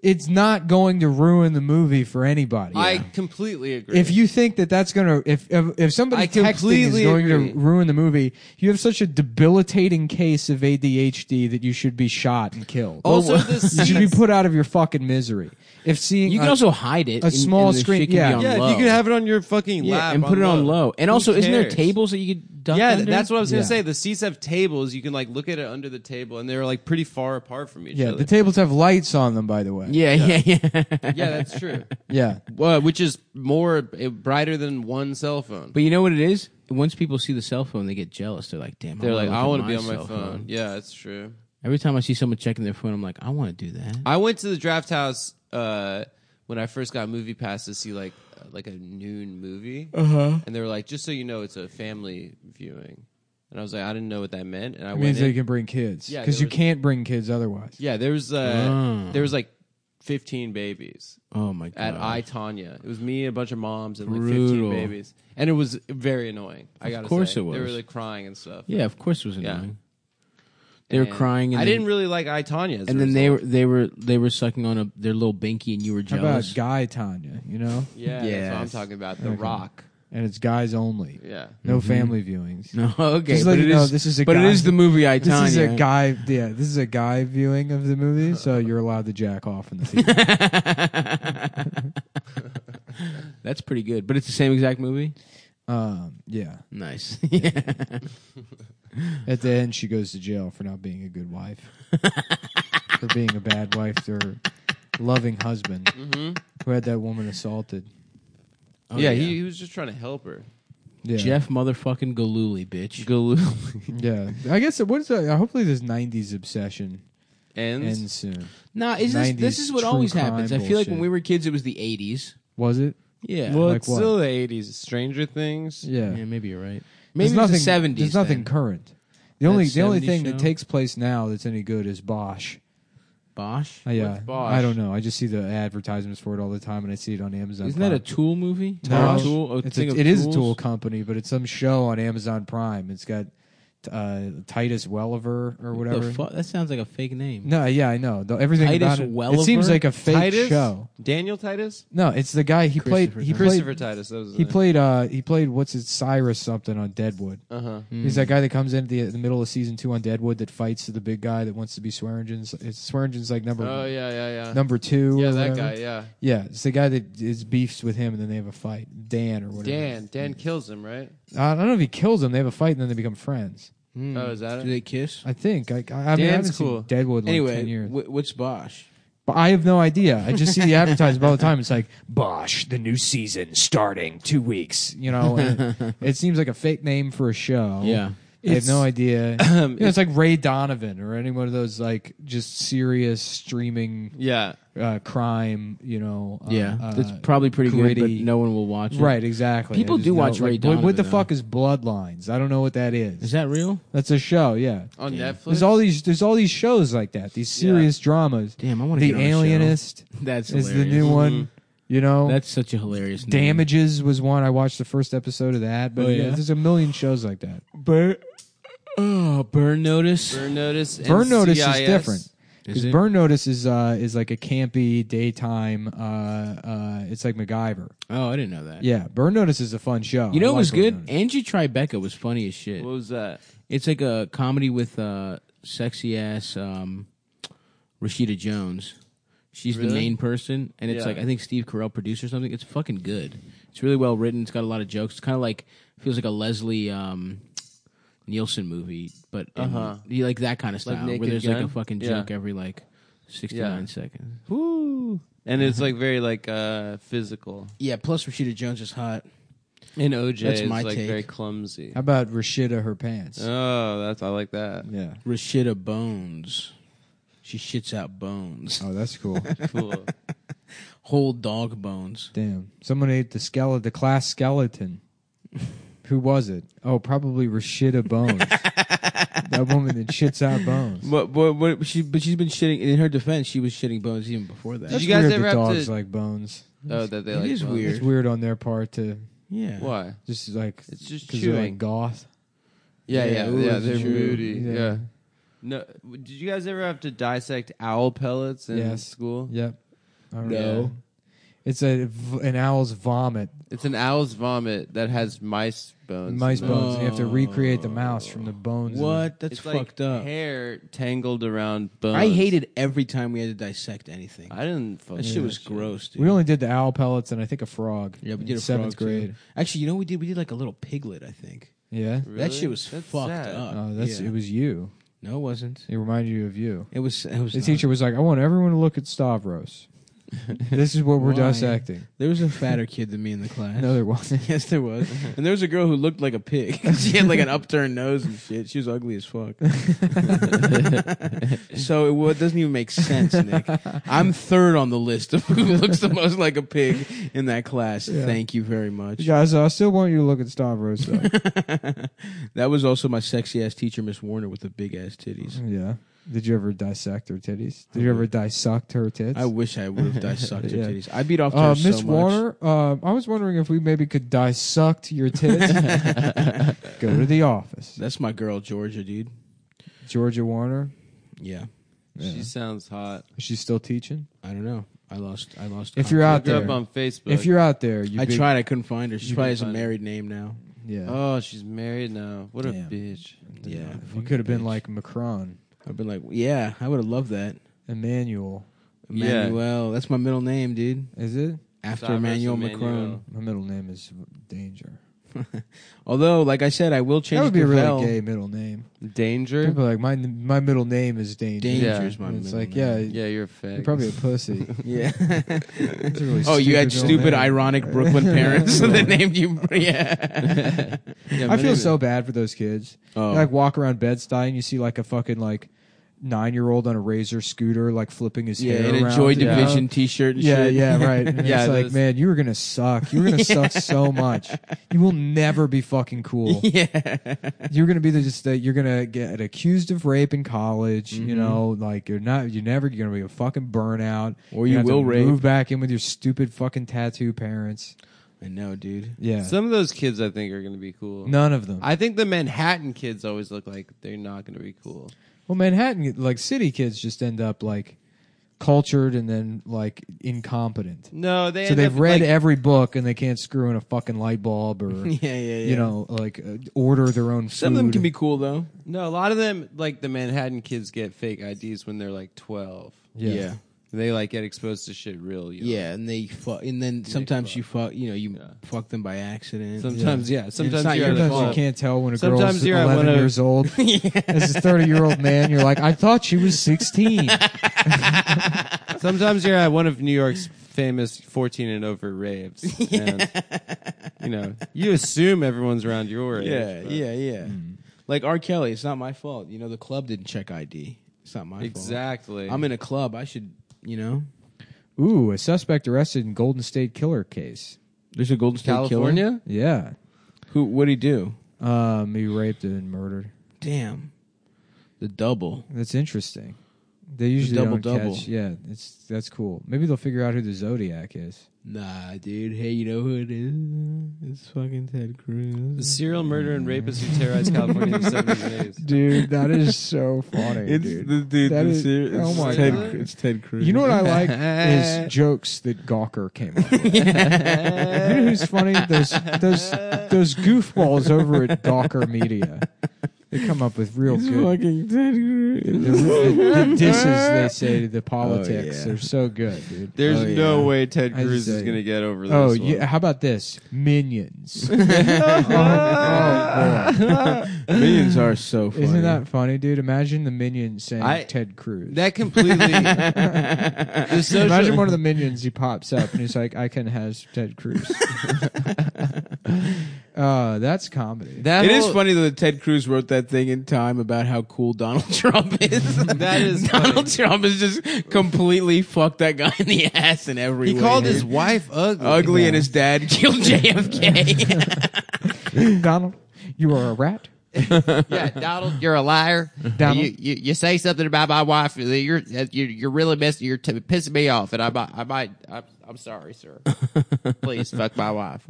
[SPEAKER 2] it's not going to ruin the movie for anybody.
[SPEAKER 4] I completely agree.
[SPEAKER 2] if you think that that's gonna, if if, if somebody
[SPEAKER 4] I
[SPEAKER 2] texting is
[SPEAKER 4] completely
[SPEAKER 2] going
[SPEAKER 4] agree.
[SPEAKER 2] to ruin the movie, you have such a debilitating case of ADHD that you should be shot and killed.
[SPEAKER 4] also
[SPEAKER 2] [LAUGHS]
[SPEAKER 4] the
[SPEAKER 2] you should be
[SPEAKER 4] seats-
[SPEAKER 2] put out of your fucking misery. If seeing
[SPEAKER 1] You can
[SPEAKER 2] a-
[SPEAKER 1] also hide it.
[SPEAKER 2] a
[SPEAKER 1] and-
[SPEAKER 2] small
[SPEAKER 1] and the
[SPEAKER 2] screen-
[SPEAKER 1] shit can be
[SPEAKER 2] yeah.
[SPEAKER 1] on
[SPEAKER 4] yeah,
[SPEAKER 1] low.
[SPEAKER 4] you can have it on your fucking
[SPEAKER 1] Yeah,
[SPEAKER 4] lap
[SPEAKER 1] and put it on low. And
[SPEAKER 4] Who
[SPEAKER 1] also, isn't there
[SPEAKER 4] cares?
[SPEAKER 1] tables that you could duck
[SPEAKER 4] Yeah,
[SPEAKER 1] under?
[SPEAKER 4] that's what I was gonna
[SPEAKER 2] Yeah.
[SPEAKER 4] say. The seats have tables. You can like look at it under the table, and they're like pretty far apart from each
[SPEAKER 2] yeah,
[SPEAKER 4] other.
[SPEAKER 2] the tables have lights on them. By the way,
[SPEAKER 1] Yeah, yeah, yeah.
[SPEAKER 4] [LAUGHS] yeah, that's true.
[SPEAKER 2] yeah.
[SPEAKER 4] Well, which is more uh, brighter than one cell phone.
[SPEAKER 1] [LAUGHS] but you know what it is? Once people see the cell phone, they get jealous. They're like, "Damn!"
[SPEAKER 4] They're like, I
[SPEAKER 1] want to
[SPEAKER 4] be on my
[SPEAKER 1] cell
[SPEAKER 4] phone. Yeah, it's true.
[SPEAKER 1] Every time I see someone checking their phone, I'm like, "I want to do that."
[SPEAKER 4] I went to the draft house uh, when I first got movie pass to see like uh, like a noon movie, uh-huh. and they were like, "Just so you know, it's a family viewing." And I was like, "I didn't know what that meant," and I
[SPEAKER 2] It
[SPEAKER 4] went.
[SPEAKER 2] means that
[SPEAKER 4] in-
[SPEAKER 2] you can bring kids
[SPEAKER 4] Yeah,
[SPEAKER 2] because
[SPEAKER 4] there
[SPEAKER 2] you
[SPEAKER 4] was-
[SPEAKER 2] can't bring kids otherwise.
[SPEAKER 4] yeah, there was uh, there was like fifteen babies
[SPEAKER 1] oh my god!
[SPEAKER 4] at I Tanya. It was me, a bunch of moms, and like
[SPEAKER 1] Brutal.
[SPEAKER 4] fifteen babies, and it was very annoying. I
[SPEAKER 1] Of
[SPEAKER 4] got
[SPEAKER 1] course it
[SPEAKER 4] They were
[SPEAKER 1] was.
[SPEAKER 4] like crying and stuff.
[SPEAKER 1] yeah, of course it was
[SPEAKER 4] Yeah.
[SPEAKER 1] annoying. They were
[SPEAKER 4] And
[SPEAKER 1] crying. And
[SPEAKER 4] I
[SPEAKER 1] then-
[SPEAKER 4] didn't really like I Tanya. as a
[SPEAKER 1] And then they
[SPEAKER 4] result.
[SPEAKER 1] were they were they were sucking on a their little binky, and you were
[SPEAKER 2] How about
[SPEAKER 1] jealous.
[SPEAKER 2] Guy Tanya? You know,
[SPEAKER 4] Yeah, that's what I'm
[SPEAKER 1] Yes.
[SPEAKER 4] talking about. The
[SPEAKER 2] Okay.
[SPEAKER 4] Rock.
[SPEAKER 2] and it's guys only.
[SPEAKER 4] Yeah.
[SPEAKER 2] No family viewings.
[SPEAKER 1] [LAUGHS] Mm-hmm. No, okay,
[SPEAKER 2] Just
[SPEAKER 1] but
[SPEAKER 2] let you
[SPEAKER 1] it
[SPEAKER 2] know,
[SPEAKER 1] is-
[SPEAKER 2] this is a
[SPEAKER 1] but
[SPEAKER 2] guy-
[SPEAKER 1] it is the movie I
[SPEAKER 2] This is
[SPEAKER 1] Tanya.
[SPEAKER 2] a guy. Yeah, this is a guy viewing of the
[SPEAKER 1] [LAUGHS]
[SPEAKER 2] movie, so you're allowed to jack off in the theater.
[SPEAKER 1] [LAUGHS] That's pretty good, but it's the same exact movie.
[SPEAKER 2] um, yeah.
[SPEAKER 1] Nice. [LAUGHS] yeah.
[SPEAKER 2] At the end, she goes to jail for not being a
[SPEAKER 1] [LAUGHS]
[SPEAKER 2] good wife, for being a bad wife to her loving husband,
[SPEAKER 1] Mm-hmm.
[SPEAKER 2] who had that woman assaulted.
[SPEAKER 1] Oh,
[SPEAKER 4] yeah, He, he was just trying to help her.
[SPEAKER 2] Yeah.
[SPEAKER 1] Jeff motherfucking Galooly, bitch.
[SPEAKER 2] Yeah. I guess. What is that? Hopefully, this '90s obsession
[SPEAKER 4] Ends.
[SPEAKER 2] ends soon.
[SPEAKER 1] Nah, is this this
[SPEAKER 2] 90s
[SPEAKER 1] is what
[SPEAKER 2] true
[SPEAKER 1] always
[SPEAKER 2] crime
[SPEAKER 1] happens. I feel like when
[SPEAKER 2] bullshit.
[SPEAKER 1] we were kids, it was the '80s.
[SPEAKER 2] Was it?
[SPEAKER 1] Yeah.
[SPEAKER 4] Well,
[SPEAKER 2] Like
[SPEAKER 4] it's
[SPEAKER 2] what?
[SPEAKER 4] still the 80s. Stranger Things.
[SPEAKER 2] Yeah.
[SPEAKER 1] yeah, maybe you're right. Maybe
[SPEAKER 2] There's
[SPEAKER 1] it's
[SPEAKER 2] nothing,
[SPEAKER 1] the '70s.
[SPEAKER 2] There's nothing
[SPEAKER 1] then.
[SPEAKER 2] current. The only
[SPEAKER 1] That
[SPEAKER 2] the only
[SPEAKER 1] 70s
[SPEAKER 2] thing
[SPEAKER 1] show?
[SPEAKER 2] that takes place now that's any good is Bosch.
[SPEAKER 1] Bosch.
[SPEAKER 2] Uh, yeah,
[SPEAKER 4] Bosch?
[SPEAKER 2] I don't know. I just see the advertisements for it all the time, and I see it on Amazon.
[SPEAKER 1] Isn't that a
[SPEAKER 2] Prime.
[SPEAKER 1] Tool movie?
[SPEAKER 2] No,
[SPEAKER 1] Tool. Oh,
[SPEAKER 2] it's
[SPEAKER 1] thing
[SPEAKER 2] a,
[SPEAKER 1] of
[SPEAKER 2] it is a
[SPEAKER 1] tools?
[SPEAKER 2] tool company, but it's some show on Amazon Prime. It's got uh, Titus Welliver or
[SPEAKER 1] What
[SPEAKER 2] whatever.
[SPEAKER 1] the fuck? That sounds like a fake name.
[SPEAKER 2] No, yeah, I know. Though everything
[SPEAKER 1] Titus
[SPEAKER 2] about it,
[SPEAKER 1] Welliver?
[SPEAKER 2] it seems like a fake
[SPEAKER 4] Titus.
[SPEAKER 2] show.
[SPEAKER 4] Daniel Titus.
[SPEAKER 2] No, it's the guy he played.
[SPEAKER 1] Christopher
[SPEAKER 2] He
[SPEAKER 1] Titus.
[SPEAKER 2] played.
[SPEAKER 4] Christopher Titus. That was his
[SPEAKER 2] He
[SPEAKER 4] name.
[SPEAKER 2] played. Uh, he played. What's it? Cyrus something on Deadwood.
[SPEAKER 4] Uh-huh.
[SPEAKER 2] Mm. He's that guy that comes in at the, the middle of season two on Deadwood that fights the big guy that wants to be Swearingen's. It's Swearingen's like number
[SPEAKER 4] Oh, yeah, yeah, yeah.
[SPEAKER 2] number two.
[SPEAKER 4] yeah,
[SPEAKER 2] or
[SPEAKER 4] that
[SPEAKER 2] whatever.
[SPEAKER 4] guy, yeah.
[SPEAKER 2] Yeah, it's the guy that is beefs with him, and then they have a fight. Dan or whatever.
[SPEAKER 4] Dan. Dan kills him, right?
[SPEAKER 2] I don't know if he kills him. They have a fight, and then they become friends.
[SPEAKER 1] Hmm.
[SPEAKER 4] Oh, is that
[SPEAKER 1] Do
[SPEAKER 4] it?
[SPEAKER 1] they kiss?
[SPEAKER 2] I think. I, I, I mean, I haven't
[SPEAKER 4] Dan's cool.
[SPEAKER 2] seen Deadwood in like
[SPEAKER 1] anyway,
[SPEAKER 2] ten years,
[SPEAKER 1] wh- what's Bosch?
[SPEAKER 2] but I have no idea. I just see
[SPEAKER 1] [LAUGHS]
[SPEAKER 2] the advertisement all the time. It's like Bosch, the new season starting two weeks. You know, and
[SPEAKER 1] [LAUGHS]
[SPEAKER 2] it, it seems like a fake name for a show.
[SPEAKER 1] Yeah.
[SPEAKER 2] I have
[SPEAKER 4] It's-
[SPEAKER 1] [CLEARS THROAT]
[SPEAKER 2] no idea. You know, it's like Ray Donovan or any one of those like just serious streaming
[SPEAKER 4] Yeah.
[SPEAKER 2] uh, crime. You know, uh, uh,
[SPEAKER 1] that's probably pretty good,
[SPEAKER 2] gritty-
[SPEAKER 1] but no one will watch it.
[SPEAKER 2] right. Exactly.
[SPEAKER 1] People
[SPEAKER 2] I just
[SPEAKER 1] do watch Ray
[SPEAKER 2] what- What the
[SPEAKER 1] Donovan,
[SPEAKER 2] fuck is Bloodlines? I don't know what that is.
[SPEAKER 1] Is that real?
[SPEAKER 2] That's a show. Yeah.
[SPEAKER 4] On Netflix.
[SPEAKER 2] There's all these. There's all these shows like that. These serious dramas.
[SPEAKER 1] Damn, I wanna
[SPEAKER 2] The
[SPEAKER 1] get on a show.
[SPEAKER 2] Alienist
[SPEAKER 1] That's
[SPEAKER 2] is
[SPEAKER 1] hilarious.
[SPEAKER 2] the new one. You know,
[SPEAKER 1] Mm-hmm. That's such a hilarious name.
[SPEAKER 2] Damages was one. I watched the first episode of that. But
[SPEAKER 1] Oh,
[SPEAKER 2] yeah,
[SPEAKER 1] yeah?
[SPEAKER 2] there's a million shows like that.
[SPEAKER 1] Burn. Oh, burn notice.
[SPEAKER 4] Burn Notice. and
[SPEAKER 2] Burn Notice is
[SPEAKER 4] CIS.
[SPEAKER 2] different.
[SPEAKER 1] Is
[SPEAKER 2] Because
[SPEAKER 1] it?
[SPEAKER 2] Burn Notice is uh, is like a campy daytime. Uh, uh, it's like MacGyver.
[SPEAKER 1] Oh, I didn't know that.
[SPEAKER 2] Yeah, Burn Notice is a fun show.
[SPEAKER 1] You know
[SPEAKER 2] I
[SPEAKER 1] what was
[SPEAKER 2] like Burn
[SPEAKER 1] good?
[SPEAKER 2] Notice.
[SPEAKER 1] Angie Tribeca was funny as shit.
[SPEAKER 4] What was that?
[SPEAKER 1] It's like a comedy with uh, sexy ass um, Rashida Jones. She's the
[SPEAKER 4] Really?
[SPEAKER 1] main person, and it's
[SPEAKER 4] Yeah.
[SPEAKER 1] like I think Steve Carell produced or something. It's fucking good. It's really well written. It's got a lot of jokes. It's kind of like feels like a Leslie um, Nielsen movie, but in-
[SPEAKER 4] Uh-huh.
[SPEAKER 1] you like that kind of style where
[SPEAKER 4] Naked
[SPEAKER 1] there's like a
[SPEAKER 4] Gun?
[SPEAKER 1] fucking
[SPEAKER 4] Yeah.
[SPEAKER 1] joke every like sixty nine
[SPEAKER 4] Yeah.
[SPEAKER 1] seconds.
[SPEAKER 4] Woo. And it's like very like uh physical.
[SPEAKER 1] Yeah, plus Rashida Jones is hot.
[SPEAKER 4] And OJ
[SPEAKER 1] That's
[SPEAKER 4] is
[SPEAKER 1] my
[SPEAKER 4] like
[SPEAKER 1] take.
[SPEAKER 4] very clumsy.
[SPEAKER 2] How about Rashida her pants?
[SPEAKER 1] Uh,
[SPEAKER 4] Oh, that's I like that.
[SPEAKER 2] yeah.
[SPEAKER 1] Rashida Bones. She shits out bones.
[SPEAKER 2] Oh, that's cool.
[SPEAKER 4] [LAUGHS]
[SPEAKER 2] [LAUGHS]
[SPEAKER 4] [LAUGHS] Cool.
[SPEAKER 1] Whole dog bones.
[SPEAKER 2] Damn. Someone ate the skeleton, the class skeleton. Who was it? Oh, probably
[SPEAKER 1] [LAUGHS]
[SPEAKER 2] Rashida Bones. that woman that shits out bones.
[SPEAKER 1] But, but, but she but she's been shitting. In her defense, she was shitting bones even before that.
[SPEAKER 4] Did
[SPEAKER 2] That's
[SPEAKER 4] you guys
[SPEAKER 2] weird
[SPEAKER 4] ever
[SPEAKER 2] that
[SPEAKER 4] have
[SPEAKER 2] dogs
[SPEAKER 4] to-
[SPEAKER 2] like bones.
[SPEAKER 4] oh, that they
[SPEAKER 1] It
[SPEAKER 4] like
[SPEAKER 1] is
[SPEAKER 4] well,
[SPEAKER 1] weird.
[SPEAKER 2] It's weird on their part to
[SPEAKER 1] yeah.
[SPEAKER 4] Why?
[SPEAKER 2] just like
[SPEAKER 4] It's just
[SPEAKER 2] 'cause they're
[SPEAKER 4] chewing.
[SPEAKER 2] like goth.
[SPEAKER 4] Yeah, yeah,
[SPEAKER 1] Yeah,
[SPEAKER 4] yeah.
[SPEAKER 1] ooh, it's
[SPEAKER 4] they're
[SPEAKER 1] true.
[SPEAKER 4] moody.
[SPEAKER 2] Yeah.
[SPEAKER 4] Yeah. No, did you guys ever have to dissect owl pellets in
[SPEAKER 2] Yes.
[SPEAKER 4] school?
[SPEAKER 2] Yep. I don't
[SPEAKER 4] No.
[SPEAKER 2] know. It's a v- an owl's vomit,
[SPEAKER 4] It's an owl's vomit that has mice bones.
[SPEAKER 2] mice
[SPEAKER 4] in it.
[SPEAKER 2] bones. and You have to recreate the mouse from the bones. in
[SPEAKER 1] What?
[SPEAKER 4] Oh. It's
[SPEAKER 1] That's
[SPEAKER 4] like
[SPEAKER 1] fucked up.
[SPEAKER 4] Hair tangled around bones.
[SPEAKER 1] I hated every time we had to dissect anything.
[SPEAKER 4] I didn't. Fucking
[SPEAKER 1] that shit was gross,
[SPEAKER 2] it.
[SPEAKER 1] dude.
[SPEAKER 2] We only did the owl pellets and I think a frog.
[SPEAKER 1] yeah, we
[SPEAKER 2] in
[SPEAKER 1] did a
[SPEAKER 2] seventh
[SPEAKER 1] frog, too.
[SPEAKER 2] grade.
[SPEAKER 1] Actually, you know what we did? We did like a little piglet. I think
[SPEAKER 2] Yeah.
[SPEAKER 1] that shit was
[SPEAKER 4] That's
[SPEAKER 1] fucked
[SPEAKER 4] sad.
[SPEAKER 1] up.
[SPEAKER 2] Oh, that's
[SPEAKER 1] Yeah.
[SPEAKER 2] it was you.
[SPEAKER 1] no, it wasn't.
[SPEAKER 2] It reminded you of you.
[SPEAKER 1] It was. uh, It was.
[SPEAKER 2] The
[SPEAKER 1] not.
[SPEAKER 2] teacher was like, I want everyone to look
[SPEAKER 1] [LAUGHS]
[SPEAKER 2] at Stavros. this is what we're
[SPEAKER 1] Why?
[SPEAKER 2] dissecting.
[SPEAKER 1] There was a fatter kid than me in the
[SPEAKER 4] [LAUGHS]
[SPEAKER 1] class.
[SPEAKER 2] No,
[SPEAKER 1] [LAUGHS]
[SPEAKER 2] there wasn't.
[SPEAKER 1] Yes, there was. And there was a girl who looked like a pig. [LAUGHS] she had like an upturned nose and shit. She was ugly as fuck. so it, wa- it doesn't even make sense, Nick. I'm third on the list of who [LAUGHS] looks the most like a pig in that class.
[SPEAKER 2] Yeah.
[SPEAKER 1] Thank you very much.
[SPEAKER 2] Guys, I still want you to look at Stavros. Though.
[SPEAKER 1] [LAUGHS] that was also my sexy ass teacher, Miss Warner, with the big ass titties.
[SPEAKER 2] yeah. Did you ever dissect her titties? Did you ever dissect her tits?
[SPEAKER 1] I wish I would have
[SPEAKER 2] [LAUGHS]
[SPEAKER 1] dissected
[SPEAKER 2] Yeah.
[SPEAKER 1] her titties. I beat off to
[SPEAKER 2] uh,
[SPEAKER 1] her so
[SPEAKER 2] Miss
[SPEAKER 1] much.
[SPEAKER 2] Warner, uh, I was wondering if we maybe
[SPEAKER 1] [LAUGHS]
[SPEAKER 2] could dissect your tits. Go to the office.
[SPEAKER 1] That's my girl, Georgia, dude.
[SPEAKER 2] Georgia Warner.
[SPEAKER 1] Yeah,
[SPEAKER 4] She sounds hot.
[SPEAKER 2] Is she still teaching?
[SPEAKER 1] I don't know. I lost. I lost.
[SPEAKER 2] If you're out
[SPEAKER 4] Look her
[SPEAKER 2] there.
[SPEAKER 4] up on Facebook.
[SPEAKER 2] If you're out there, you
[SPEAKER 1] I
[SPEAKER 2] big-
[SPEAKER 1] tried. I couldn't find her. She
[SPEAKER 4] You
[SPEAKER 1] probably
[SPEAKER 4] can
[SPEAKER 1] has a
[SPEAKER 4] find her.
[SPEAKER 1] married name now.
[SPEAKER 2] Yeah.
[SPEAKER 4] oh, she's married now. What a
[SPEAKER 2] Yeah.
[SPEAKER 4] bitch.
[SPEAKER 1] Yeah,
[SPEAKER 2] If we could have been like Macron,
[SPEAKER 1] I've been like, yeah, I would have loved that.
[SPEAKER 2] Emmanuel.
[SPEAKER 4] Yeah.
[SPEAKER 1] Emmanuel. That's my middle name, dude.
[SPEAKER 2] Is it?
[SPEAKER 1] After
[SPEAKER 4] Cyrus
[SPEAKER 1] Emmanuel Macron.
[SPEAKER 4] Emmanuel.
[SPEAKER 2] My middle name is Danger.
[SPEAKER 1] Although, like I said, I will change.
[SPEAKER 2] that would be a
[SPEAKER 1] to
[SPEAKER 2] really
[SPEAKER 1] Vel.
[SPEAKER 2] gay middle name.
[SPEAKER 4] Danger.
[SPEAKER 2] People are like my my middle name is Danger.
[SPEAKER 1] Danger
[SPEAKER 4] Yeah.
[SPEAKER 1] is my
[SPEAKER 2] And it's
[SPEAKER 1] middle
[SPEAKER 2] like yeah,
[SPEAKER 1] name.
[SPEAKER 4] Yeah, you're a
[SPEAKER 2] you're
[SPEAKER 4] fag.
[SPEAKER 2] probably
[SPEAKER 1] [LAUGHS]
[SPEAKER 2] a pussy.
[SPEAKER 1] yeah,
[SPEAKER 2] [LAUGHS] It's a really
[SPEAKER 1] oh, you had
[SPEAKER 2] middle
[SPEAKER 1] stupid,
[SPEAKER 2] name. [LAUGHS]
[SPEAKER 1] ironic Brooklyn parents [LAUGHS] that named you. Yeah.
[SPEAKER 4] Yeah, my
[SPEAKER 2] I feel
[SPEAKER 4] name
[SPEAKER 2] so bad for those kids.
[SPEAKER 1] Oh.
[SPEAKER 2] You, like walk around Bed-Stuy and you see like a fucking like nine year old on a razor scooter like flipping his
[SPEAKER 1] yeah,
[SPEAKER 2] hair
[SPEAKER 1] in a
[SPEAKER 2] around,
[SPEAKER 1] Joy
[SPEAKER 2] you know?
[SPEAKER 1] Division T-shirt. And
[SPEAKER 2] Yeah,
[SPEAKER 1] shit.
[SPEAKER 2] yeah, right. And
[SPEAKER 4] Yeah,
[SPEAKER 2] it's like,
[SPEAKER 4] those-
[SPEAKER 2] man, you were gonna suck. You were
[SPEAKER 1] [LAUGHS]
[SPEAKER 2] gonna suck so much. You will never be fucking
[SPEAKER 1] [LAUGHS]
[SPEAKER 2] cool. You're gonna be the, just that. You're gonna get accused of rape in college.
[SPEAKER 1] Mm-hmm.
[SPEAKER 2] You know, like you're not. You're never. You're gonna be a fucking burnout.
[SPEAKER 1] Or
[SPEAKER 2] You're
[SPEAKER 1] you
[SPEAKER 2] gonna have
[SPEAKER 1] will
[SPEAKER 2] to
[SPEAKER 1] rape.
[SPEAKER 2] Move back in with your stupid fucking tattoo parents.
[SPEAKER 1] [LAUGHS] I know, dude. [LAUGHS]
[SPEAKER 2] Yeah.
[SPEAKER 4] Some of those kids I think are going to be cool.
[SPEAKER 2] None of them.
[SPEAKER 4] I think the Manhattan kids always look like they're not going to be cool.
[SPEAKER 2] well, Manhattan, like city kids, just end up like cultured and then like incompetent.
[SPEAKER 4] No, they
[SPEAKER 2] so
[SPEAKER 4] end
[SPEAKER 2] they've
[SPEAKER 4] up,
[SPEAKER 2] read
[SPEAKER 4] like-
[SPEAKER 2] every book and they can't screw in a fucking light bulb
[SPEAKER 4] [LAUGHS]
[SPEAKER 2] or
[SPEAKER 1] Yeah, yeah, yeah.
[SPEAKER 2] you know like uh, order their own food.
[SPEAKER 1] Some of them can be cool though.
[SPEAKER 2] e-
[SPEAKER 4] no, a lot of them like the Manhattan kids get fake IDs when they're like 12.
[SPEAKER 2] yeah.
[SPEAKER 1] yeah.
[SPEAKER 4] They like get exposed to shit real young.
[SPEAKER 1] Yeah, and they fuck, and then sometimes you fuck, you know, you fuck them by accident.
[SPEAKER 4] Sometimes, yeah. Sometimes
[SPEAKER 1] not
[SPEAKER 4] you're
[SPEAKER 1] your
[SPEAKER 4] at a
[SPEAKER 2] Sometimes you
[SPEAKER 4] club.
[SPEAKER 2] can't tell when a
[SPEAKER 4] Sometimes
[SPEAKER 2] girl's
[SPEAKER 4] you're at
[SPEAKER 2] 11
[SPEAKER 4] one of-
[SPEAKER 2] years old.
[SPEAKER 4] [LAUGHS]
[SPEAKER 2] As a 30 year old man, you're like, I thought she was
[SPEAKER 4] [LAUGHS]
[SPEAKER 2] 16.
[SPEAKER 4] Sometimes you're at one of New York's famous 14 and over [LAUGHS] raves. And, you know, you assume everyone's around your age.
[SPEAKER 1] yeah,
[SPEAKER 4] but-
[SPEAKER 1] yeah, yeah. Like R. Kelly, it's not my fault. You know, the club didn't check ID. It's not my
[SPEAKER 4] Exactly.
[SPEAKER 1] fault. I'm in a club. I should, you know.
[SPEAKER 2] Ooh, a suspect arrested in Golden State killer case.
[SPEAKER 1] There's a Golden State
[SPEAKER 4] California?
[SPEAKER 2] Yeah.
[SPEAKER 1] killer. Who? What would he do?
[SPEAKER 2] Um, he raped and murdered.
[SPEAKER 1] Damn, the double.
[SPEAKER 2] That's interesting. They usually
[SPEAKER 1] double
[SPEAKER 2] don't
[SPEAKER 1] double.
[SPEAKER 2] catch. Yeah, it's that's cool. Maybe they'll figure out who the Zodiac is.
[SPEAKER 1] Nah, dude. Hey, you know who it is? It's fucking Ted
[SPEAKER 4] The
[SPEAKER 1] Cruz.
[SPEAKER 4] serial murderer and rapist who terrorized California in the [LAUGHS] 70s and 80s.
[SPEAKER 2] Dude, that [LAUGHS] is so funny,
[SPEAKER 1] dude.
[SPEAKER 2] That the is- ser- it's oh my
[SPEAKER 4] Ted God. Cru-
[SPEAKER 1] It's Ted Cruz.
[SPEAKER 2] You know what [LAUGHS] I like [LAUGHS] is jokes that Gawker came
[SPEAKER 1] [LAUGHS]
[SPEAKER 2] up [LAUGHS] with. you know who's funny? Those those those goofballs over at Gawker Media. They come up with real good
[SPEAKER 1] fucking Ted Cruz.
[SPEAKER 2] [LAUGHS] the, the disses they say to the politics.
[SPEAKER 1] yeah.
[SPEAKER 2] They're so good, dude.
[SPEAKER 4] There's
[SPEAKER 1] Oh,
[SPEAKER 4] no
[SPEAKER 1] yeah.
[SPEAKER 4] way Ted
[SPEAKER 2] I
[SPEAKER 4] Cruz is
[SPEAKER 2] see.
[SPEAKER 4] going to get over this.
[SPEAKER 2] Oh
[SPEAKER 4] Oh
[SPEAKER 2] yeah, how about this? Minions. oh, oh, boy.
[SPEAKER 1] Minions are so funny.
[SPEAKER 2] Isn't that funny, dude? Imagine the minions saying
[SPEAKER 4] I-
[SPEAKER 2] Ted Cruz.
[SPEAKER 4] That completely. the social,
[SPEAKER 2] Uh, Imagine [LAUGHS] one of the minions. He pops up and he's like, "I can has Ted Cruz." [LAUGHS] uh, that's comedy.
[SPEAKER 4] that
[SPEAKER 1] It is
[SPEAKER 4] whole-
[SPEAKER 1] funny though that Ted Cruz wrote that thing in time about how cool Donald [LAUGHS] Trump is.
[SPEAKER 4] That is
[SPEAKER 1] Donald Trump is just completely fucked that guy in the ass in every
[SPEAKER 4] [LAUGHS] He
[SPEAKER 1] way.
[SPEAKER 4] called
[SPEAKER 1] dude.
[SPEAKER 4] [LAUGHS] his wife ugly.
[SPEAKER 1] ugly and his dad [LAUGHS] killed JFK.
[SPEAKER 2] [LAUGHS] Donald, you are a rat.
[SPEAKER 4] [LAUGHS] Yeah, Donald, you're a liar.
[SPEAKER 2] Donald?
[SPEAKER 4] You, you you say something about my wife. that You're that you- you're really messing. You're t- pissing me off, and I might I might I'm, I'm sorry, sir. [LAUGHS] Please fuck my wife,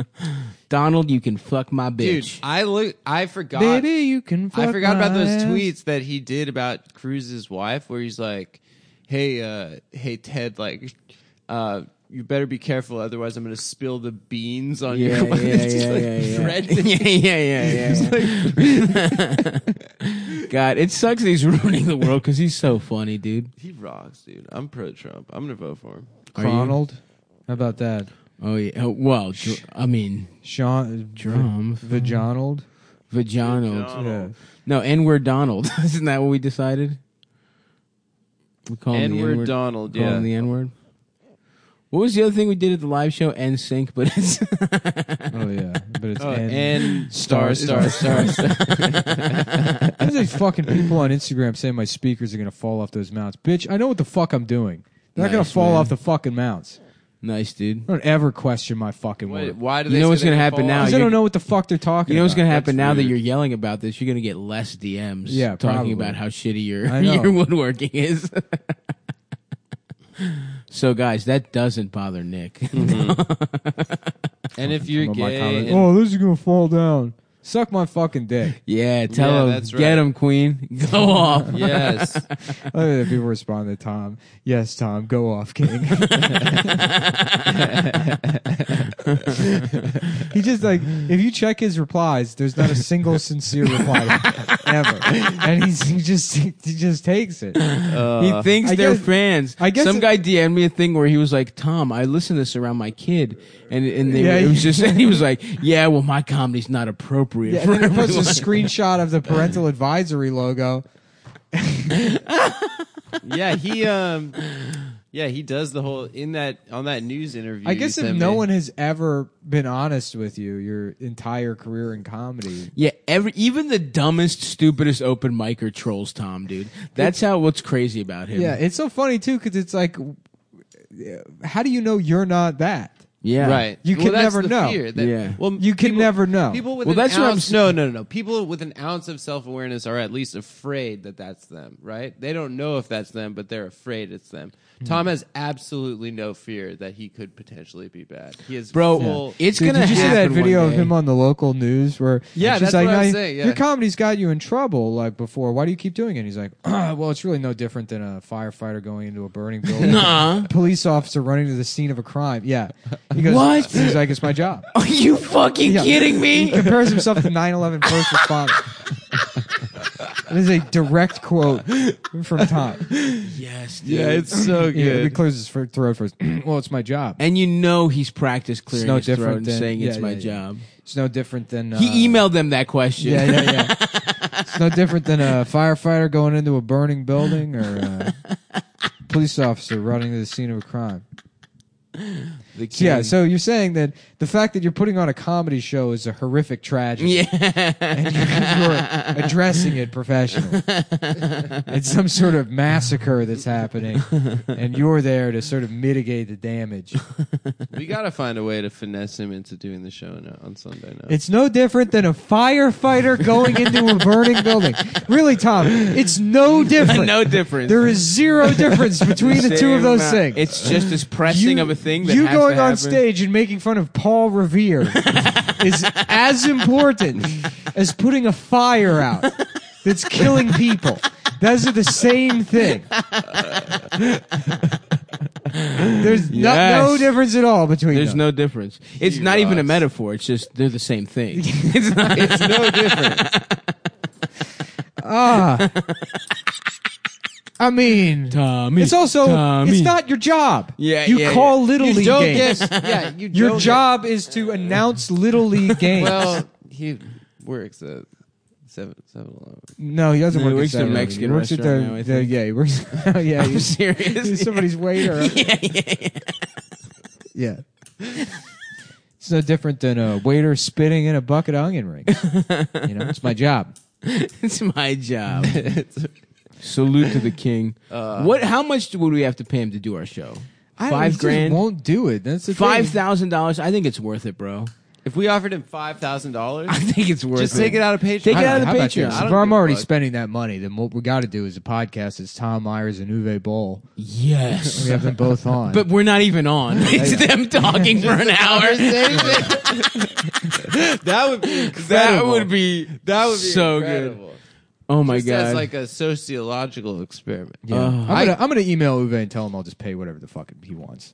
[SPEAKER 1] [LAUGHS] Donald, you can fuck my
[SPEAKER 4] dude.
[SPEAKER 1] bitch.
[SPEAKER 4] I look. I forgot.
[SPEAKER 2] Baby, you can. Fuck
[SPEAKER 4] Uh, I forgot about
[SPEAKER 2] my
[SPEAKER 4] those
[SPEAKER 2] ass.
[SPEAKER 4] tweets that he did about Cruz's wife, where he's like, "Hey, uh, hey Ted, like, uh, you better be careful, otherwife I'm going to spill the beans on
[SPEAKER 1] yeah,
[SPEAKER 4] your
[SPEAKER 1] yeah,
[SPEAKER 4] wife."
[SPEAKER 1] yeah,
[SPEAKER 4] [LAUGHS] It's
[SPEAKER 1] yeah,
[SPEAKER 4] like
[SPEAKER 1] yeah,
[SPEAKER 4] dreadful.
[SPEAKER 1] yeah, yeah, [LAUGHS] yeah, yeah. [LAUGHS] God, it sucks that he's ruining the world because he's so funny, dude.
[SPEAKER 4] He rocks, dude. I'm pro Trump. I'm going to vote for him.
[SPEAKER 1] Are you-
[SPEAKER 2] Donald. How about that?
[SPEAKER 1] Oh yeah. Oh, well, dr- I mean,
[SPEAKER 2] Sean
[SPEAKER 1] Drum.
[SPEAKER 2] V- Vaginald.
[SPEAKER 1] vaginal.
[SPEAKER 2] Yeah.
[SPEAKER 4] Donald.
[SPEAKER 1] No, N word Donald. [LAUGHS] Isn't that what we decided? We call him the
[SPEAKER 4] N-word
[SPEAKER 1] N-word.
[SPEAKER 4] Donald,
[SPEAKER 1] Call
[SPEAKER 4] yeah.
[SPEAKER 1] him the N word. What was the other thing we did at the live show? N sync, but it's [LAUGHS]
[SPEAKER 2] Oh yeah, but it's
[SPEAKER 4] [LAUGHS] Oh,
[SPEAKER 2] N.
[SPEAKER 4] and
[SPEAKER 2] [LAUGHS]
[SPEAKER 4] star, star, star, star.
[SPEAKER 2] There's these fucking people on Instagram saying my speakers are gonna fall off those mounts. Bitch, I know what the fuck I'm doing. They're not gonna
[SPEAKER 1] Nice,
[SPEAKER 2] fall
[SPEAKER 1] man.
[SPEAKER 2] off the fucking mounts.
[SPEAKER 1] nice, dude.
[SPEAKER 2] I don't ever question my fucking
[SPEAKER 4] Wait,
[SPEAKER 2] work.
[SPEAKER 4] why do
[SPEAKER 1] You
[SPEAKER 4] they
[SPEAKER 1] know
[SPEAKER 4] say
[SPEAKER 1] what's
[SPEAKER 4] they
[SPEAKER 1] gonna
[SPEAKER 4] can
[SPEAKER 1] happen
[SPEAKER 4] fall
[SPEAKER 1] now?
[SPEAKER 4] off?
[SPEAKER 2] Because I don't know what the fuck they're talking.
[SPEAKER 1] You know what's
[SPEAKER 2] about.
[SPEAKER 1] going to happen now that
[SPEAKER 4] rude.
[SPEAKER 1] you're yelling about this? You're going to get less DMs
[SPEAKER 2] Yeah,
[SPEAKER 1] talking
[SPEAKER 2] probably.
[SPEAKER 1] about how shitty [LAUGHS] your,
[SPEAKER 2] I know.
[SPEAKER 1] your woodworking is. [LAUGHS] so, guys, that doesn't bother Nick. [LAUGHS]
[SPEAKER 2] [LAUGHS]
[SPEAKER 4] And if you're
[SPEAKER 2] Some of my
[SPEAKER 4] gay,
[SPEAKER 2] comments-
[SPEAKER 4] and,
[SPEAKER 2] oh, this is gonna fall down. Suck my fucking [LAUGHS] dick.
[SPEAKER 1] Yeah, tell
[SPEAKER 4] Yeah,
[SPEAKER 1] him.
[SPEAKER 4] that's right.
[SPEAKER 1] Get him, Queen. Go off.
[SPEAKER 2] [LAUGHS]
[SPEAKER 4] [LAUGHS] Yes.
[SPEAKER 2] Look at the people respond to Tom. Yes, Tom, go off, [LAUGHS] King. he just like if you check his replies, there's not a single sincere [LAUGHS] reply ever, and he's, he just he just takes it.
[SPEAKER 4] Uh,
[SPEAKER 1] he thinks
[SPEAKER 2] I
[SPEAKER 1] they're
[SPEAKER 2] guess-
[SPEAKER 1] fans.
[SPEAKER 2] I guess
[SPEAKER 1] some
[SPEAKER 2] it-
[SPEAKER 1] guy DM'd me a thing where he was like, "Tom, I listen to this around my kid," and and they,
[SPEAKER 2] Yeah,
[SPEAKER 1] it was
[SPEAKER 2] you-
[SPEAKER 1] just [LAUGHS] and he was like, "Yeah, well, my comedy's not appropriate
[SPEAKER 4] [LAUGHS]
[SPEAKER 2] Yeah, and
[SPEAKER 1] for
[SPEAKER 2] then he
[SPEAKER 1] everyone."
[SPEAKER 2] puts a screenshot of the parental advisory logo.
[SPEAKER 4] yeah, he um yeah, he does the whole in that on that news interview.
[SPEAKER 2] I
[SPEAKER 4] you
[SPEAKER 2] guess if
[SPEAKER 4] sent
[SPEAKER 2] no
[SPEAKER 4] me.
[SPEAKER 2] one has ever been honest with you your entire career in comedy,
[SPEAKER 1] [LAUGHS] Yeah, every even the dumbest, stupidest open micer trolls Tom, dude. That's how what's crazy about him.
[SPEAKER 2] yeah, it's so funny too because it's like, how do you know you're not that?
[SPEAKER 1] yeah,
[SPEAKER 4] Right.
[SPEAKER 2] You
[SPEAKER 4] Well,
[SPEAKER 2] can
[SPEAKER 4] that's
[SPEAKER 2] never
[SPEAKER 4] the
[SPEAKER 2] know.
[SPEAKER 4] fear that-
[SPEAKER 1] Yeah.
[SPEAKER 4] Well,
[SPEAKER 2] You can
[SPEAKER 4] people-
[SPEAKER 2] never know.
[SPEAKER 4] People with
[SPEAKER 1] Oh. Well,
[SPEAKER 4] an
[SPEAKER 1] that's what I'm
[SPEAKER 4] ounce,
[SPEAKER 1] s-
[SPEAKER 4] no, no, no, no. People with an ounce of self awareness are at least afraid that that's them, right? They don't know if that's them, but they're afraid it's them.
[SPEAKER 1] Hmm.
[SPEAKER 4] Tom has absolutely no fear that he could potentially be bad. He is
[SPEAKER 1] Bro,
[SPEAKER 4] Full,
[SPEAKER 1] it's
[SPEAKER 2] Dude,
[SPEAKER 1] gonna.
[SPEAKER 2] did you see that
[SPEAKER 1] happen one
[SPEAKER 2] video of
[SPEAKER 1] day.
[SPEAKER 2] him on the local news where
[SPEAKER 4] Yeah,
[SPEAKER 2] she's
[SPEAKER 4] that's
[SPEAKER 2] like,
[SPEAKER 4] what I
[SPEAKER 2] "No,
[SPEAKER 4] was
[SPEAKER 2] you-
[SPEAKER 4] saying, yeah."
[SPEAKER 2] your comedy's got you in trouble like before why do you keep doing it and he's like [CLEARS THROAT] "Ah, well it's really no different than a firefighter going into a burning building
[SPEAKER 1] Nah.
[SPEAKER 2] police officer running to the scene of a crime yeah he goes
[SPEAKER 1] What?
[SPEAKER 2] he's like it's my job
[SPEAKER 1] [LAUGHS] Are you fucking
[SPEAKER 2] [LAUGHS] Yeah.
[SPEAKER 1] kidding
[SPEAKER 2] he
[SPEAKER 1] me?
[SPEAKER 2] compares himself to 9-11 first responders That is a direct quote from Tom.
[SPEAKER 1] yes, dude.
[SPEAKER 4] yeah, it's so
[SPEAKER 2] Yeah, he
[SPEAKER 4] good.
[SPEAKER 2] clears his fir- throat first. [CLEARS THROAT] well, it's my job.
[SPEAKER 1] and you know he's practiced clearing
[SPEAKER 2] no
[SPEAKER 1] his throat
[SPEAKER 2] different
[SPEAKER 1] and
[SPEAKER 2] than-
[SPEAKER 1] saying it's
[SPEAKER 2] yeah,
[SPEAKER 1] my
[SPEAKER 2] yeah, yeah.
[SPEAKER 1] job.
[SPEAKER 2] It's no different than uh,
[SPEAKER 1] He emailed them that question.
[SPEAKER 2] Yeah, yeah, yeah. it's no different than a firefighter going into a burning building or
[SPEAKER 1] [LAUGHS]
[SPEAKER 2] a police officer running to the scene of a crime.
[SPEAKER 1] The
[SPEAKER 2] So, yeah,
[SPEAKER 1] king.
[SPEAKER 2] so you're saying that the fact that you're putting on a comedy show is a horrific tragedy.
[SPEAKER 1] [LAUGHS] yeah.
[SPEAKER 2] And you're addressing it
[SPEAKER 1] [LAUGHS]
[SPEAKER 2] professionally. it's some sort of massacre that's happening, and you're there to sort of mitigate the damage.
[SPEAKER 4] we got to find a way to finesse him into doing the show now, on Sunday night.
[SPEAKER 2] It's no different than a firefighter going into a burning building. Really, Tom,
[SPEAKER 1] [LAUGHS]
[SPEAKER 2] it's no different.
[SPEAKER 1] no difference.
[SPEAKER 2] There
[SPEAKER 1] [LAUGHS]
[SPEAKER 2] is zero difference between the two of
[SPEAKER 1] Same
[SPEAKER 2] those
[SPEAKER 1] amount.
[SPEAKER 2] things.
[SPEAKER 1] It's just as pressing of a thing that
[SPEAKER 2] you
[SPEAKER 1] has
[SPEAKER 2] going
[SPEAKER 1] to
[SPEAKER 2] on
[SPEAKER 1] happen. [LAUGHS]
[SPEAKER 2] stage and making fun of Paul Revere is as important as putting a fire out that's killing people. Those are the same thing. There's no, no
[SPEAKER 1] Yes.
[SPEAKER 2] difference at all between
[SPEAKER 1] There's
[SPEAKER 2] them.
[SPEAKER 1] no difference. It's not even a
[SPEAKER 4] rocks.
[SPEAKER 1] metaphor. It's just they're the same [LAUGHS] thing. it's not.
[SPEAKER 4] it's no different.
[SPEAKER 2] Ah. I mean,
[SPEAKER 1] Tommy.
[SPEAKER 2] it's also
[SPEAKER 1] Tommy.
[SPEAKER 2] it's not your job.
[SPEAKER 1] Yeah,
[SPEAKER 2] you
[SPEAKER 1] yeah,
[SPEAKER 2] call little
[SPEAKER 4] You
[SPEAKER 2] league
[SPEAKER 4] don't
[SPEAKER 2] games.
[SPEAKER 4] get. Yeah, you
[SPEAKER 2] Your
[SPEAKER 4] don't
[SPEAKER 2] job is to announce little
[SPEAKER 4] [LAUGHS]
[SPEAKER 2] league
[SPEAKER 4] Get,
[SPEAKER 2] games.
[SPEAKER 4] well, he works at seven seven eleven.
[SPEAKER 2] no, he doesn't
[SPEAKER 1] No, he
[SPEAKER 2] work.
[SPEAKER 1] works at a
[SPEAKER 2] Saturday.
[SPEAKER 1] Mexican
[SPEAKER 2] he works at
[SPEAKER 1] restaurant
[SPEAKER 2] the,
[SPEAKER 1] now, I
[SPEAKER 2] the-
[SPEAKER 1] think.
[SPEAKER 2] yeah, he works. [LAUGHS] oh, yeah,
[SPEAKER 1] I'm
[SPEAKER 2] he's, he's
[SPEAKER 1] serious.
[SPEAKER 2] [LAUGHS] somebody's waiter. yeah, It's no different than a waiter spitting in a bucket of onion rings. you know, it's my job.
[SPEAKER 1] it's my [LAUGHS] job. Salute to the king. what? How much would we have to pay him to do our show?
[SPEAKER 2] I
[SPEAKER 1] Five
[SPEAKER 2] he just
[SPEAKER 1] grand?
[SPEAKER 2] won't do it. That's the thing.
[SPEAKER 1] Five thousand dollars. I think it's worth it, bro.
[SPEAKER 4] If we offered him five thousand dollars,
[SPEAKER 1] I think it's worth
[SPEAKER 4] just
[SPEAKER 1] it.
[SPEAKER 4] take it out of Patreon.
[SPEAKER 1] Take it
[SPEAKER 2] I
[SPEAKER 1] out of
[SPEAKER 2] don't know.
[SPEAKER 1] the
[SPEAKER 2] How about
[SPEAKER 1] Patreon.
[SPEAKER 2] this?
[SPEAKER 4] I
[SPEAKER 2] If
[SPEAKER 4] don't
[SPEAKER 2] I'm
[SPEAKER 4] give a
[SPEAKER 2] already
[SPEAKER 4] fuck.
[SPEAKER 2] spending that money, then what we got to do is a podcast. It's Tom Myers and Uwe Boll.
[SPEAKER 1] Yes.
[SPEAKER 2] We have them [LAUGHS] both
[SPEAKER 1] [LAUGHS]
[SPEAKER 2] on.
[SPEAKER 1] But we're not even [LAUGHS] on. It's them talking for [LAUGHS] an hour. [LAUGHS]
[SPEAKER 4] that would be
[SPEAKER 1] That
[SPEAKER 4] incredible.
[SPEAKER 1] would be
[SPEAKER 4] that would be
[SPEAKER 1] so good.
[SPEAKER 4] incredible.
[SPEAKER 1] Oh my
[SPEAKER 4] Just
[SPEAKER 1] god!
[SPEAKER 4] as like a sociological experiment.
[SPEAKER 2] Yeah. I'm
[SPEAKER 1] uh,
[SPEAKER 2] gonna I, am gonna email Uwe and tell him I'll just pay whatever the fuck he wants.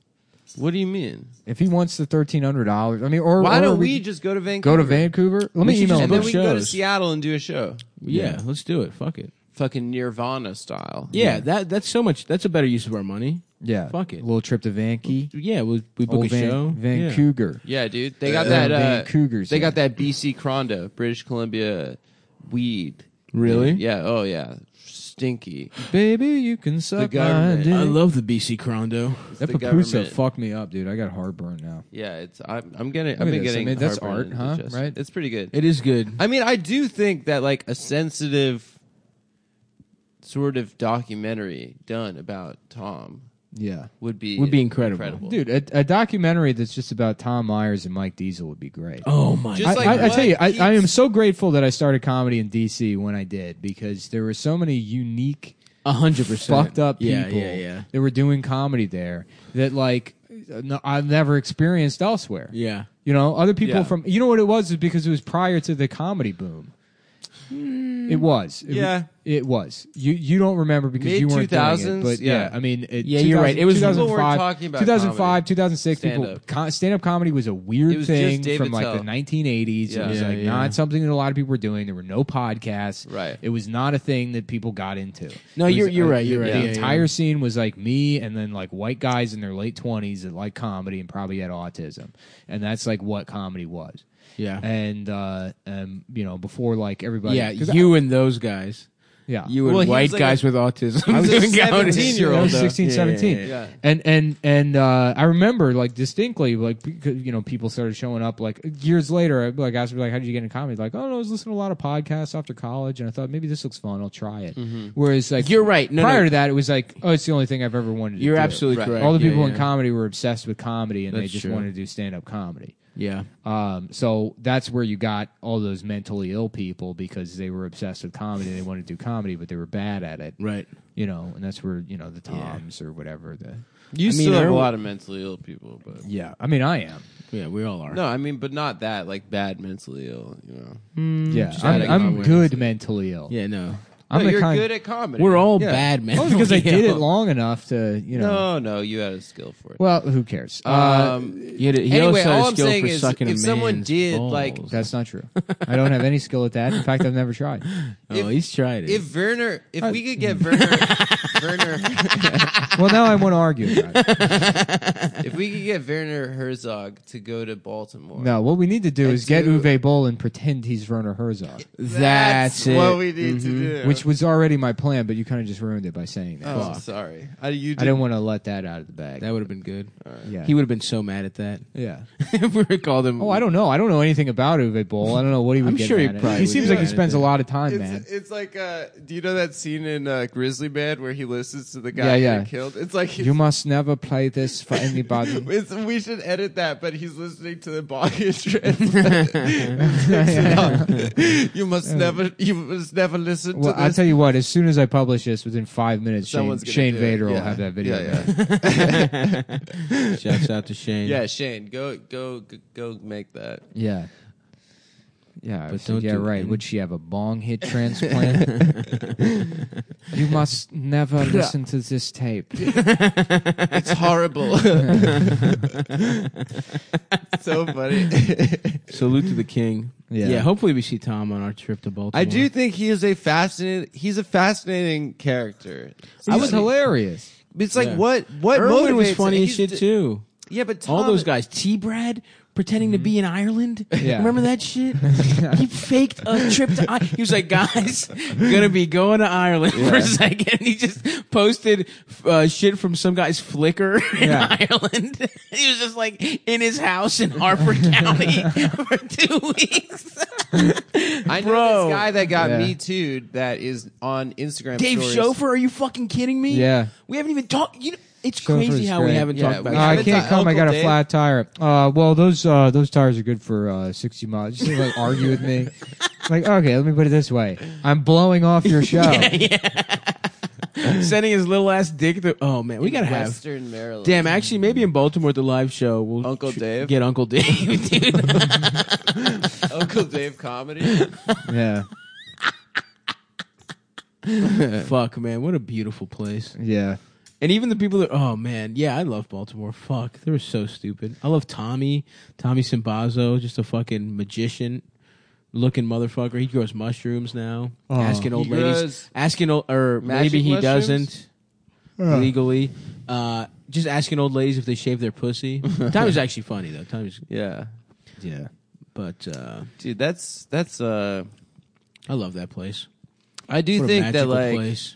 [SPEAKER 4] What do you mean?
[SPEAKER 2] If he wants the thirteen hundred dollars, I mean, or
[SPEAKER 4] Why
[SPEAKER 2] or
[SPEAKER 4] don't we just go to
[SPEAKER 2] go
[SPEAKER 4] Vancouver?
[SPEAKER 2] to Vancouver? Let me
[SPEAKER 1] should
[SPEAKER 2] email
[SPEAKER 1] just
[SPEAKER 2] him.
[SPEAKER 4] and then
[SPEAKER 1] book
[SPEAKER 4] we can go to
[SPEAKER 1] shows.
[SPEAKER 4] Seattle and do a show,
[SPEAKER 1] yeah, let's do it. Fuck it.
[SPEAKER 4] fucking Nirvana style.
[SPEAKER 1] Yeah, that that's so much. That's a better use of our money.
[SPEAKER 2] yeah,
[SPEAKER 1] Fuck it.
[SPEAKER 2] A little trip to Vanky,
[SPEAKER 1] Yeah, we we book
[SPEAKER 4] Oh,
[SPEAKER 2] old
[SPEAKER 1] a
[SPEAKER 2] Van,
[SPEAKER 1] show. Yeah.
[SPEAKER 2] Vancouver.
[SPEAKER 4] yeah, dude. They got
[SPEAKER 2] Uh,
[SPEAKER 4] that uh,
[SPEAKER 2] Vancouver's
[SPEAKER 4] They
[SPEAKER 2] here.
[SPEAKER 4] got that BC Crondo, British Columbia weed.
[SPEAKER 1] Really?
[SPEAKER 4] Yeah. Oh yeah. Stinky.
[SPEAKER 2] Baby, you can suck my
[SPEAKER 4] government.
[SPEAKER 2] dick.
[SPEAKER 1] I love the BC Crondo.
[SPEAKER 2] that
[SPEAKER 4] the
[SPEAKER 2] pupusa
[SPEAKER 4] government.
[SPEAKER 2] fucked me up, dude. I got heartburn now.
[SPEAKER 4] Yeah. It's I'm, I'm getting.
[SPEAKER 2] at
[SPEAKER 4] I've been
[SPEAKER 2] this. I
[SPEAKER 4] getting.
[SPEAKER 2] mean, that's
[SPEAKER 4] heartburn
[SPEAKER 2] art,
[SPEAKER 4] and
[SPEAKER 2] huh?
[SPEAKER 4] indigestion.
[SPEAKER 2] Right?
[SPEAKER 4] It's pretty good.
[SPEAKER 1] It is good.
[SPEAKER 4] I mean, I do think that like a sensitive sort of documentary done about Tom
[SPEAKER 2] Yeah,
[SPEAKER 4] would be
[SPEAKER 1] Would be incredible.
[SPEAKER 2] dude, a, a documentary that's just about Tom Myers and Mike Diesel would be great.
[SPEAKER 1] Oh my!
[SPEAKER 4] Just
[SPEAKER 1] god.
[SPEAKER 2] I,
[SPEAKER 4] like
[SPEAKER 2] I- I
[SPEAKER 4] what
[SPEAKER 2] tell you, I, I am
[SPEAKER 4] keeps-
[SPEAKER 2] so grateful that I started comedy in DC when I did because there were so many unique
[SPEAKER 1] a hundred percent
[SPEAKER 2] fucked up people
[SPEAKER 1] Yeah, yeah, yeah.
[SPEAKER 2] that were doing comedy there that like no, I've never experienced elsewhere.
[SPEAKER 1] Yeah.
[SPEAKER 2] You know, other people
[SPEAKER 4] Yeah.
[SPEAKER 2] from you know what it was is because it was prior to the comedy boom. It was. It
[SPEAKER 4] Yeah.
[SPEAKER 2] was, it was. You you don't remember because you weren't doing it,
[SPEAKER 4] Mid-2000s?
[SPEAKER 2] but yeah,
[SPEAKER 4] Yeah.
[SPEAKER 2] I mean, it,
[SPEAKER 1] Yeah, you're right. It was-
[SPEAKER 4] People weren't
[SPEAKER 2] 2005,
[SPEAKER 4] talking about
[SPEAKER 2] 2005,
[SPEAKER 4] comedy.
[SPEAKER 2] 2006. People
[SPEAKER 4] Stand-up.
[SPEAKER 2] con, stand-up comedy was a weird
[SPEAKER 4] It was just
[SPEAKER 2] thing
[SPEAKER 4] Dave
[SPEAKER 2] from like
[SPEAKER 4] Attell.
[SPEAKER 2] the 1980s.
[SPEAKER 4] Yeah.
[SPEAKER 2] It was
[SPEAKER 1] Yeah,
[SPEAKER 2] like
[SPEAKER 1] yeah.
[SPEAKER 2] not something that a lot of people were doing. There were no podcasts.
[SPEAKER 4] Right.
[SPEAKER 2] It was not a thing that people got into.
[SPEAKER 1] No,
[SPEAKER 2] It was,
[SPEAKER 1] you're- you're
[SPEAKER 2] uh,
[SPEAKER 1] right, you're
[SPEAKER 2] the-
[SPEAKER 1] right.
[SPEAKER 2] The
[SPEAKER 1] Yeah,
[SPEAKER 2] entire
[SPEAKER 1] yeah.
[SPEAKER 2] scene was like me and then like white guys in their late 20s that like comedy and probably had autism. And that's like what comedy was.
[SPEAKER 1] Yeah.
[SPEAKER 2] And uh um you know before like everybody
[SPEAKER 1] yeah.
[SPEAKER 2] 'cause
[SPEAKER 1] You and those guys.
[SPEAKER 2] I, yeah.
[SPEAKER 1] You and
[SPEAKER 4] Well, he
[SPEAKER 1] white
[SPEAKER 4] was like
[SPEAKER 1] guys
[SPEAKER 4] a-
[SPEAKER 1] with autism. [LAUGHS]
[SPEAKER 4] was
[SPEAKER 1] doing
[SPEAKER 4] a
[SPEAKER 1] comedy.
[SPEAKER 4] 17-year-old,
[SPEAKER 2] I was
[SPEAKER 4] though.
[SPEAKER 2] 16, 17.
[SPEAKER 4] yeah.
[SPEAKER 2] And and and uh, I remember like distinctly like because, you know people started showing up like years later like asked me like how did you get into comedy like oh no I was listening to a lot of podcasts after college and I thought maybe this looks fun I'll try it whereas like
[SPEAKER 1] Mm-hmm. You're right. No,
[SPEAKER 2] prior
[SPEAKER 1] no.
[SPEAKER 2] to that it was like oh it's the only thing I've ever wanted to
[SPEAKER 1] You're
[SPEAKER 2] do.
[SPEAKER 1] absolutely
[SPEAKER 4] Right.
[SPEAKER 1] correct.
[SPEAKER 2] all the
[SPEAKER 1] Yeah,
[SPEAKER 2] people
[SPEAKER 1] yeah.
[SPEAKER 2] in comedy were obsessed with comedy and they
[SPEAKER 1] That's
[SPEAKER 2] just
[SPEAKER 1] true.
[SPEAKER 2] wanted to do stand up comedy
[SPEAKER 1] Yeah.
[SPEAKER 2] um, so that's where you got all those mentally ill people because they were obsessed with comedy and they wanted to do comedy but they were bad at it
[SPEAKER 1] Right.
[SPEAKER 2] you know, and that's where you know the Toms or whatever. The
[SPEAKER 4] You
[SPEAKER 1] I mean,
[SPEAKER 4] still have
[SPEAKER 1] I-
[SPEAKER 4] a lot of mentally ill people, but
[SPEAKER 2] yeah, I mean, I am.
[SPEAKER 1] Yeah, we all are.
[SPEAKER 4] no, I mean, but not that like bad mentally ill. You know,
[SPEAKER 1] Mm.
[SPEAKER 2] yeah, I'm,
[SPEAKER 1] adding
[SPEAKER 2] I'm
[SPEAKER 1] my
[SPEAKER 2] good mentally ill.
[SPEAKER 1] Yeah, no.
[SPEAKER 2] I'm
[SPEAKER 4] no,
[SPEAKER 2] the
[SPEAKER 4] you're
[SPEAKER 2] kind. [LAUGHS]
[SPEAKER 4] good at comedy.
[SPEAKER 1] We're all
[SPEAKER 4] Yeah.
[SPEAKER 1] bad men. [LAUGHS]
[SPEAKER 2] Oh, because I did it long enough to you know.
[SPEAKER 4] No, no, you had a skill for it.
[SPEAKER 2] Well, who cares? Uh,
[SPEAKER 4] um,
[SPEAKER 1] He had a, he also
[SPEAKER 4] anyway,
[SPEAKER 1] had a
[SPEAKER 4] all I'm
[SPEAKER 1] skill
[SPEAKER 4] saying
[SPEAKER 1] for
[SPEAKER 4] is
[SPEAKER 1] sucking a
[SPEAKER 4] if someone
[SPEAKER 1] man's
[SPEAKER 4] did, like-
[SPEAKER 1] balls.
[SPEAKER 2] that's not
[SPEAKER 4] [LAUGHS]
[SPEAKER 2] true. I don't have any skill at that. In fact, I've never tried.
[SPEAKER 1] oh, he's tried it.
[SPEAKER 4] if Werner, if we
[SPEAKER 2] [LAUGHS]
[SPEAKER 4] could get Werner, Werner,
[SPEAKER 2] Well, now I want to argue. About
[SPEAKER 4] [LAUGHS]
[SPEAKER 2] it.
[SPEAKER 4] if we could get Werner Herzog to go to Baltimore,
[SPEAKER 2] No, what we need to do
[SPEAKER 4] I
[SPEAKER 2] is get
[SPEAKER 4] do-
[SPEAKER 2] Uwe Boll and pretend he's Werner Herzog,
[SPEAKER 1] that's, it.
[SPEAKER 4] what we need to do.
[SPEAKER 2] Mm-hmm. which was already my plan, but you kind of just ruined it by saying that.
[SPEAKER 4] oh, I'm sorry, I, you
[SPEAKER 2] I didn't want to let that out of the bag.
[SPEAKER 1] that would have been good.
[SPEAKER 2] yeah.
[SPEAKER 1] He would have been so mad at that.
[SPEAKER 2] yeah. [LAUGHS]
[SPEAKER 1] if we were called him.
[SPEAKER 2] Oh, I don't know. I don't know anything about Uwe Boll. I don't know what he would
[SPEAKER 1] I'm
[SPEAKER 2] get
[SPEAKER 1] sure he
[SPEAKER 2] mad at.
[SPEAKER 1] probably
[SPEAKER 2] He
[SPEAKER 1] would
[SPEAKER 2] seems
[SPEAKER 1] get
[SPEAKER 2] like he
[SPEAKER 1] mad at
[SPEAKER 2] spends a
[SPEAKER 1] that.
[SPEAKER 2] lot of time, man.
[SPEAKER 4] It's, it's like uh, do you know that scene in uh, Grizzly Man where he listens to the
[SPEAKER 2] Yeah,
[SPEAKER 4] guy
[SPEAKER 2] yeah.
[SPEAKER 4] getting killed? It's like
[SPEAKER 2] You must never play this for anybody.
[SPEAKER 4] [LAUGHS] it's, we should edit that, but he's listening to
[SPEAKER 2] [LAUGHS]
[SPEAKER 4] the Boggish translation. you must never, you must never listen
[SPEAKER 2] Well,
[SPEAKER 4] to
[SPEAKER 2] I'll
[SPEAKER 4] this.
[SPEAKER 2] tell you what. As soon as I publish this, within five minutes, Shane,
[SPEAKER 4] Someone's gonna
[SPEAKER 2] Shane
[SPEAKER 4] do it.
[SPEAKER 2] Vader will
[SPEAKER 4] Yeah.
[SPEAKER 2] have that video.
[SPEAKER 4] Yeah,
[SPEAKER 2] made.
[SPEAKER 1] [LAUGHS] Shouts out to Shane.
[SPEAKER 4] yeah, Shane, go, go, go, go make that.
[SPEAKER 2] [LAUGHS] yeah. Yeah, I
[SPEAKER 1] But
[SPEAKER 2] said,
[SPEAKER 1] don't
[SPEAKER 2] yeah,
[SPEAKER 1] do
[SPEAKER 2] right.
[SPEAKER 1] any-
[SPEAKER 2] Would she have a bong hit transplant?
[SPEAKER 1] [LAUGHS]
[SPEAKER 2] you must never listen to this
[SPEAKER 4] [LAUGHS]
[SPEAKER 2] tape. [LAUGHS]
[SPEAKER 4] It's horrible. [LAUGHS] so funny. [LAUGHS]
[SPEAKER 1] Salute to the king.
[SPEAKER 2] Yeah.
[SPEAKER 1] Hopefully we see Tom on our trip to Baltimore.
[SPEAKER 4] I do think he is a fascinating. He's a fascinating character.
[SPEAKER 2] I was hilarious.
[SPEAKER 4] It's like
[SPEAKER 1] Yeah.
[SPEAKER 4] what what
[SPEAKER 1] Irwin was
[SPEAKER 4] motivates-
[SPEAKER 1] funny as
[SPEAKER 4] he's
[SPEAKER 1] shit
[SPEAKER 4] d-
[SPEAKER 1] too.
[SPEAKER 4] Yeah, but Tom,
[SPEAKER 1] All those guys, T. Brad pretending to be in Ireland.
[SPEAKER 2] Yeah.
[SPEAKER 1] Remember that shit? he faked a trip to. I- he was like, guys, gonna be going to Ireland for a second. He just posted uh, shit from some guy's Flickr in
[SPEAKER 2] Yeah.
[SPEAKER 1] Ireland. [LAUGHS] he was just like in his house in Harper County for two weeks.
[SPEAKER 4] I know
[SPEAKER 1] Bro.
[SPEAKER 4] this guy that got
[SPEAKER 2] Yeah.
[SPEAKER 4] me too that is on Instagram.
[SPEAKER 1] Dave
[SPEAKER 4] stories.
[SPEAKER 1] Schofer, are you fucking kidding me?
[SPEAKER 2] Yeah.
[SPEAKER 1] we haven't even talked. You know, it's
[SPEAKER 2] Schofield
[SPEAKER 1] crazy
[SPEAKER 2] is
[SPEAKER 1] how we
[SPEAKER 2] great.
[SPEAKER 1] haven't
[SPEAKER 4] Yeah,
[SPEAKER 1] talked about.
[SPEAKER 4] we
[SPEAKER 2] Uh, I
[SPEAKER 4] haven't-
[SPEAKER 1] that.
[SPEAKER 2] can't
[SPEAKER 4] ti-
[SPEAKER 2] come. I
[SPEAKER 4] Uncle
[SPEAKER 2] got a
[SPEAKER 4] Dave?
[SPEAKER 2] flat tire. Uh, well, those uh, those tires are good for uh, sixty miles. Just like argue with
[SPEAKER 5] [LAUGHS]
[SPEAKER 2] me. Like, okay, let me put it this way: I'm blowing off your
[SPEAKER 5] [LAUGHS]
[SPEAKER 2] show.
[SPEAKER 1] Sending his little ass dick. To, oh man, we gotta have.
[SPEAKER 4] Western Maryland.
[SPEAKER 1] Damn, actually, maybe in Baltimore at the live show, we'll
[SPEAKER 4] Uncle
[SPEAKER 1] tr-
[SPEAKER 4] Dave?
[SPEAKER 1] get Uncle Dave, dude.
[SPEAKER 4] [LAUGHS] Uncle Dave
[SPEAKER 1] [LAUGHS]
[SPEAKER 4] comedy.
[SPEAKER 2] Yeah,
[SPEAKER 1] Fuck, man, what a beautiful place.
[SPEAKER 2] yeah.
[SPEAKER 1] And even the people that, oh man, yeah, I love Baltimore. Fuck, they were so stupid. I love Tommy, Tommy Simbazo, just a fucking magician looking motherfucker. He grows mushrooms now,
[SPEAKER 2] Oh.
[SPEAKER 1] asking old
[SPEAKER 4] He
[SPEAKER 1] ladies,
[SPEAKER 4] grows
[SPEAKER 1] asking old, or
[SPEAKER 4] magic
[SPEAKER 1] maybe he
[SPEAKER 4] mushrooms?
[SPEAKER 1] doesn't legally. Uh, just asking old ladies if they shave their
[SPEAKER 4] [LAUGHS]
[SPEAKER 1] pussy. Tommy's actually funny though. Tommy's,
[SPEAKER 4] Yeah,
[SPEAKER 2] Yeah.
[SPEAKER 1] but uh,
[SPEAKER 4] dude, that's that's. uh
[SPEAKER 1] I love that place.
[SPEAKER 4] I do
[SPEAKER 1] What a
[SPEAKER 4] think that
[SPEAKER 1] magical
[SPEAKER 4] like
[SPEAKER 1] place.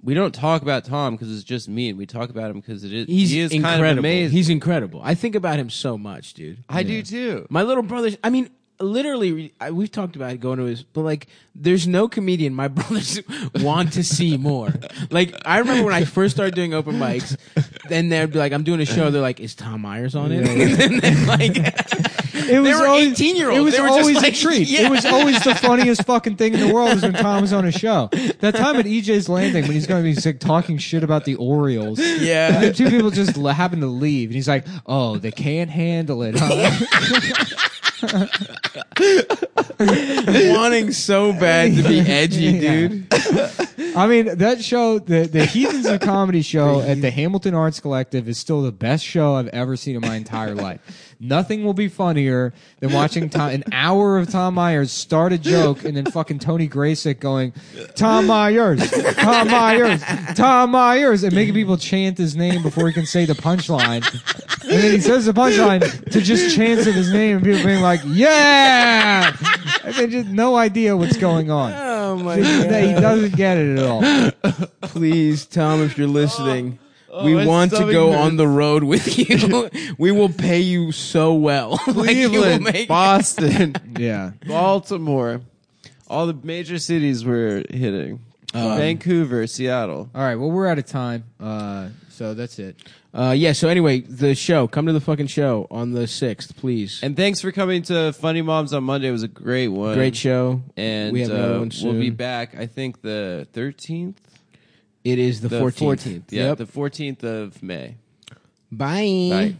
[SPEAKER 4] we don't talk about Tom because it's just mean. We talk about him because it is
[SPEAKER 1] He's
[SPEAKER 4] he is
[SPEAKER 1] incredible.
[SPEAKER 4] kind of amazing.
[SPEAKER 1] He's incredible. I think about him so much, dude.
[SPEAKER 4] I do too.
[SPEAKER 1] My little brother's. I mean, literally, I, we've talked about going to his, but like, there's no comedian my [LAUGHS] brothers want to see more. Like, I remember when I first started doing open [LAUGHS] mics, then they'd be like, "I'm doing a show." They're like, "Is Tom Myers on it?" and then like,
[SPEAKER 2] It
[SPEAKER 5] they
[SPEAKER 2] was
[SPEAKER 5] were
[SPEAKER 2] always-
[SPEAKER 5] 18 year olds.
[SPEAKER 2] It was
[SPEAKER 5] they were
[SPEAKER 2] always
[SPEAKER 5] just like,
[SPEAKER 2] a treat.
[SPEAKER 5] Yeah.
[SPEAKER 2] It was always
[SPEAKER 5] [LAUGHS]
[SPEAKER 2] the funniest fucking thing in the world was when Tom was on a show. That time at EJ's Landing when he's going to be like, talking shit about the Orioles.
[SPEAKER 5] Yeah.
[SPEAKER 1] [LAUGHS]
[SPEAKER 2] And the two people just la- happen to leave, and he's like, "Oh, they can't handle it." Huh?
[SPEAKER 1] wanting so bad to be
[SPEAKER 4] [LAUGHS]
[SPEAKER 1] edgy, dude.
[SPEAKER 2] [LAUGHS] I mean, that show, the the Heathens of Comedy show at the Hamilton Arts Collective, is still the best show I've ever seen in my entire life. Nothing will be funnier than watching Tom, an hour of Tom Myers start a joke and then fucking Tony Graysick going, "Tom Myers, Tom Myers, Tom Myers," and making people chant his name before he can say the punchline. And then he says the punchline to just chants of his name and people being like, "Yeah," and they just no idea what's going on.
[SPEAKER 1] Oh my
[SPEAKER 2] That he doesn't get it at all.
[SPEAKER 1] Please, Tom, if you're listening, we
[SPEAKER 4] my
[SPEAKER 1] want to
[SPEAKER 4] stomach
[SPEAKER 1] go
[SPEAKER 4] hurts.
[SPEAKER 1] on the road with you. [LAUGHS] we will pay you so well. [LAUGHS]
[SPEAKER 4] [LAUGHS]
[SPEAKER 1] like you will
[SPEAKER 4] Cleveland,
[SPEAKER 1] make
[SPEAKER 4] Boston, [LAUGHS]
[SPEAKER 2] Yeah.
[SPEAKER 4] Baltimore, all the major cities we're hitting.
[SPEAKER 1] Um,
[SPEAKER 4] Vancouver, Seattle.
[SPEAKER 2] All right. Well, we're out of time. Uh, so that's it.
[SPEAKER 1] Uh, yeah. So anyway, the show. Come to the fucking show on the sixth, please.
[SPEAKER 4] And thanks for coming to Funny Moms on Monday. It was a great one.
[SPEAKER 1] Great show.
[SPEAKER 4] And
[SPEAKER 1] we have
[SPEAKER 4] uh,
[SPEAKER 1] another one
[SPEAKER 4] we'll be
[SPEAKER 1] soon.
[SPEAKER 4] back, I think, the 13th?
[SPEAKER 1] It is the
[SPEAKER 4] The
[SPEAKER 1] fourteenth.
[SPEAKER 4] Yeah,
[SPEAKER 1] Yep.
[SPEAKER 4] the 14th of May.
[SPEAKER 1] Bye.
[SPEAKER 4] Bye.